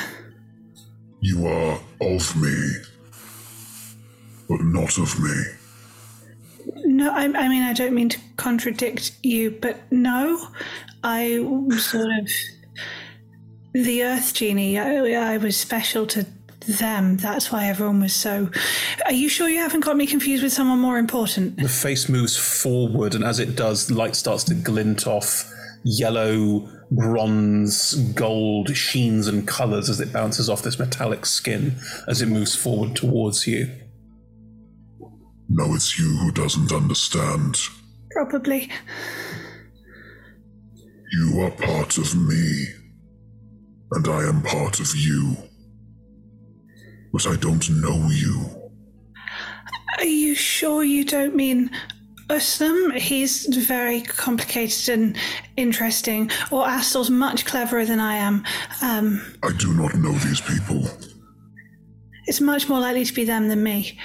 Speaker 12: You are of me, but not of me.
Speaker 7: No, I, I mean, I don't mean to contradict you, but no, I was sort of the Earth genie. I, I was special to them. That's why everyone was so. Are you sure you haven't got me confused with someone more important?
Speaker 2: The face moves forward, and as it does, light starts to glint off yellow, bronze, gold sheens and colors as it bounces off this metallic skin as it moves forward towards you.
Speaker 12: No, it's you who doesn't understand.
Speaker 7: Probably.
Speaker 12: You are part of me, and I am part of you. But I don't know you.
Speaker 7: Are you sure you don't mean Uslam? He's very complicated and interesting. Or Astel's much cleverer than I am. Um,
Speaker 12: I do not know these people.
Speaker 7: it's much more likely to be them than me.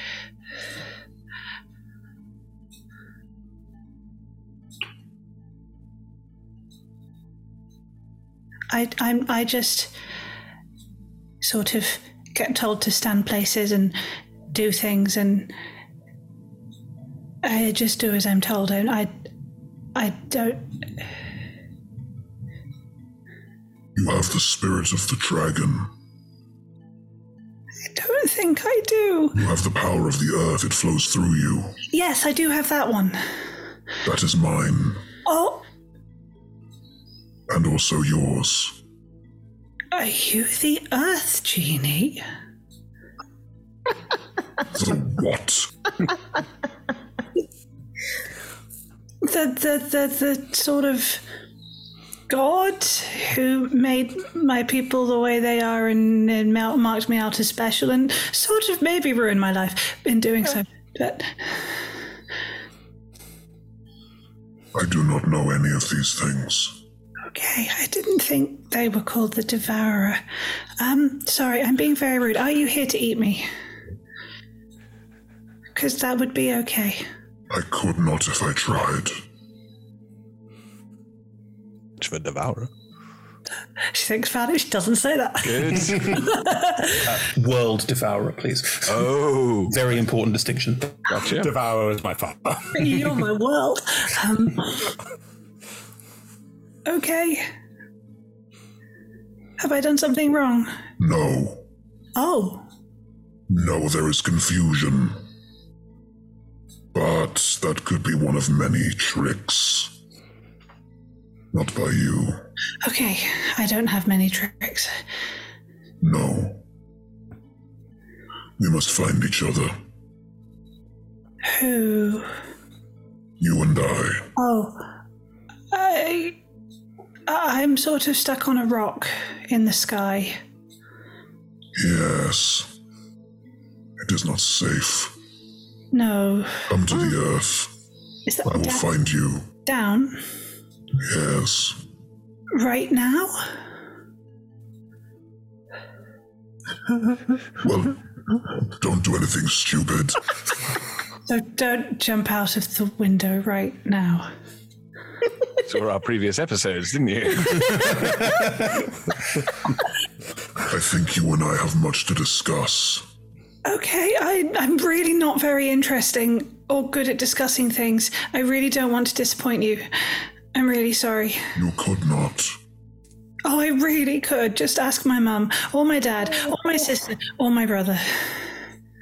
Speaker 7: I, I'm, I just sort of get told to stand places and do things, and I just do as I'm told. And I, I don't.
Speaker 12: You have the spirit of the dragon.
Speaker 7: I don't think I do.
Speaker 12: You have the power of the earth, it flows through you.
Speaker 7: Yes, I do have that one.
Speaker 12: That is mine,
Speaker 7: Oh,
Speaker 12: and also yours.
Speaker 7: are you the Earth genie?
Speaker 12: The what?
Speaker 7: the the the the sort of god who made my people the way they are and, and mar- marked me out as special and sort of maybe ruined my life in doing so. But
Speaker 12: I do not know any of these things.
Speaker 7: okay, I didn't think they were called the devourer. Um, sorry, I'm being very rude. Are you here to eat me? Because that would be okay.
Speaker 12: I could not if I tried.
Speaker 5: Much of a devourer.
Speaker 7: She thinks about it. She doesn't say that.
Speaker 2: Uh, world devourer, please. Oh, very important distinction.
Speaker 5: Gotcha.
Speaker 2: Devourer is my father.
Speaker 7: You're my world. Um, okay. Have I done something wrong?
Speaker 12: No,
Speaker 7: Oh,
Speaker 12: no, there is confusion. But that could be one of many tricks. Not by you.
Speaker 7: okay. I don't have many tricks.
Speaker 12: No. We must find each other.
Speaker 7: Who?
Speaker 12: You and I.
Speaker 7: Oh, I. I'm sort of stuck on a rock in the sky.
Speaker 12: Yes. It is not safe.
Speaker 7: No.
Speaker 12: Come to the earth.
Speaker 7: Mm. Is that
Speaker 12: I will
Speaker 7: down,
Speaker 12: find you.
Speaker 7: down
Speaker 12: Yes.
Speaker 7: right now?
Speaker 12: Well, don't do anything stupid.
Speaker 7: So don't jump out of the window right now.
Speaker 5: Saw our previous episodes, didn't you?
Speaker 12: I think you and I have much to discuss.
Speaker 7: Okay, I, I'm really not very interesting or good at discussing things. I really don't want to disappoint you. I'm really sorry.
Speaker 12: You could not.
Speaker 7: Oh, I really could. Just ask my mum, or my dad, or my sister, or my brother.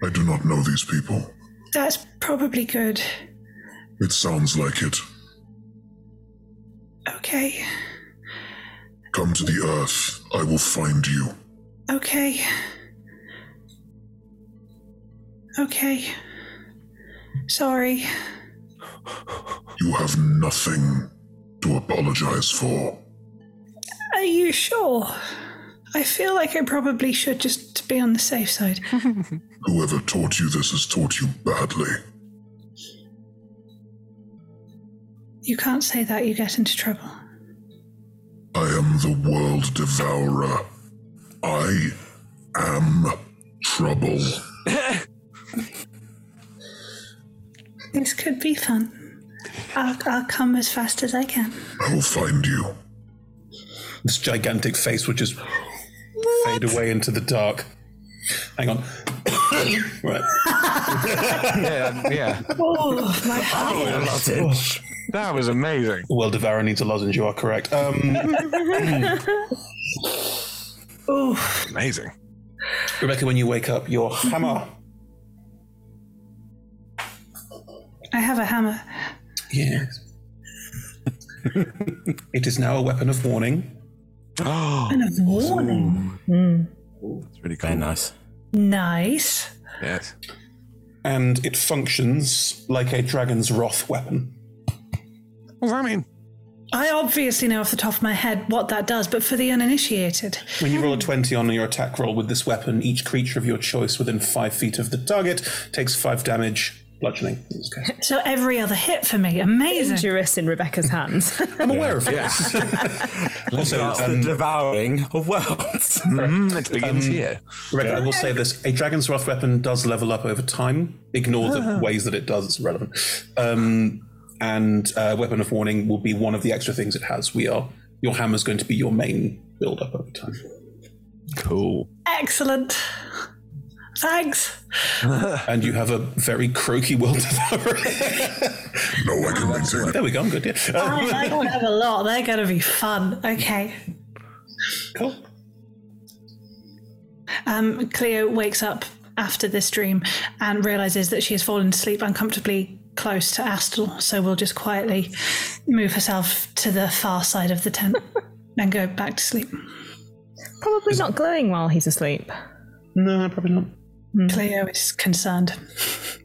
Speaker 12: I do not know these people.
Speaker 7: That's probably good.
Speaker 12: It sounds like it.
Speaker 7: Okay,
Speaker 12: Come to the earth. I will find you.
Speaker 7: okay. Okay. Sorry.
Speaker 12: You have nothing to apologize for.
Speaker 7: Are you sure? I feel like I probably should just to be on the safe side.
Speaker 12: Whoever taught you this has taught you badly.
Speaker 7: you can't say that, you get into trouble.
Speaker 12: I am the world devourer. I am trouble.
Speaker 7: This could be fun. I'll, I'll come as fast as I can.
Speaker 12: I will find you.
Speaker 2: This gigantic face would just fade away into the dark. Hang on. right.
Speaker 5: yeah, yeah.
Speaker 7: Oh, my
Speaker 5: a lozenge. That was amazing.
Speaker 2: Well, Devourer needs a lozenge, you are correct. Um,
Speaker 7: oh,
Speaker 5: amazing.
Speaker 2: Rebecca, when you wake up, your hammer.
Speaker 7: I have a hammer.
Speaker 2: Yes. it is now a weapon of warning.
Speaker 5: Oh.
Speaker 7: And a warning. Hmm.
Speaker 5: That's really cool.
Speaker 4: Very nice.
Speaker 7: Nice.
Speaker 5: Yes.
Speaker 2: And it functions like a dragon's wrath weapon.
Speaker 5: What does that mean?
Speaker 7: I obviously know off the top of my head what that does, but for the uninitiated,
Speaker 2: When you roll a
Speaker 5: Hmm.
Speaker 2: 20 on your attack roll with this weapon, each creature of your choice within five feet of the target takes five damage, bludgeoning. Okay.
Speaker 7: so every other hit for me, amazing.
Speaker 3: Dangerous in Rebecca's hands.
Speaker 2: I'm aware of yes.
Speaker 4: Also,
Speaker 5: um,
Speaker 4: the devouring of worlds.
Speaker 5: Mm-hmm,
Speaker 4: Um,
Speaker 5: it begins here.
Speaker 2: Rebecca, I will say this a Dragon's Wrath weapon does level up over time. Ignore the
Speaker 4: Ah.
Speaker 2: ways that it does, it's relevant. Um, and uh, Weapon of Warning will be one of the extra things it has. We are, your hammer's going to be your main build up over time.
Speaker 5: Cool.
Speaker 7: Excellent. Thanks.
Speaker 2: and you have a very croaky world devourer.
Speaker 12: no, I can maintain it.
Speaker 2: There we go. I'm good. Yeah.
Speaker 7: I, I have a lot. They're going to be fun. Okay.
Speaker 2: Cool.
Speaker 7: Um, Cleo wakes up after this dream and realizes that she has fallen asleep uncomfortably close to Astel. So we'll just quietly move herself to the far side of the tent and go back to sleep.
Speaker 3: probably not glowing while he's asleep.
Speaker 2: No, probably not.
Speaker 7: Cleo is concerned.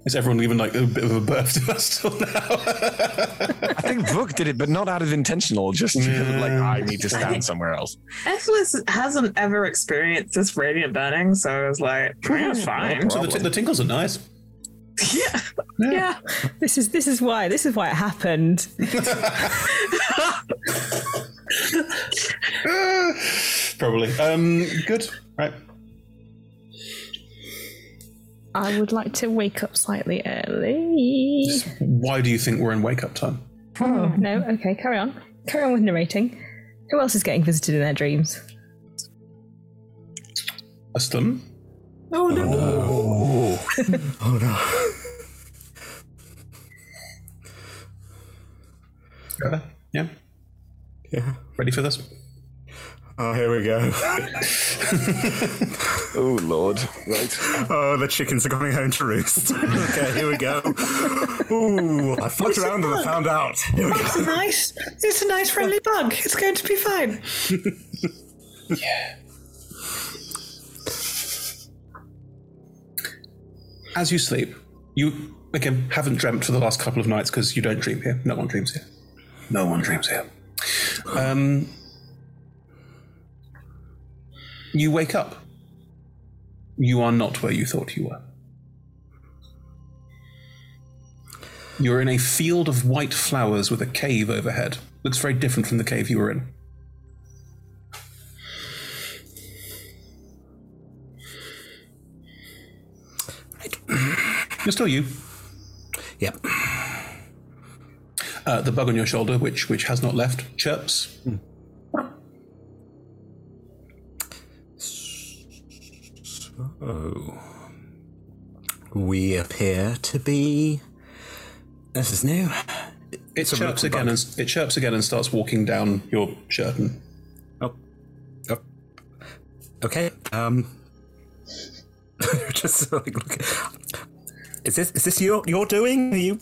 Speaker 2: Is everyone giving like a bit of a birth to us till now?
Speaker 5: I think Vuk did it, but not out of intentional, just because of like, I need to stand somewhere else.
Speaker 6: Ethelus hasn't ever experienced this radiant burning, so I was like, "Yeah, it's fine.
Speaker 2: So the, t- the tingles are nice.
Speaker 3: Yeah. This is this is why this is why it happened.
Speaker 2: Probably. Um, good. Right.
Speaker 3: I would like to wake up slightly early.
Speaker 2: Why do you think we're in wake up time?
Speaker 3: Oh
Speaker 6: Hmm.
Speaker 3: no. Okay, carry on. Carry on with narrating. Who else is getting visited in their dreams?
Speaker 2: Aston?
Speaker 7: Oh no.
Speaker 2: Oh, no. Yeah.
Speaker 4: Yeah.
Speaker 2: Ready for this?
Speaker 4: Oh, here we go.
Speaker 5: oh, Lord. Right.
Speaker 4: Oh, the chickens are going home to roost. okay, here we go. Ooh, I fucked around and I found out. Here we
Speaker 7: It's a nice. It's a nice friendly bug. It's going to be fine.
Speaker 2: As you sleep, you Again, haven't dreamt for the last couple of nights because you don't dream here. No one dreams here. No one dreams here. Um, you wake up. You are not where you thought you were. You're in a field of white flowers with a cave overhead. Looks very different from the cave you were in. You're still you.
Speaker 4: Yep.
Speaker 2: Uh, the bug on your shoulder, which which has not left, chirps.
Speaker 4: Oh. We appear to be. This is new.
Speaker 2: It chirps again and it chirps again and starts walking down your curtain.
Speaker 4: Okay. Um. just like look. Is this is this your your doing? Are you?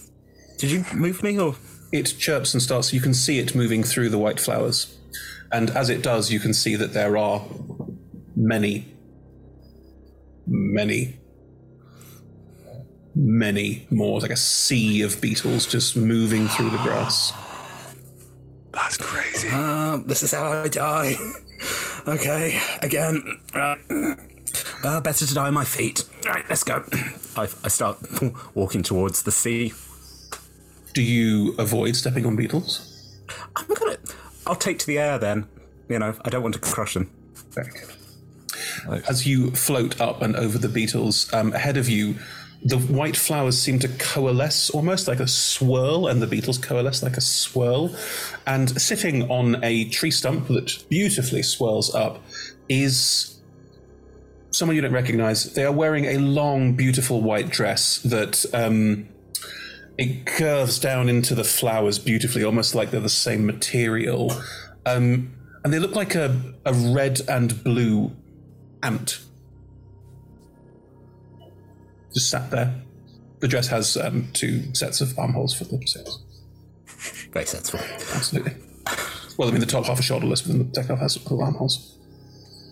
Speaker 4: Did you move me or?
Speaker 2: It chirps and starts. You can see it moving through the white flowers, and as it does, you can see that there are many, many, many more. It's like a sea of beetles just moving through the grass.
Speaker 4: That's crazy. Um, this is how I die. Okay, again. Right. Uh, better to die on my feet. Right, let's go. I, I start walking towards the sea.
Speaker 2: Do you avoid stepping on beetles?
Speaker 4: I'm gonna. I'll take to the air then. You know, I don't want to crush them.
Speaker 2: As you float up and over the beetles um, ahead of you, the white flowers seem to coalesce almost like a swirl, and the beetles coalesce like a swirl. And sitting on a tree stump that beautifully swirls up is someone you don't recognize. They are wearing a long, beautiful white dress that um, it curves down into the flowers beautifully, almost like they're the same material. Um, and they look like a, a red and blue ant. Just sat there. The dress has um, two sets of armholes for the six.
Speaker 4: Very sensible.
Speaker 2: Absolutely. Well, I mean, the top half is shoulderless, but then the second half has full armholes.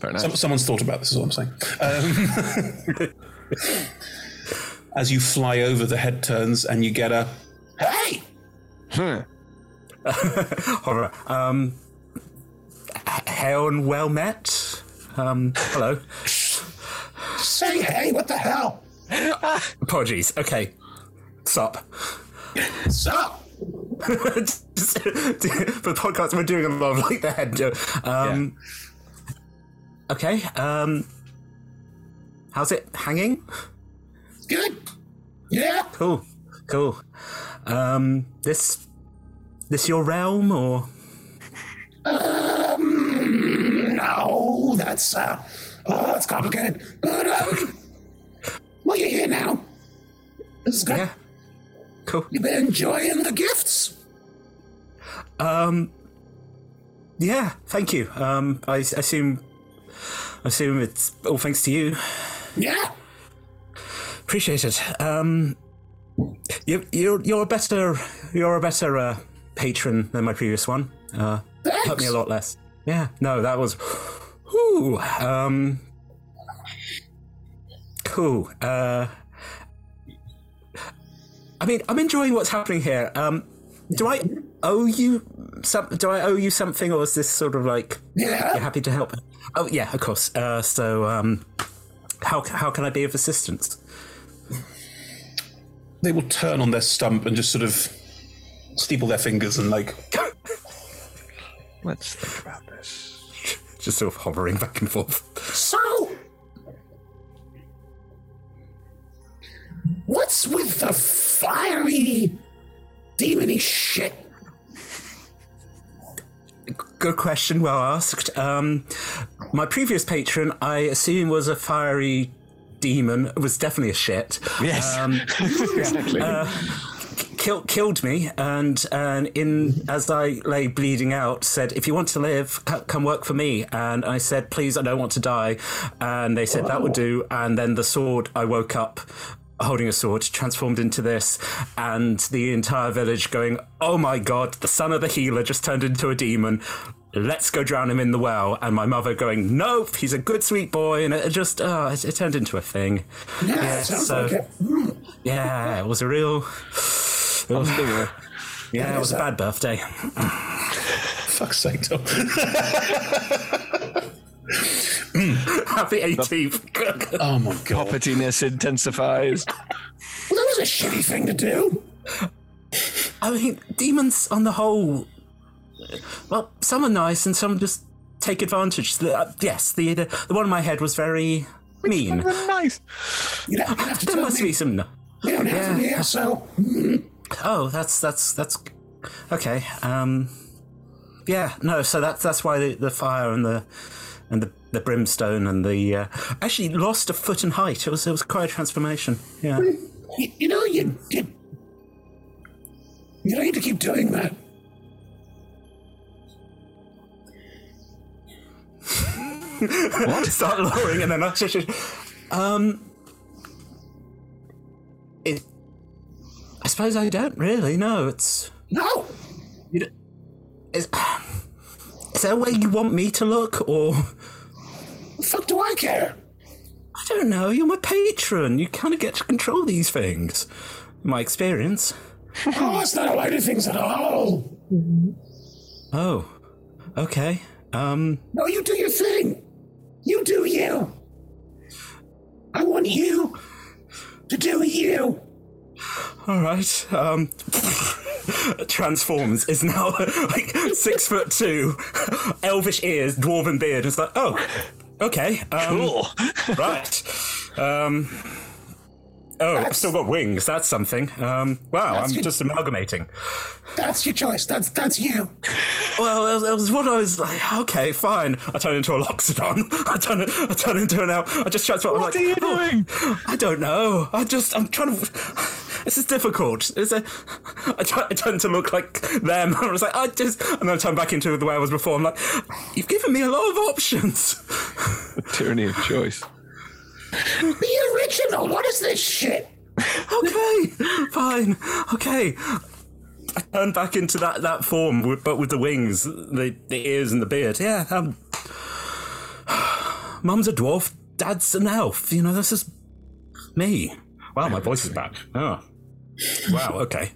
Speaker 5: Fair
Speaker 2: Some, someone's thought about this, is all I'm saying. Um, as you fly over, the head turns and you get a hey.
Speaker 4: Horror. Um, h- hail and well met. Um, hello.
Speaker 12: Say hey, what the hell?
Speaker 4: Apologies. Okay. Sup.
Speaker 12: Sup.
Speaker 4: Just- for the podcast, we're doing a lot of like the head. jo- Um, Okay. Um, how's it hanging?
Speaker 12: Good. Yeah.
Speaker 4: Cool. Cool. Um, this this your realm or?
Speaker 12: Um, no, that's uh, oh, that's complicated. But um, well, you're here now. This is good. Yeah.
Speaker 4: Cool.
Speaker 12: You've been enjoying the gifts.
Speaker 4: Um, yeah. Thank you. Um, I s- assume I assume it's all thanks to you.
Speaker 12: Yeah.
Speaker 4: Appreciate it. Um, you, you're you're a better you're a better uh, patron than my previous one. Uh, hurt me a lot less. Yeah. No, that was. Whew, um. Cool. Uh. I mean, I'm enjoying what's happening here. Um, do I owe you some? Do I owe you something, or is this sort of like
Speaker 12: Yeah.
Speaker 4: you're happy to help? Oh yeah, of course. Uh, so um, how how can I be of assistance?
Speaker 2: They will turn on their stump and just sort of steeple their fingers and like.
Speaker 5: Let's think about this.
Speaker 4: Just sort of hovering back and forth.
Speaker 12: So, what's with the fiery, demony shit?
Speaker 4: Good question, well asked. Um, my previous patron, I assume, was a fiery demon. Was definitely a shit.
Speaker 5: Yes.
Speaker 4: Um,
Speaker 5: Exactly.
Speaker 4: uh, k- kill, killed me, and and in
Speaker 12: Mm-hmm.
Speaker 4: as I lay bleeding out, said, "If you want to live, c- come work for me." And I said, "Please, I don't want to die." And they said that would do. And then the sword. I woke up. Holding a sword, transformed into this, and the entire village going, Oh my god, the son of the healer just turned into a demon let's go drown him in the well. And my mother going, nope, ah, he's a good, sweet boy. And it just, uh, it, it turned into a thing.
Speaker 12: Yeah, sounds like it.
Speaker 4: Yeah, it was a real. yeah,
Speaker 2: uh, That
Speaker 4: it
Speaker 2: is
Speaker 4: was a
Speaker 2: a-
Speaker 4: bad birthday.
Speaker 2: Fuck's sake, Tom.
Speaker 4: Happy 18th.
Speaker 2: oh my god.
Speaker 5: Puppetiness intensifies.
Speaker 4: Well, that was a shitty thing to do. I mean, demons on the whole, well, some are nice and some just take advantage. The, uh, yes, the, the the one in my head was very mean.
Speaker 5: nice.
Speaker 4: there must be some.
Speaker 12: You don't have to be so.
Speaker 4: Oh, that's that's that's okay. Um, yeah, no. So that's that's why the, the fire and the and the, the brimstone and the uh, actually lost a foot in height. It was it was quite a transformation. Yeah.
Speaker 12: You, you know, you, you you don't need to keep doing that.
Speaker 4: what? Start lowering and then I should. Um. It. I suppose I don't really know. It's
Speaker 12: no.
Speaker 4: You don't, is, is there a way you want me to look, or
Speaker 12: The fuck do I care?
Speaker 4: I don't know? You're my patron. You kind of get to control these things. in My experience.
Speaker 12: Oh, that's not how I do things at all.
Speaker 4: Oh. Okay. Um.
Speaker 12: No, you do your thing. You do you. I want you to do you.
Speaker 4: All right. Um. Transforms is now like six foot two, elvish ears, dwarven beard. It's like, oh, okay, um,
Speaker 5: Cool.
Speaker 4: right. Um, oh, I've still got wings. That's something. Um, wow,
Speaker 12: That's
Speaker 4: I'm
Speaker 12: good.
Speaker 4: just amalgamating.
Speaker 12: That's your choice. That's that's you.
Speaker 4: Well, it was, it was what I was like. Okay, fine. I turn into a loxodon. I turn. I turn into an. al- I just transform. What I'm like, are you doing? I don't know. I just. I'm trying to. This is difficult. It's a, I, try, I turn to look like them. I was like, I just, and then I turn back into the way I was before. I'm like, you've given me a lot of options.
Speaker 5: The tyranny of choice.
Speaker 12: Be original. What is this shit?
Speaker 4: okay, fine. Okay. I turned back into that, that form, with- but with the wings, the, the ears, and the beard. Yeah, um. Mum's a dwarf, dad's an elf. You know, this is me. Wow, my voice is back. Oh. Wow, okay.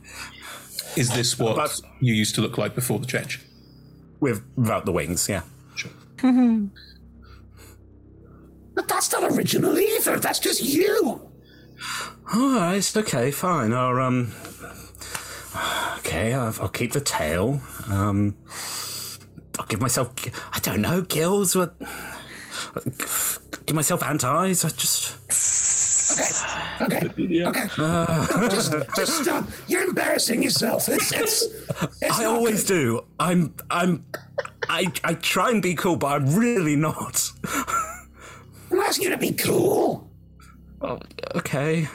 Speaker 2: Is this what you used to look like before the change?
Speaker 4: With without the wings, yeah.
Speaker 12: But that's not original either. That's just you.
Speaker 4: Alright, it's okay, fine. I'll, um. Okay, I'll, I'll keep the tail. Um. I'll give myself, I don't know, gills. With, give myself ant eyes. I just.
Speaker 12: Okay. Okay. Uh, just, just stop. You're embarrassing yourself. It's, it's,
Speaker 4: I always do. I'm. I'm. I, I try and be cool, but I'm really not.
Speaker 12: I'm asking you to be cool.
Speaker 4: Oh, okay.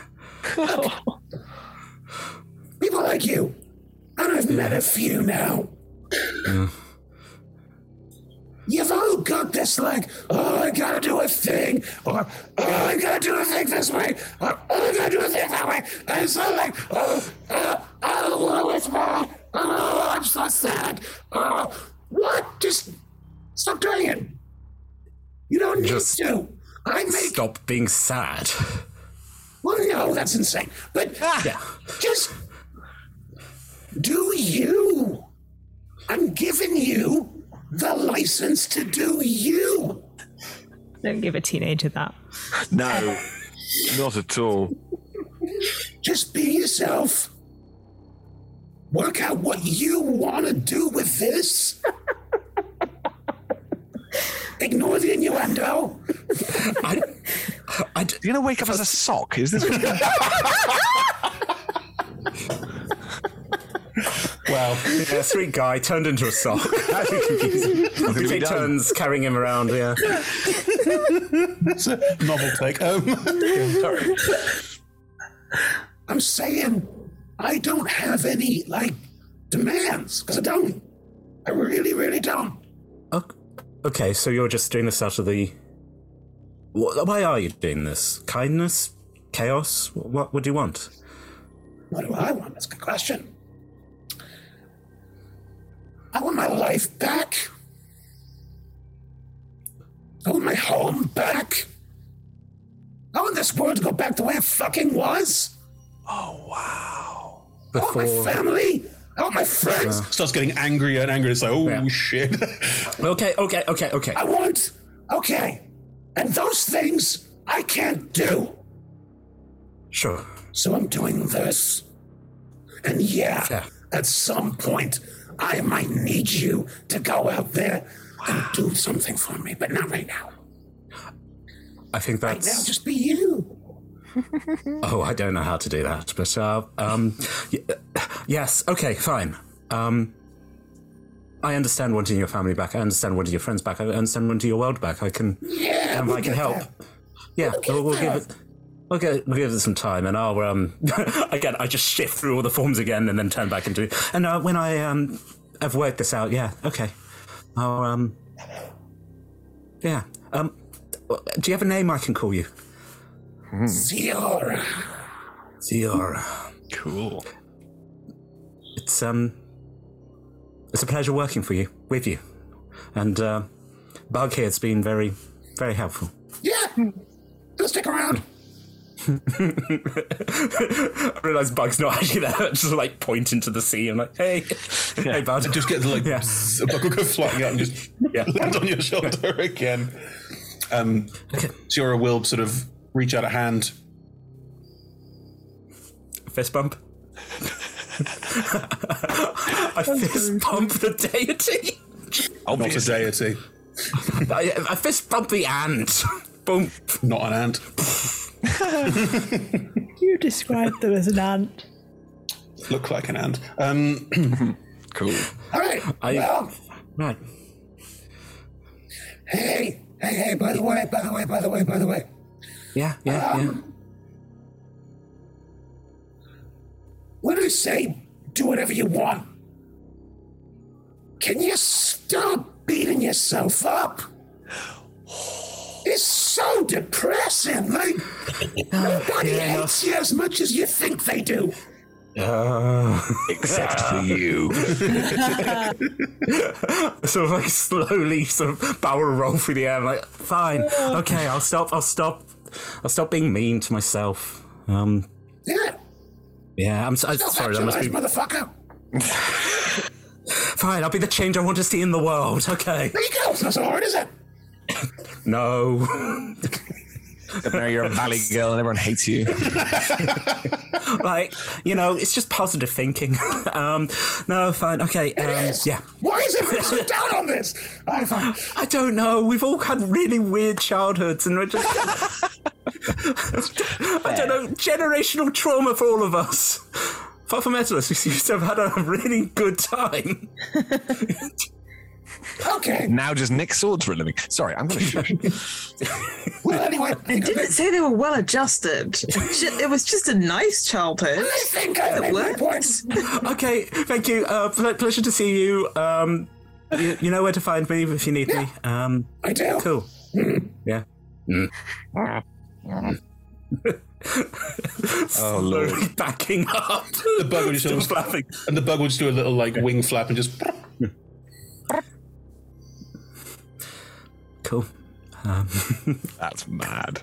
Speaker 12: People like you. And I've met a few now. You've all got this, like, oh, I gotta do a thing, or oh, I gotta do a thing this way, or oh, I gotta do a thing that way. And it's all like, oh, oh, oh, it's wrong. Oh, I'm so sad. Oh, what? Just stop doing it. You don't
Speaker 4: Just
Speaker 12: need to. I make.
Speaker 4: Stop being sad. Ah.
Speaker 12: Well, no, that's insane. But
Speaker 4: Yeah.
Speaker 12: just do you. I'm giving you the license to do you.
Speaker 3: Don't give a teenager that.
Speaker 5: No, not at all.
Speaker 12: Just be yourself. Work out what you want to do with this. Ignore the innuendo.
Speaker 4: I, I,
Speaker 5: You're gonna wake up as a sock. Is this?
Speaker 4: Wow. yeah, sweet guy turned into a sock. That'd be confusing.
Speaker 5: What have
Speaker 4: We
Speaker 5: we
Speaker 4: take
Speaker 5: done?
Speaker 4: turns carrying him around, yeah.
Speaker 2: it's a novel take um. home. Sorry.
Speaker 12: I'm saying I don't have any like demands because I don't. I really, really don't.
Speaker 4: Okay, so you're just doing this out of the. Wh- Why are you doing this? Kindness? Chaos? Wh- What would you want?
Speaker 12: What do I want? That's a good question. I want my life back. I want my home back. I want this world to go back the way it fucking was.
Speaker 2: Oh, Before
Speaker 12: my family, oh my
Speaker 4: uh,
Speaker 12: friends.
Speaker 2: starts getting angrier and angrier. It's like, oh shit.
Speaker 4: okay, okay, okay, okay.
Speaker 12: I won't. Okay. And those things I can't do.
Speaker 4: Sure.
Speaker 12: So I'm doing this. And yeah, at some point, I might need you to go out there and do something for me, but not right now.
Speaker 4: I think
Speaker 12: Right now,
Speaker 4: that's.
Speaker 12: just be you.
Speaker 4: Oh, I don't know how to do that, but uh, um, y- yes, okay, fine. Um, I understand wanting your family back. I understand wanting your friends back. I understand wanting your world back. I can,
Speaker 12: yeah,
Speaker 4: and
Speaker 12: we'll
Speaker 4: I can
Speaker 12: get
Speaker 4: help. Yeah, we'll, we'll give
Speaker 12: there.
Speaker 4: it. We'll, get, we'll give it some time, and I'll um again. I just shift through all the forms again, and then turn back into. And uh, when I um, I've worked this out. Yeah, okay. I'll um, yeah. Um, do you have a name I can call you?
Speaker 12: Ziora.
Speaker 4: Ziora.
Speaker 2: Cool.
Speaker 4: It's um it's a pleasure working for you, with you. And uh Bug here has been very very helpful. Hmm.
Speaker 12: Yeah. Just stick around.
Speaker 4: I realise Bug's not actually there, just like pointing to the sea and like, hey, hey Bug.
Speaker 2: Just get like a bug will go flying out and just land on your shoulder again. Um, Zora will sort of reach out a hand.
Speaker 4: Fist bump. I fist bump the deity.
Speaker 2: Obviously. Not a deity.
Speaker 4: I, I fist bump the ant. Boom.
Speaker 2: Not an ant.
Speaker 15: you described them as an ant.
Speaker 2: Look like an ant. Um, cool.
Speaker 12: All right.
Speaker 2: I-
Speaker 12: well,
Speaker 4: right.
Speaker 12: Hey, hey, hey! By the way, by the way, by the way, by the way. Um,
Speaker 4: Yeah, yeah,
Speaker 12: What did I say? Do whatever you want. Can you stop beating yourself up? It's so depressing. Like
Speaker 4: Oh,
Speaker 12: nobody hates you as much as you think they do.
Speaker 5: Except for you.
Speaker 4: sort of like slowly sort of barrel roll through the air. I'm like, fine, okay, I'll stop, I'll stop, I'll stop being mean to myself. Um,
Speaker 12: Yeah.
Speaker 4: yeah, I'm, s- I'm
Speaker 12: Stop
Speaker 4: sorry, that must be
Speaker 12: actualized, motherfucker.
Speaker 4: fine. I'll be the change I want to see in the world. Okay,
Speaker 12: There you go. It's not so hard, is it?
Speaker 4: no,
Speaker 5: But now you're a valley girl and everyone hates you.
Speaker 4: like you know, it's just positive thinking. um, no, fine, okay, um, yeah.
Speaker 12: Why is everyone so down on this?
Speaker 4: I don't know. We've all had really weird childhoods, and we're just. I don't know. Generational trauma for all of us. Far from Metalus, we seem to have had a really good time.
Speaker 12: okay.
Speaker 5: Now just Nick swords for a living. Sorry, I'm going to
Speaker 12: Well, anyway,
Speaker 6: I didn't say they were well adjusted. Ju- it was just a nice childhood. I
Speaker 12: think
Speaker 6: it worked.
Speaker 4: okay, thank you. Uh, ple- pleasure to see you. Um, you. You know where to find me if you need me. Um,
Speaker 12: I do.
Speaker 4: Cool. yeah.
Speaker 12: Hmm.
Speaker 2: Oh lord!
Speaker 4: Backing up.
Speaker 2: The bug would just sort of flapping, and the bug would just do a little like wing flap and just.
Speaker 4: Cool. Um,
Speaker 5: That's mad.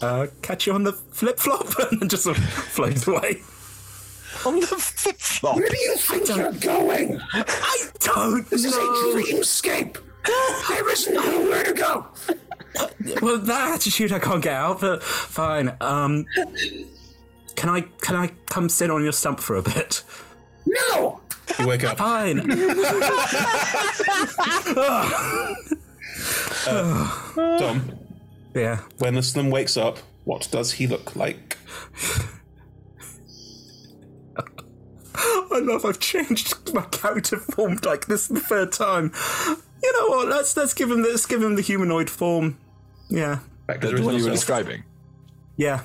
Speaker 4: Uh, catch you on the flip flop and just sort of floats away.
Speaker 5: On the flip flop.
Speaker 12: Where do you think you're going?
Speaker 4: I don't
Speaker 12: This is a dreamscape. there is nowhere to go.
Speaker 4: well, that attitude I can't get out, but fine. Um, can I can I come sit on your stump for a bit?
Speaker 12: No.
Speaker 2: You wake up.
Speaker 4: Fine.
Speaker 2: Uh, Tom.
Speaker 4: Yeah.
Speaker 2: When the slum wakes up, what does he look like?
Speaker 4: I love I've changed my character form like this the third time. You know what? Let's let's give him let's give him the humanoid form. Yeah.
Speaker 2: to the
Speaker 5: the one
Speaker 2: original
Speaker 5: you were
Speaker 2: self.
Speaker 5: describing.
Speaker 4: Yeah.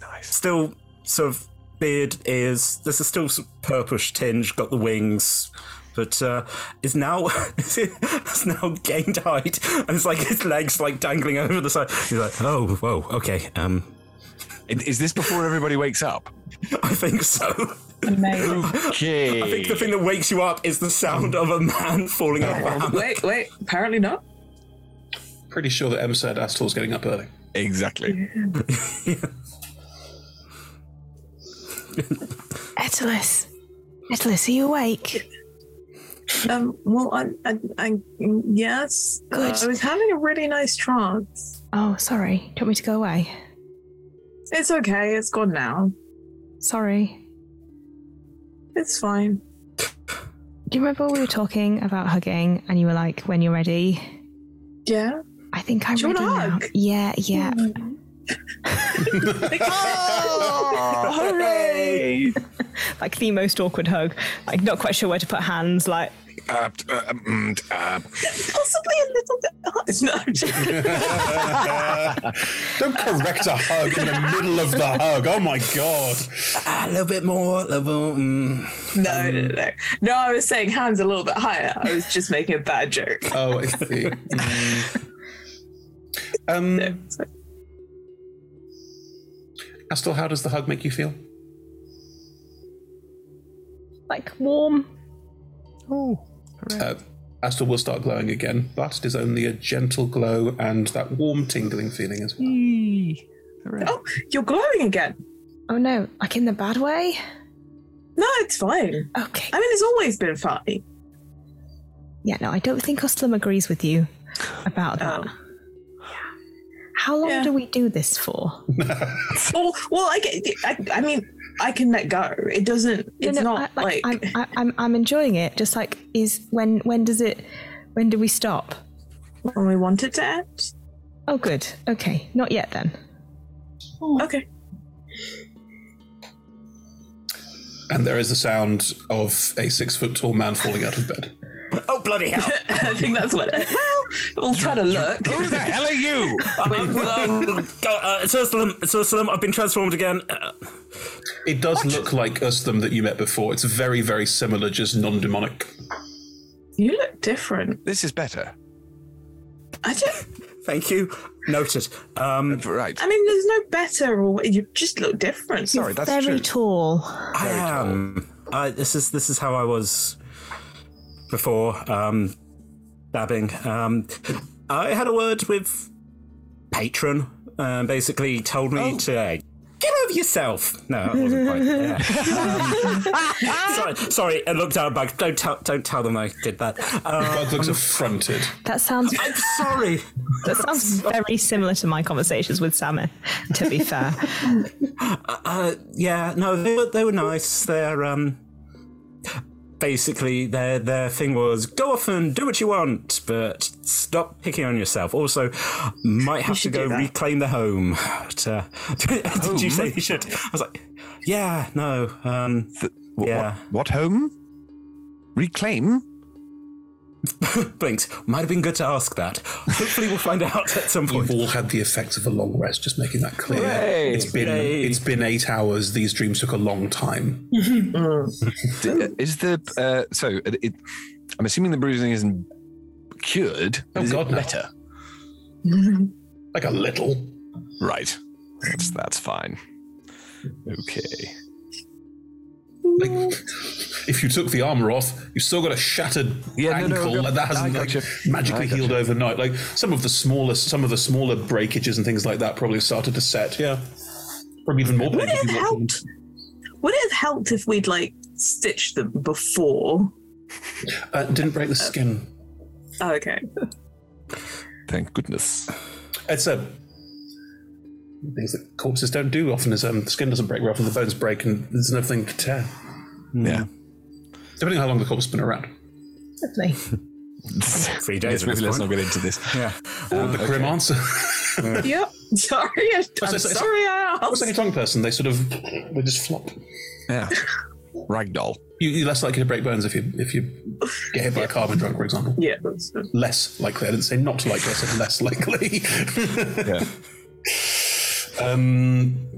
Speaker 4: Nice. Still sort of beard is this is still some purplish tinge, got the wings. But uh, is now it's now gained height, and it's like his legs like dangling over the side. He's like, oh, whoa, okay. Um,
Speaker 5: is this before everybody wakes up?
Speaker 4: I think so.
Speaker 15: Amazing.
Speaker 5: Okay.
Speaker 4: I think the thing that wakes you up is the sound of a man falling off a hammock.
Speaker 6: Wait, wait. Apparently not.
Speaker 2: Pretty sure that Em said Astor's getting up early.
Speaker 5: Exactly.
Speaker 16: Etalus. Etalus, are you awake?
Speaker 6: Um, well, I, I, I yes.
Speaker 16: Good.
Speaker 6: I was having a really nice trance.
Speaker 3: Oh, sorry. Do you want me to go away?
Speaker 6: It's okay. It's gone now.
Speaker 3: Sorry.
Speaker 6: It's fine.
Speaker 3: Do you remember we were talking about hugging and you were like, when you're ready?
Speaker 6: Yeah.
Speaker 3: I think I'm
Speaker 6: Do you
Speaker 3: ready
Speaker 6: wanna
Speaker 3: now.
Speaker 6: hug?
Speaker 3: Yeah, yeah.
Speaker 6: Hmm. hooray!
Speaker 3: like the most awkward hug. Like not quite sure where to put hands, like
Speaker 17: Uh, uh, mm, uh,
Speaker 6: Possibly a little bit.
Speaker 2: Don't correct a hug in the middle of the hug. Oh my god.
Speaker 4: A little bit more. A little. mm.
Speaker 6: No, no, no. No, I was saying hands a little bit higher. I was just making a bad joke.
Speaker 2: Oh, I see. Mm. Um, Astel, how does the hug make you feel?
Speaker 3: like warm.
Speaker 2: Oh. Uh, Astel will start glowing again, but it is only a gentle glow and that warm tingling feeling as well.
Speaker 6: Oh, you're glowing again.
Speaker 3: Oh no, like in the bad way?
Speaker 6: No, it's fine.
Speaker 3: Okay.
Speaker 6: I mean, it's always been fine.
Speaker 3: Yeah, no, I don't think Oslam agrees with you about
Speaker 6: Oh.
Speaker 3: that. How long do we do this for?
Speaker 6: Well, well, I get. I, I mean, I can let go. It doesn't.
Speaker 3: No,
Speaker 6: It's
Speaker 3: no,
Speaker 6: not
Speaker 3: I,
Speaker 6: like.
Speaker 3: I'm, I, I'm, I'm enjoying it. Just like is when when does it when do we stop?
Speaker 6: When we want it to end.
Speaker 3: Oh, good. Okay, not yet then.
Speaker 4: Oh.
Speaker 6: Okay.
Speaker 2: And there is the sound of a six foot tall man falling out of bed.
Speaker 4: Oh, bloody hell.
Speaker 6: I think that's what. Well, we'll try to look.
Speaker 4: Who the hell are you? uh, it's Ursula. It's Ursula. I've been transformed again. Uh,
Speaker 2: It does look like Uslam that you met before. It's very, very similar, just non demonic.
Speaker 6: You look different.
Speaker 5: This is better.
Speaker 6: I don't.
Speaker 4: Thank you. Noted. Um,
Speaker 5: right.
Speaker 6: I mean, there's no better. Or you just look different.
Speaker 4: Sorry, that's Very true.
Speaker 3: tall.
Speaker 4: I am. I, this is this is how I was before um, dabbing. Um, I had a word with patron. Um, basically, told me to uh, get over yourself. No, that wasn't quite. Yeah. sorry, sorry. And looked down, bug. Don't tell. Don't tell them I did that. Um,
Speaker 2: bug looks affronted.
Speaker 3: That sounds.
Speaker 4: I'm sorry.
Speaker 3: That sounds very similar to my conversations with Samir. To be fair,
Speaker 4: Uh, yeah, no, they were they were nice. Their um, basically their their thing was go off and do what you want, but stop picking on yourself. Also, might have to
Speaker 6: should
Speaker 4: go
Speaker 6: do that. Hmm,
Speaker 4: reclaim the home. To, did you say you should? I was like, yeah, no, um, yeah. What,
Speaker 5: home? Reclaim.
Speaker 4: Blinks. Might have been good to ask that. Hopefully, we'll find out at some point.
Speaker 2: We've all had the effects of a long rest, just making that clear.
Speaker 4: Hooray!
Speaker 2: It's been
Speaker 4: Hooray.
Speaker 2: it's been eight hours. These dreams took a long time.
Speaker 5: D- uh, is the uh, so it, it, I'm assuming the bruising isn't cured.
Speaker 2: Oh,
Speaker 5: is
Speaker 2: God,
Speaker 5: it
Speaker 2: no.
Speaker 5: better?
Speaker 2: Like a little.
Speaker 5: Right. That's that's fine. Okay.
Speaker 2: Like, if you took the armor off, you still got a shattered
Speaker 5: no, no,
Speaker 2: ankle,
Speaker 5: no,
Speaker 2: and that
Speaker 5: I
Speaker 2: hasn't like,
Speaker 5: gotcha. I
Speaker 2: magically
Speaker 5: gotcha.
Speaker 2: healed overnight. Like some of the smaller some of the smaller breakages and things like that probably started to set. Yeah, probably even more.
Speaker 6: Would
Speaker 2: pain if
Speaker 6: it
Speaker 2: you
Speaker 6: have
Speaker 2: walked in.
Speaker 6: helped? Would it have helped if we'd like stitched them before?
Speaker 2: Uh, didn't break the skin.
Speaker 6: Oh, okay.
Speaker 5: Thank goodness.
Speaker 2: It's a things that corpses don't do often is um, the skin doesn't break very often, the bones break, and there's nothing to tear.
Speaker 5: Yeah.
Speaker 2: Depending on how long the corpse has been around.
Speaker 3: lovely.
Speaker 4: Three
Speaker 5: days. Let's, let's not get into this.
Speaker 4: Yeah.
Speaker 2: Or the grim answer.
Speaker 6: yep. Sorry. I- I'm sorry. I
Speaker 2: It's like a drunk person. They sort of they just flop.
Speaker 5: Yeah. Ragdoll.
Speaker 2: You, you're less likely to break bones if you if you get hit by a carbon drunk, for example.
Speaker 6: Yeah, that's
Speaker 2: less likely. I didn't say not likely. I said less likely.
Speaker 5: yeah.
Speaker 2: Um,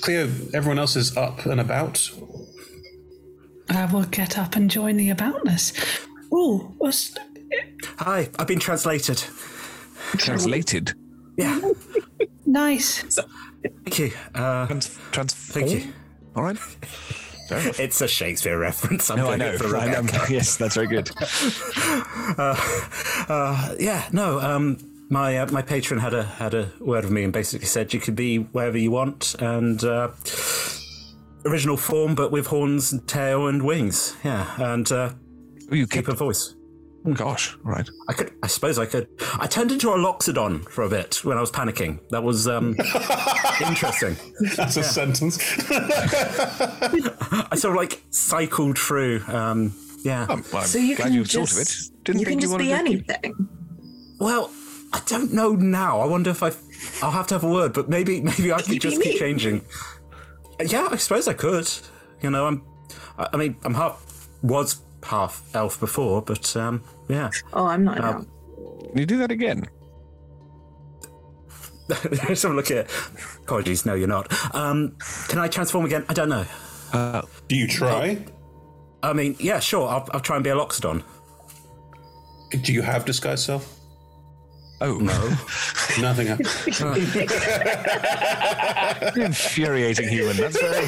Speaker 2: Cleo, everyone else is up and about.
Speaker 7: I will get up and join the aboutness. Ooh, what's
Speaker 4: Hi, I've been translated.
Speaker 5: Translated.
Speaker 7: nice.
Speaker 4: Thank you. Uh, thank you.
Speaker 5: All right.
Speaker 4: It's a Shakespeare reference. I'm
Speaker 5: no,
Speaker 4: doing
Speaker 5: I know.
Speaker 4: it for
Speaker 5: I know.
Speaker 4: Rebecca.
Speaker 5: Yes, that's very good.
Speaker 4: uh, uh, yeah, no. Um, my uh, my patron had a had a word with me and basically said you could be wherever you want, and uh, original form, but with horns and tail and wings. Yeah, and uh,
Speaker 5: you
Speaker 4: keep a voice. Hmm.
Speaker 5: Gosh, right.
Speaker 4: I could. I suppose I could. I turned into a loxodon for a bit when I was panicking. That was um, interesting.
Speaker 2: That's a sentence.
Speaker 4: I sort of like cycled through. Um, yeah.
Speaker 6: so you can just, you can just be anything.
Speaker 4: Well, I don't know now. I wonder if I. I'll have to have a word, but maybe maybe I could just keep changing. Uh, Yeah, I suppose I could. You know, I'm. I I mean, I'm half. Was half elf before, but um, yeah.
Speaker 6: Oh, I'm not an
Speaker 4: Um,
Speaker 6: elf.
Speaker 5: Can you do that again?
Speaker 4: Let's have a look at it. Apologies, no, you're not. Um, can I transform again? I don't know.
Speaker 5: Uh,
Speaker 2: Do you try?
Speaker 4: I mean, yeah, sure. I'll, I'll try and be a Loxodon.
Speaker 2: Do you have disguise self?
Speaker 5: Oh
Speaker 4: no,
Speaker 2: nothing.
Speaker 5: Infuriating human. That's very.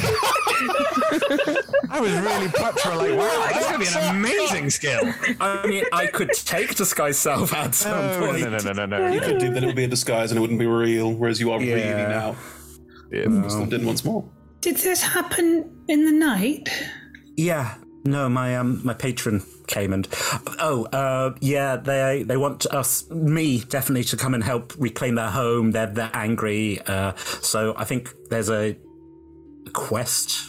Speaker 5: I was really prepped for like, wow, that's gonna be an amazing skill.
Speaker 4: I mean, I could take disguise self at some point.
Speaker 5: No, no, no, no,
Speaker 2: You could do then it would be a disguise and it wouldn't be real, whereas you are
Speaker 4: Yeah.
Speaker 2: breathing out.
Speaker 5: Yeah,
Speaker 2: slipped in once more.
Speaker 7: Did this happen in the night?
Speaker 4: Yeah. No, my um, my patron came and oh uh, yeah, they they want us me definitely to come and help reclaim their home. They're they're angry, uh, so I think there's a quest.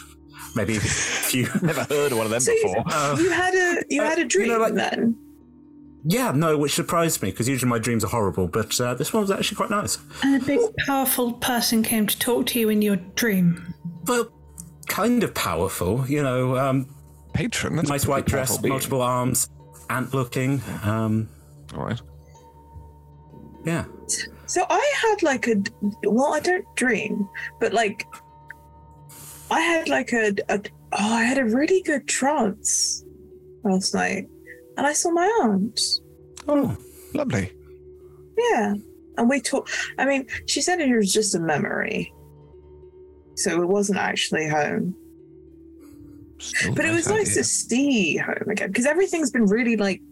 Speaker 4: Maybe Uh, if you never heard of one of them
Speaker 6: So you,
Speaker 4: Oh.
Speaker 6: you had a you had a dream then.
Speaker 4: yeah, no, which surprised me because usually my dreams are horrible, but uh, this one was actually quite nice.
Speaker 7: And a big, powerful person came to talk to you in your dream.
Speaker 4: Well, kind of powerful, you know. Um,
Speaker 5: Patron,
Speaker 4: nice white dress,
Speaker 7: powerful being.
Speaker 4: multiple arms, ant-looking. Um,
Speaker 5: All right.
Speaker 4: Yeah.
Speaker 6: So I had like a well, I don't dream, but like I had like a, a oh, I had a really good trance last night, and I saw my aunt.
Speaker 4: Oh,
Speaker 5: lovely.
Speaker 6: Yeah, and we talked. I mean, she said it was just a memory, so it wasn't actually home. but it was nice to see home again because everything's been really like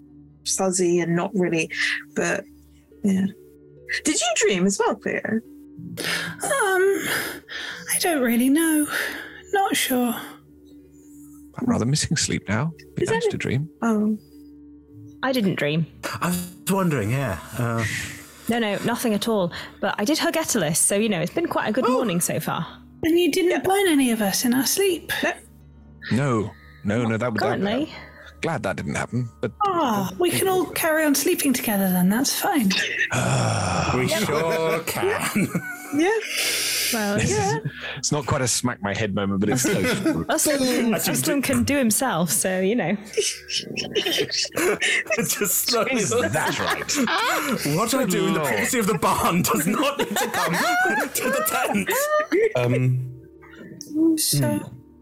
Speaker 6: fuzzy and not really. But yeah, did you dream as well, Cleo?
Speaker 7: Um, I don't really know. Not sure.
Speaker 5: I'm rather missing sleep now. Be nice to dream.
Speaker 6: Oh.
Speaker 3: I didn't dream.
Speaker 4: I was wondering, yeah. Uh,
Speaker 3: No, no, nothing at all. But I did hug Etalus, so you know it's been quite a good morning so far.
Speaker 7: Oh. And you didn't burn any of us in our sleep.
Speaker 5: No, no, no. That would that would-
Speaker 7: Currently.
Speaker 5: Glad that didn't happen. But
Speaker 7: Ah, we can all carry on sleeping together then. That's fine.
Speaker 4: we
Speaker 7: Yeah. Oh,
Speaker 4: sure can.
Speaker 6: Yeah.
Speaker 3: Well, yeah.
Speaker 5: it's not quite a smack my head moment, but it's close.
Speaker 3: Aslan, Aslan can do himself, so you know.
Speaker 4: Just slowly.
Speaker 5: That's right.
Speaker 4: What I do in the privacy of the barn does not need to come to the tent.
Speaker 2: Um, Hmm.
Speaker 7: so.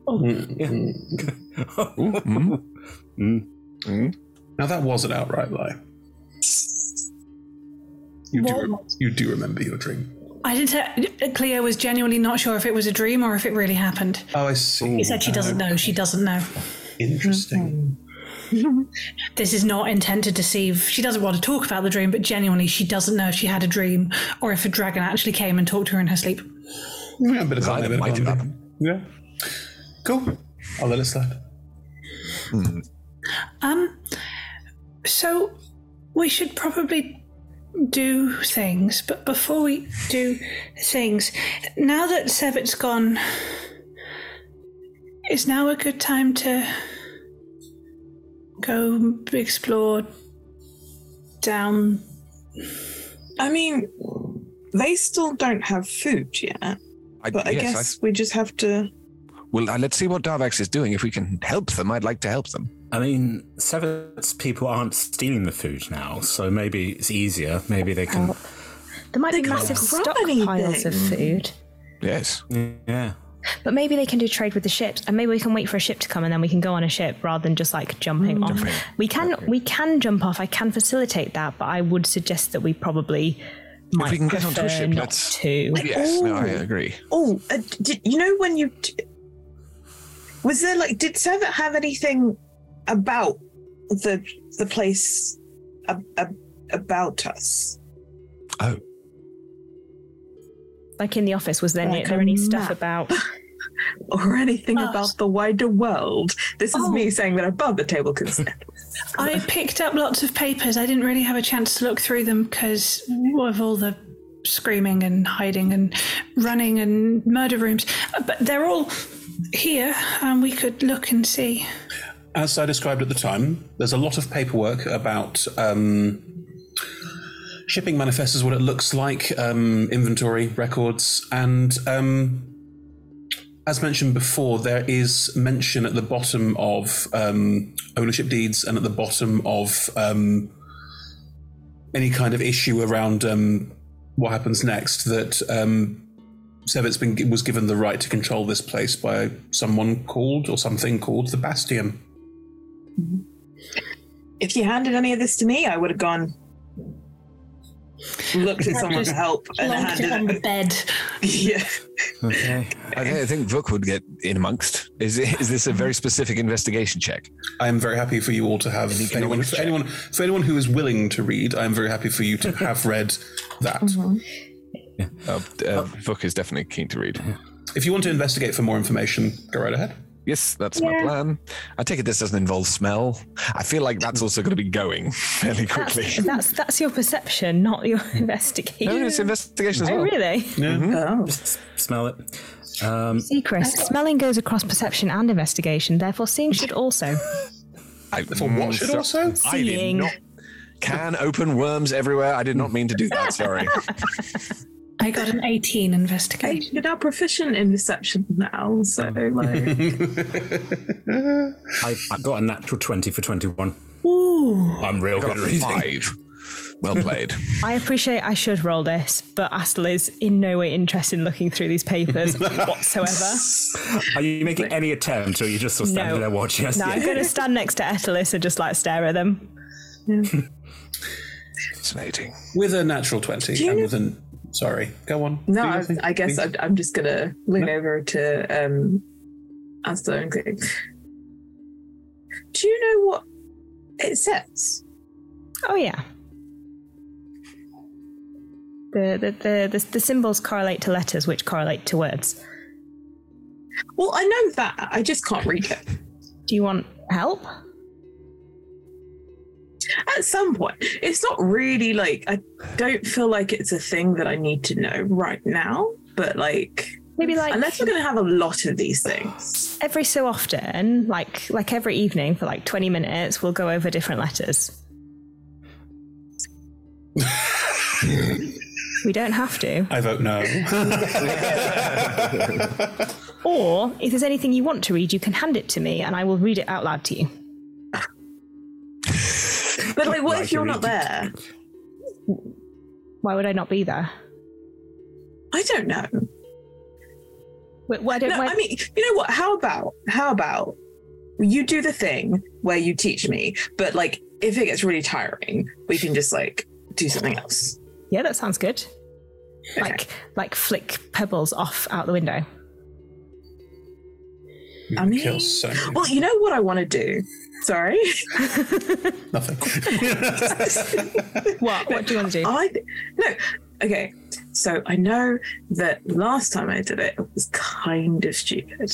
Speaker 7: oh.
Speaker 2: Mm.
Speaker 4: mm.
Speaker 2: Now that was an outright lie. You do, re- you do remember your dream.
Speaker 7: I didn't say Cleo was genuinely not sure if it was a dream or if it really happened.
Speaker 2: Oh, I see.
Speaker 7: She said she doesn't know. She doesn't know.
Speaker 2: Interesting.
Speaker 7: This is not intent to deceive. She doesn't want to talk about the dream, but genuinely, she doesn't know if she had a dream or if a dragon actually came and talked to her in her sleep.
Speaker 2: Yeah, a bit of fun, a bit of fun. Yeah. Cool. I'll let it slide.
Speaker 4: Hmm.
Speaker 7: Um, so we should probably do things, but before we do things, now that Sevit's gone, is now a good time to go explore down?
Speaker 6: I mean, they still don't have food yet,
Speaker 5: I-
Speaker 6: but I
Speaker 5: yes,
Speaker 6: guess we just have to.
Speaker 5: well, uh, let's see what Darvax is doing. If we can help them, I'd like to help them.
Speaker 4: I mean, Severus people aren't stealing the food now, so maybe it's easier. Maybe they
Speaker 3: Oh.
Speaker 4: can.
Speaker 3: There might
Speaker 6: They
Speaker 3: be
Speaker 6: can't
Speaker 3: massive
Speaker 6: grab
Speaker 3: stockpiles of
Speaker 6: anything.
Speaker 3: food.
Speaker 5: Yes.
Speaker 4: Yeah.
Speaker 3: But maybe they can do trade with the ships, and maybe we can wait for a ship to come, and then we can go on a ship rather than just like
Speaker 7: Mm.
Speaker 3: jumping off.
Speaker 5: Jumping.
Speaker 3: We can we can jump off. I can facilitate that, but I would suggest that we probably might
Speaker 5: if we can get onto a
Speaker 3: prefer
Speaker 5: ship,
Speaker 3: not
Speaker 5: let's.
Speaker 3: to.
Speaker 5: Yes, no, I agree.
Speaker 6: Oh, uh, did you know when you d- was there? Like, did Sevet have anything about the the place ab- ab- about us?
Speaker 2: Oh.
Speaker 3: Like in the office, was there,
Speaker 6: Like
Speaker 3: there
Speaker 6: a
Speaker 3: any stuff
Speaker 6: map.
Speaker 3: about
Speaker 6: or anything about the wider world. This is
Speaker 3: Oh.
Speaker 6: me saying that above the table can
Speaker 7: I picked up lots of papers. I didn't really have a chance to look through them because of all the screaming and hiding and running and murder rooms. Uh, But they're all here, and we could look and see.
Speaker 2: As I described at the time, there's a lot of paperwork about um, shipping manifests, is what it looks like, um, inventory records, and um, as mentioned before, there is mention at the bottom of um, ownership deeds and at the bottom of um, any kind of issue around um, what happens next that um, Sevit's been was given the right to control this place by someone called or something called the Bastion.
Speaker 6: If you handed any of this to me, I would have gone looked at
Speaker 5: I'd
Speaker 6: someone
Speaker 5: just
Speaker 6: for help and
Speaker 7: Lonked
Speaker 6: handed
Speaker 7: it on the bed.
Speaker 6: Yeah.
Speaker 5: Okay. I think, I think Vuk would get in amongst. Is it- is this a very specific investigation check?
Speaker 2: I am very happy for you all to have anyone, for anyone for anyone who is willing to read. I am very happy for you to have read that.
Speaker 3: Mm-hmm.
Speaker 5: Uh, uh, Vuk is definitely keen to read.
Speaker 2: If you want to investigate for more information, go right ahead.
Speaker 5: Yes, that's
Speaker 2: Yeah.
Speaker 5: my plan. I take it this doesn't involve smell. I feel like that's also going to be going fairly quickly.
Speaker 3: That's, that's that's your perception, not your investigation.
Speaker 5: No, it's investigation as
Speaker 3: Oh,
Speaker 5: well. Mm-hmm.
Speaker 3: really? Oh.
Speaker 6: Oh.
Speaker 4: Just smell it. Um,
Speaker 3: See, Chris, smelling goes across perception and investigation. Therefore, seeing should also.
Speaker 5: I, Mm,
Speaker 3: For what should also?
Speaker 5: I did
Speaker 3: Seeing.
Speaker 5: not. Can open worms everywhere. I did not mean to do that. Sorry.
Speaker 7: I got an 18 investigation.
Speaker 6: You're now proficient in deception now, so like.
Speaker 4: I, I got a natural 20 for 21.
Speaker 7: Ooh.
Speaker 4: I'm real
Speaker 5: I got
Speaker 4: good at reading.
Speaker 5: five. Well played.
Speaker 3: I appreciate I should roll this, but Astle is in no way interested in looking through these papers whatsoever.
Speaker 4: Are you making any attempt, or are you just sort of standing there watching us?
Speaker 3: no, I'm going to stand next to Etelis and just like stare at them.
Speaker 5: Fascinating.
Speaker 2: With a natural twenty, and with an sorry, go on.
Speaker 6: No,
Speaker 2: Do your
Speaker 6: I,
Speaker 2: thing,
Speaker 6: I guess
Speaker 2: please.
Speaker 6: I, I'm just gonna lean over to um, Asta and go. Do you know what it says?
Speaker 3: Oh yeah. The the, the, the the symbols correlate to letters, which correlate to words.
Speaker 6: Well, I know that. I just can't read it.
Speaker 3: Do you want help?
Speaker 6: At some point, it's not really like I don't feel like it's a thing that I need to know right now. But like,
Speaker 3: maybe like
Speaker 6: unless we're gonna have a lot of these things.
Speaker 3: Every so often, like like every evening for like twenty minutes, we'll go over different letters. we don't have to.
Speaker 2: I vote no.
Speaker 3: Or if there's anything you want to read, you can hand it to me and I will read it out loud to you.
Speaker 6: But like, what if you're not there?
Speaker 3: Why would I not be there?
Speaker 6: I don't know.
Speaker 3: Wait, why don't
Speaker 6: no,
Speaker 3: why-
Speaker 6: I mean, you know what? How about how about you do the thing where you teach me, but like if it gets really tiring, we can just like do something else.
Speaker 3: Yeah, that sounds good. Like like flick pebbles off out the window.
Speaker 6: I mean, well, you know what I want to do. Sorry,
Speaker 3: what? What do you want to do?
Speaker 6: I th- no. Okay, so I know that last time I did it, it was kind of stupid,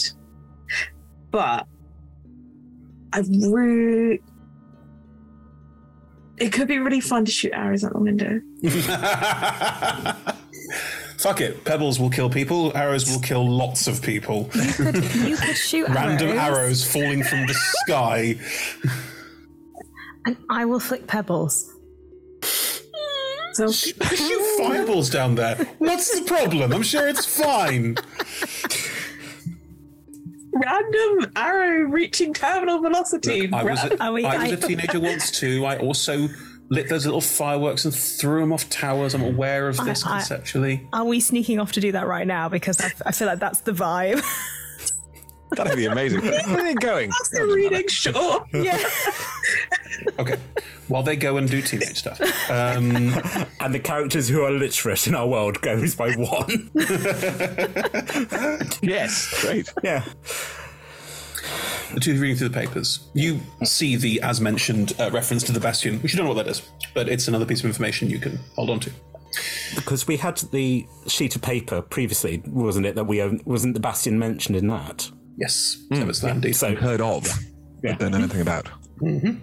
Speaker 6: but I really. It could be really fun to shoot arrows out the window.
Speaker 2: Fuck it. Pebbles will kill people. Arrows will kill lots of people.
Speaker 3: You could shoot
Speaker 2: Random
Speaker 3: arrows.
Speaker 2: arrows falling from the sky.
Speaker 3: And I will flick pebbles.
Speaker 6: So
Speaker 2: shoot fireballs down there. What's the problem? I'm sure it's fine.
Speaker 6: Random arrow reaching terminal velocity.
Speaker 2: Look, I was a,
Speaker 6: Ra-
Speaker 2: I was a teenager once too. I also lit those little fireworks and threw them off towers. I'm aware of this
Speaker 3: I- I-
Speaker 2: conceptually.
Speaker 3: Are we sneaking off to do that right now? Because I, I feel like that's the vibe.
Speaker 5: That'd be amazing. Where are they going?
Speaker 6: reading, sure.
Speaker 3: Yeah.
Speaker 2: While they go and do teenage stuff. Um,
Speaker 4: and the characters who are literate in our world goes by one.
Speaker 5: yes, great.
Speaker 4: Yeah.
Speaker 2: The two of you reading through the papers. You see the, as mentioned, uh, reference to the Bastion, which you don't know what that is, but it's another piece of information you can hold on to.
Speaker 4: Because we had the sheet of paper previously, wasn't it? That we owned, wasn't the Bastion mentioned in that?
Speaker 2: Yes, so it's that indeed.
Speaker 4: So
Speaker 5: Hmm. heard of.
Speaker 2: Yeah.
Speaker 5: Don't know anything about.
Speaker 2: hmm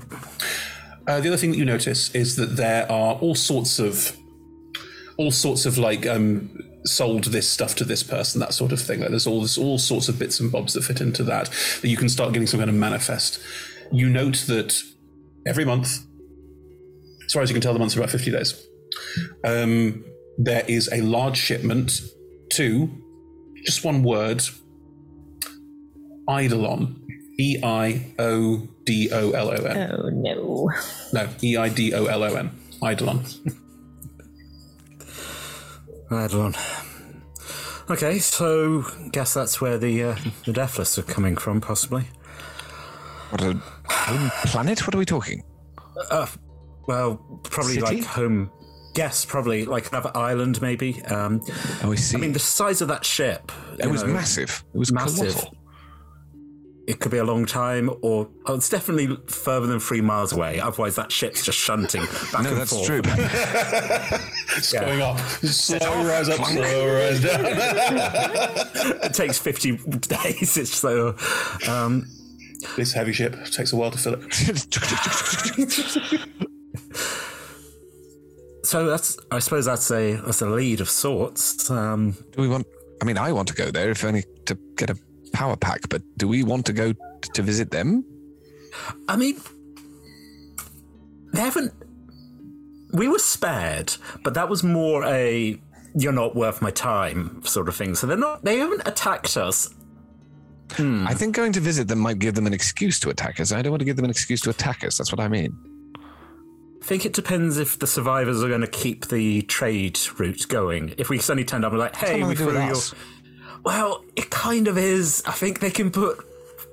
Speaker 2: Uh, the other thing that you notice is that there are all sorts of, all sorts of like um, sold this stuff to this person, that sort of thing. Like there's all there's all sorts of bits and bobs that fit into that that you can start getting some kind of manifest. You note that every month, as far as you can tell, the month's about fifty days. Um, there is a large shipment to just one word, Eidolon. E I O D O L O N.
Speaker 3: Oh no.
Speaker 2: No, E I D O L O N. Eidolon.
Speaker 4: Eidolon. Okay, so guess that's where the uh, the Deathless are coming from, possibly.
Speaker 5: What a home planet? What are we talking?
Speaker 4: Uh, well, probably
Speaker 5: City?
Speaker 4: like home. Yes, probably like another island, maybe. Um,
Speaker 5: oh, I see.
Speaker 4: I mean, the size of that ship.
Speaker 5: It
Speaker 4: you
Speaker 5: was massive. It was colossal.
Speaker 4: It could be a long time, or oh, it's definitely further than three miles away. Otherwise, that ship's just shunting back
Speaker 5: No,
Speaker 4: and
Speaker 5: that's
Speaker 4: forth.
Speaker 5: true.
Speaker 2: It's going up. Slow rise up, slow rise down.
Speaker 4: it takes 50 days. It's so. Um,
Speaker 2: this heavy ship takes a while to fill
Speaker 4: it. so that's, I suppose, that's a that's a lead of sorts. Um,
Speaker 5: Do we want? I mean, I want to go there if only to get a power pack. But do we want to go t- to visit them?
Speaker 4: I mean, they haven't. We were spared, but that was more a "you're not worth my time" sort of thing. So they're not. They haven't attacked us.
Speaker 5: I think going to visit them might give them an excuse to attack us. I don't want to give them an excuse to attack us. That's what I mean.
Speaker 4: I think it depends if the survivors are going to keep the trade route going. If we suddenly turned up and were like,
Speaker 5: What's that
Speaker 4: "Hey, we
Speaker 5: got to do
Speaker 4: threw
Speaker 5: with
Speaker 4: your,"
Speaker 5: us?
Speaker 4: well, it kind of is. I think they can put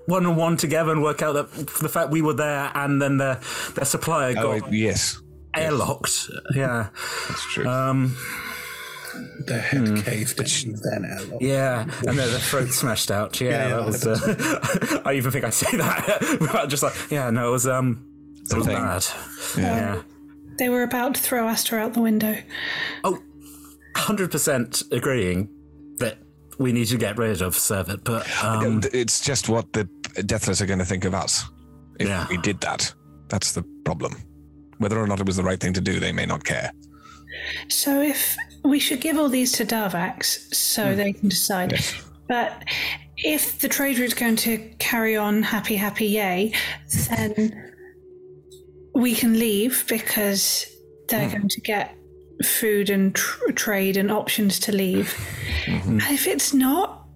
Speaker 4: one and one together and work out that the fact we were there and then their their supplier
Speaker 5: Oh,
Speaker 4: got
Speaker 5: yes,
Speaker 4: airlocked. Yeah,
Speaker 5: that's true.
Speaker 4: Um,
Speaker 2: their head caved in, then airlocked.
Speaker 4: Yeah, and then their throat smashed out. Yeah,
Speaker 2: Yeah, yeah,
Speaker 4: that was. Uh, I even think I say that. just like, yeah, no, it was um, it was bad. Yeah,
Speaker 7: They were about to throw Astor out the window.
Speaker 4: hundred percent agreeing that we need to get rid of Servet, but um,
Speaker 5: it's just what the deathless are going to think of us if
Speaker 4: Yeah.
Speaker 5: we did that. That's the problem. Whether or not it was the right thing to do, they may not care.
Speaker 7: So if we should give all these to Darvax so they can decide. But if the trade route's going to carry on happy, happy, yay, then we can leave because they're going to get food and tr- trade and options to leave. And if it's not,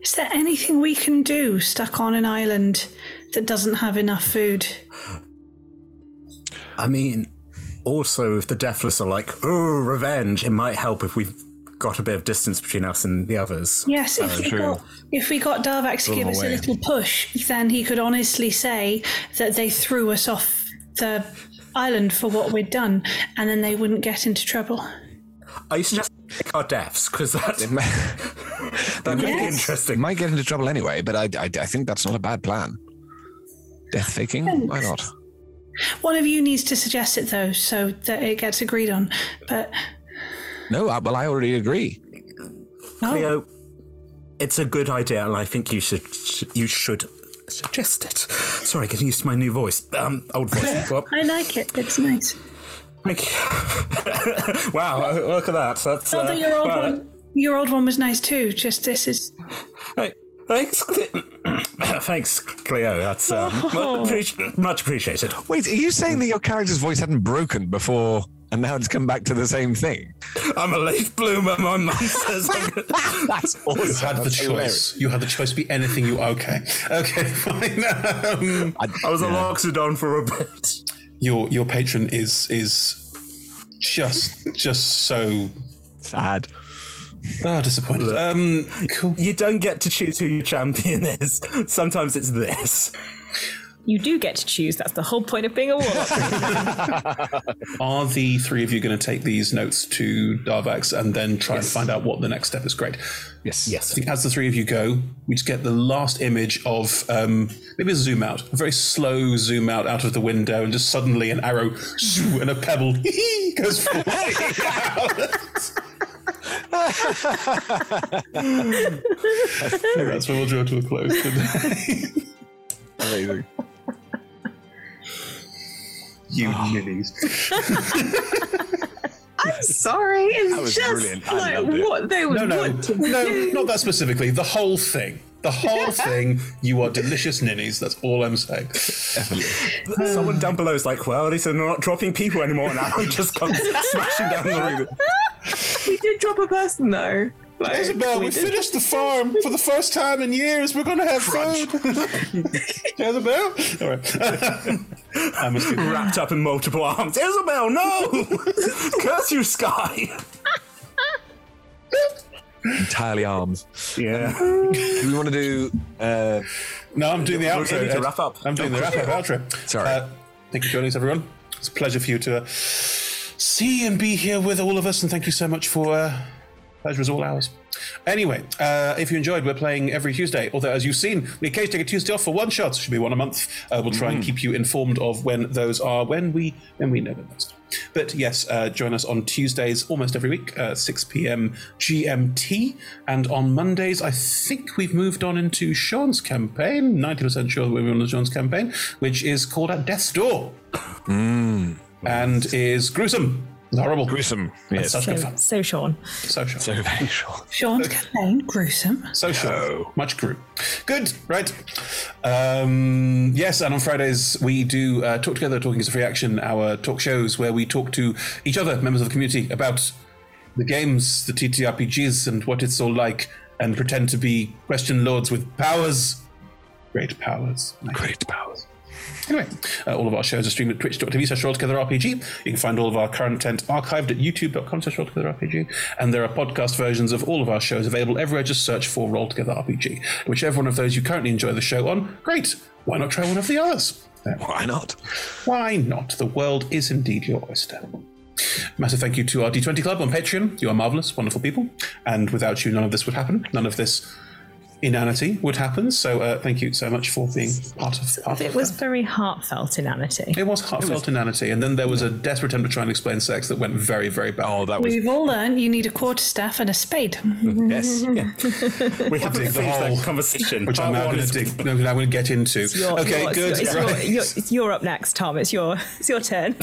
Speaker 7: is there anything we can do stuck on an island that doesn't have enough food?
Speaker 4: I mean, also if the Deathless are like, oh, revenge, it might help if we've got a bit of distance between us and the others.
Speaker 7: Yes,
Speaker 5: Oh,
Speaker 4: Oh,
Speaker 7: if we, got, if we got Darvax to
Speaker 4: Throw
Speaker 7: give
Speaker 4: them
Speaker 7: us
Speaker 4: away.
Speaker 7: a little push, then he could honestly say that they threw us off the island for what we'd done, and then they wouldn't get into trouble.
Speaker 4: Are you suggesting we pick our deaths? Because that's
Speaker 5: That
Speaker 4: Yes.
Speaker 5: interesting. Might get into trouble anyway, but I, I, I think that's not a bad plan. Death faking? Why not?
Speaker 7: One of you needs to suggest it, though, so that it gets agreed on. But
Speaker 5: No, I, well, I already agree.
Speaker 4: Cleo, it's a good idea, and I think you should you should suggest it. Sorry, getting used to my new voice, um, old voice. well,
Speaker 7: I like it, it's nice.
Speaker 4: thank you. wow, uh, look at that. That's uh,
Speaker 7: Although your old
Speaker 4: well,
Speaker 7: one, your old one was nice too. Just this is
Speaker 4: hey, Thanks, Cle- thanks, Cleo. That's um,
Speaker 5: Oh.
Speaker 4: appreci- much appreciated.
Speaker 5: Wait, are you saying that your character's voice hadn't broken before and now it's come back to the same thing?
Speaker 4: I'm a late bloomer. My mum says I'm good.
Speaker 5: That's
Speaker 2: You
Speaker 5: awesome.
Speaker 2: had the
Speaker 5: That's
Speaker 2: choice.
Speaker 5: hilarious.
Speaker 2: You had the choice to be anything you. Okay. Okay, fine. Um,
Speaker 5: I,
Speaker 4: was a Loxodon for a bit.
Speaker 2: Your your patron is is just just so
Speaker 5: sad.
Speaker 2: Oh, disappointed. Um,
Speaker 4: You don't get to choose who your champion is. Sometimes it's this.
Speaker 14: You do get to choose. That's the whole point of being a warlock.
Speaker 2: Are the three of you going to take these notes to Darvax and then try and find out what the next step is? Great.
Speaker 5: Yes.
Speaker 2: Yes. I think as the three of you go, we just get the last image of um, maybe a zoom out, a very slow zoom out out of the window, and just suddenly an arrow shoo, and a pebble goes flying out. That's where we'll draw to a close.
Speaker 5: Amazing.
Speaker 2: You ninnies.
Speaker 6: I'm sorry. It's
Speaker 2: That was
Speaker 6: just
Speaker 2: brilliant. I
Speaker 6: like
Speaker 2: loved it.
Speaker 6: what they would
Speaker 2: no, no,
Speaker 6: want to
Speaker 2: no,
Speaker 6: do.
Speaker 2: not that specifically. The whole thing. The whole thing. You are delicious ninnies. That's all I'm saying.
Speaker 4: Someone down below is like, well, at least they're not dropping people anymore now. It just comes smashing down the room.
Speaker 6: We did drop a person though.
Speaker 12: Isabel, we, finished the farm for the first time in years. We're going to have food. Isabel?
Speaker 2: All right. I must be
Speaker 4: wrapped up in multiple arms. Isabel, no! Curse you, Sky!
Speaker 5: Entirely arms.
Speaker 4: Yeah.
Speaker 5: do we want to do? Uh,
Speaker 2: no, I'm doing the
Speaker 5: We're
Speaker 2: outro.
Speaker 5: ready to
Speaker 2: Ed.
Speaker 5: wrap up.
Speaker 2: I'm doing the
Speaker 5: Oh,
Speaker 2: wrap up
Speaker 5: cool.
Speaker 2: outro. Sorry. Uh, thank you for joining us, everyone. It's a pleasure for you to uh, see and be here with all of us, and thank you so much for. Uh, pleasure is all ours. Anyway, uh, if you enjoyed, we're playing every Tuesday. Although, as you've seen, we occasionally take a Tuesday off for one shots. Should be one a month. Uh, we'll try and keep you informed of when those are, when we when we know when those are. But yes, uh, join us on Tuesdays almost every week, uh, 6 p.m. GMT. And on Mondays, I think we've moved on into Sean's campaign. 90% sure we're on the Sean's campaign, which is called At Death's Door and is gruesome. It's horrible. Mm. Gruesome. Yes. Such good
Speaker 7: So,
Speaker 2: fun.
Speaker 7: so Sean.
Speaker 2: So Sean. So Sean.
Speaker 7: Sean's campaign, gruesome.
Speaker 2: So sure. Much group. Good. Right. Um, yes, and on Fridays we do uh, Talk Together, Talking is a Free Action, our talk shows where we talk to each other, members of the community, about the games, the TTRPGs, and what it's all like, and pretend to be question lords with powers. Great powers. Great powers. Anyway, uh, all of our shows are streamed at twitch.tv slash rolltogetherrpg. You can find all of our current content archived at youtube.com slash rolltogetherrpg. And there are podcast versions of all of our shows available everywhere. Just search for Roll Together RPG. Whichever one of those you currently enjoy the show on, great. Why not try one of the others? Why not? Why not? The world is indeed your oyster. Massive thank you to our D20 Club on Patreon. You are marvelous, wonderful people. And without you, none of this would happen. None of this inanity would happen. So uh, thank you so much for being part of, part of
Speaker 14: it was very heartfelt inanity.
Speaker 2: it was heartfelt inanity, and then there was a desperate attempt to try and explain sex that went very, very bad. Oh, that
Speaker 7: We've all learned you need a quarterstaff and a spade.
Speaker 2: Yes.
Speaker 4: We haven't
Speaker 2: dig the
Speaker 4: finished that
Speaker 2: hole,
Speaker 4: conversation.
Speaker 2: which I'm
Speaker 4: Part
Speaker 2: now
Speaker 4: one
Speaker 2: going
Speaker 4: is-
Speaker 2: to dig. No, now I'm going to get into.
Speaker 14: Your-
Speaker 2: okay,
Speaker 14: your-
Speaker 2: good.
Speaker 14: It's your, it's your- it's your up next, Tom. It's your it's your turn.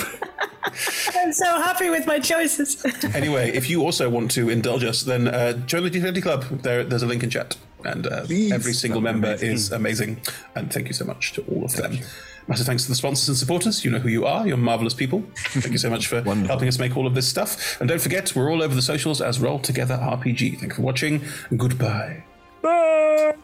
Speaker 7: I'm so happy with my choices.
Speaker 2: anyway, if you also want to indulge us, then uh, join the D20 Club. There, there's a link in chat, and uh, every single member is amazing. And thank you so much to all of them. Massive thanks to the sponsors and supporters. You know who you are. You're marvelous people. Thank you so much for helping us make all of this stuff. And don't forget, we're all over the socials as Roll Together RPG. Thank you for watching. and Goodbye.
Speaker 12: Bye.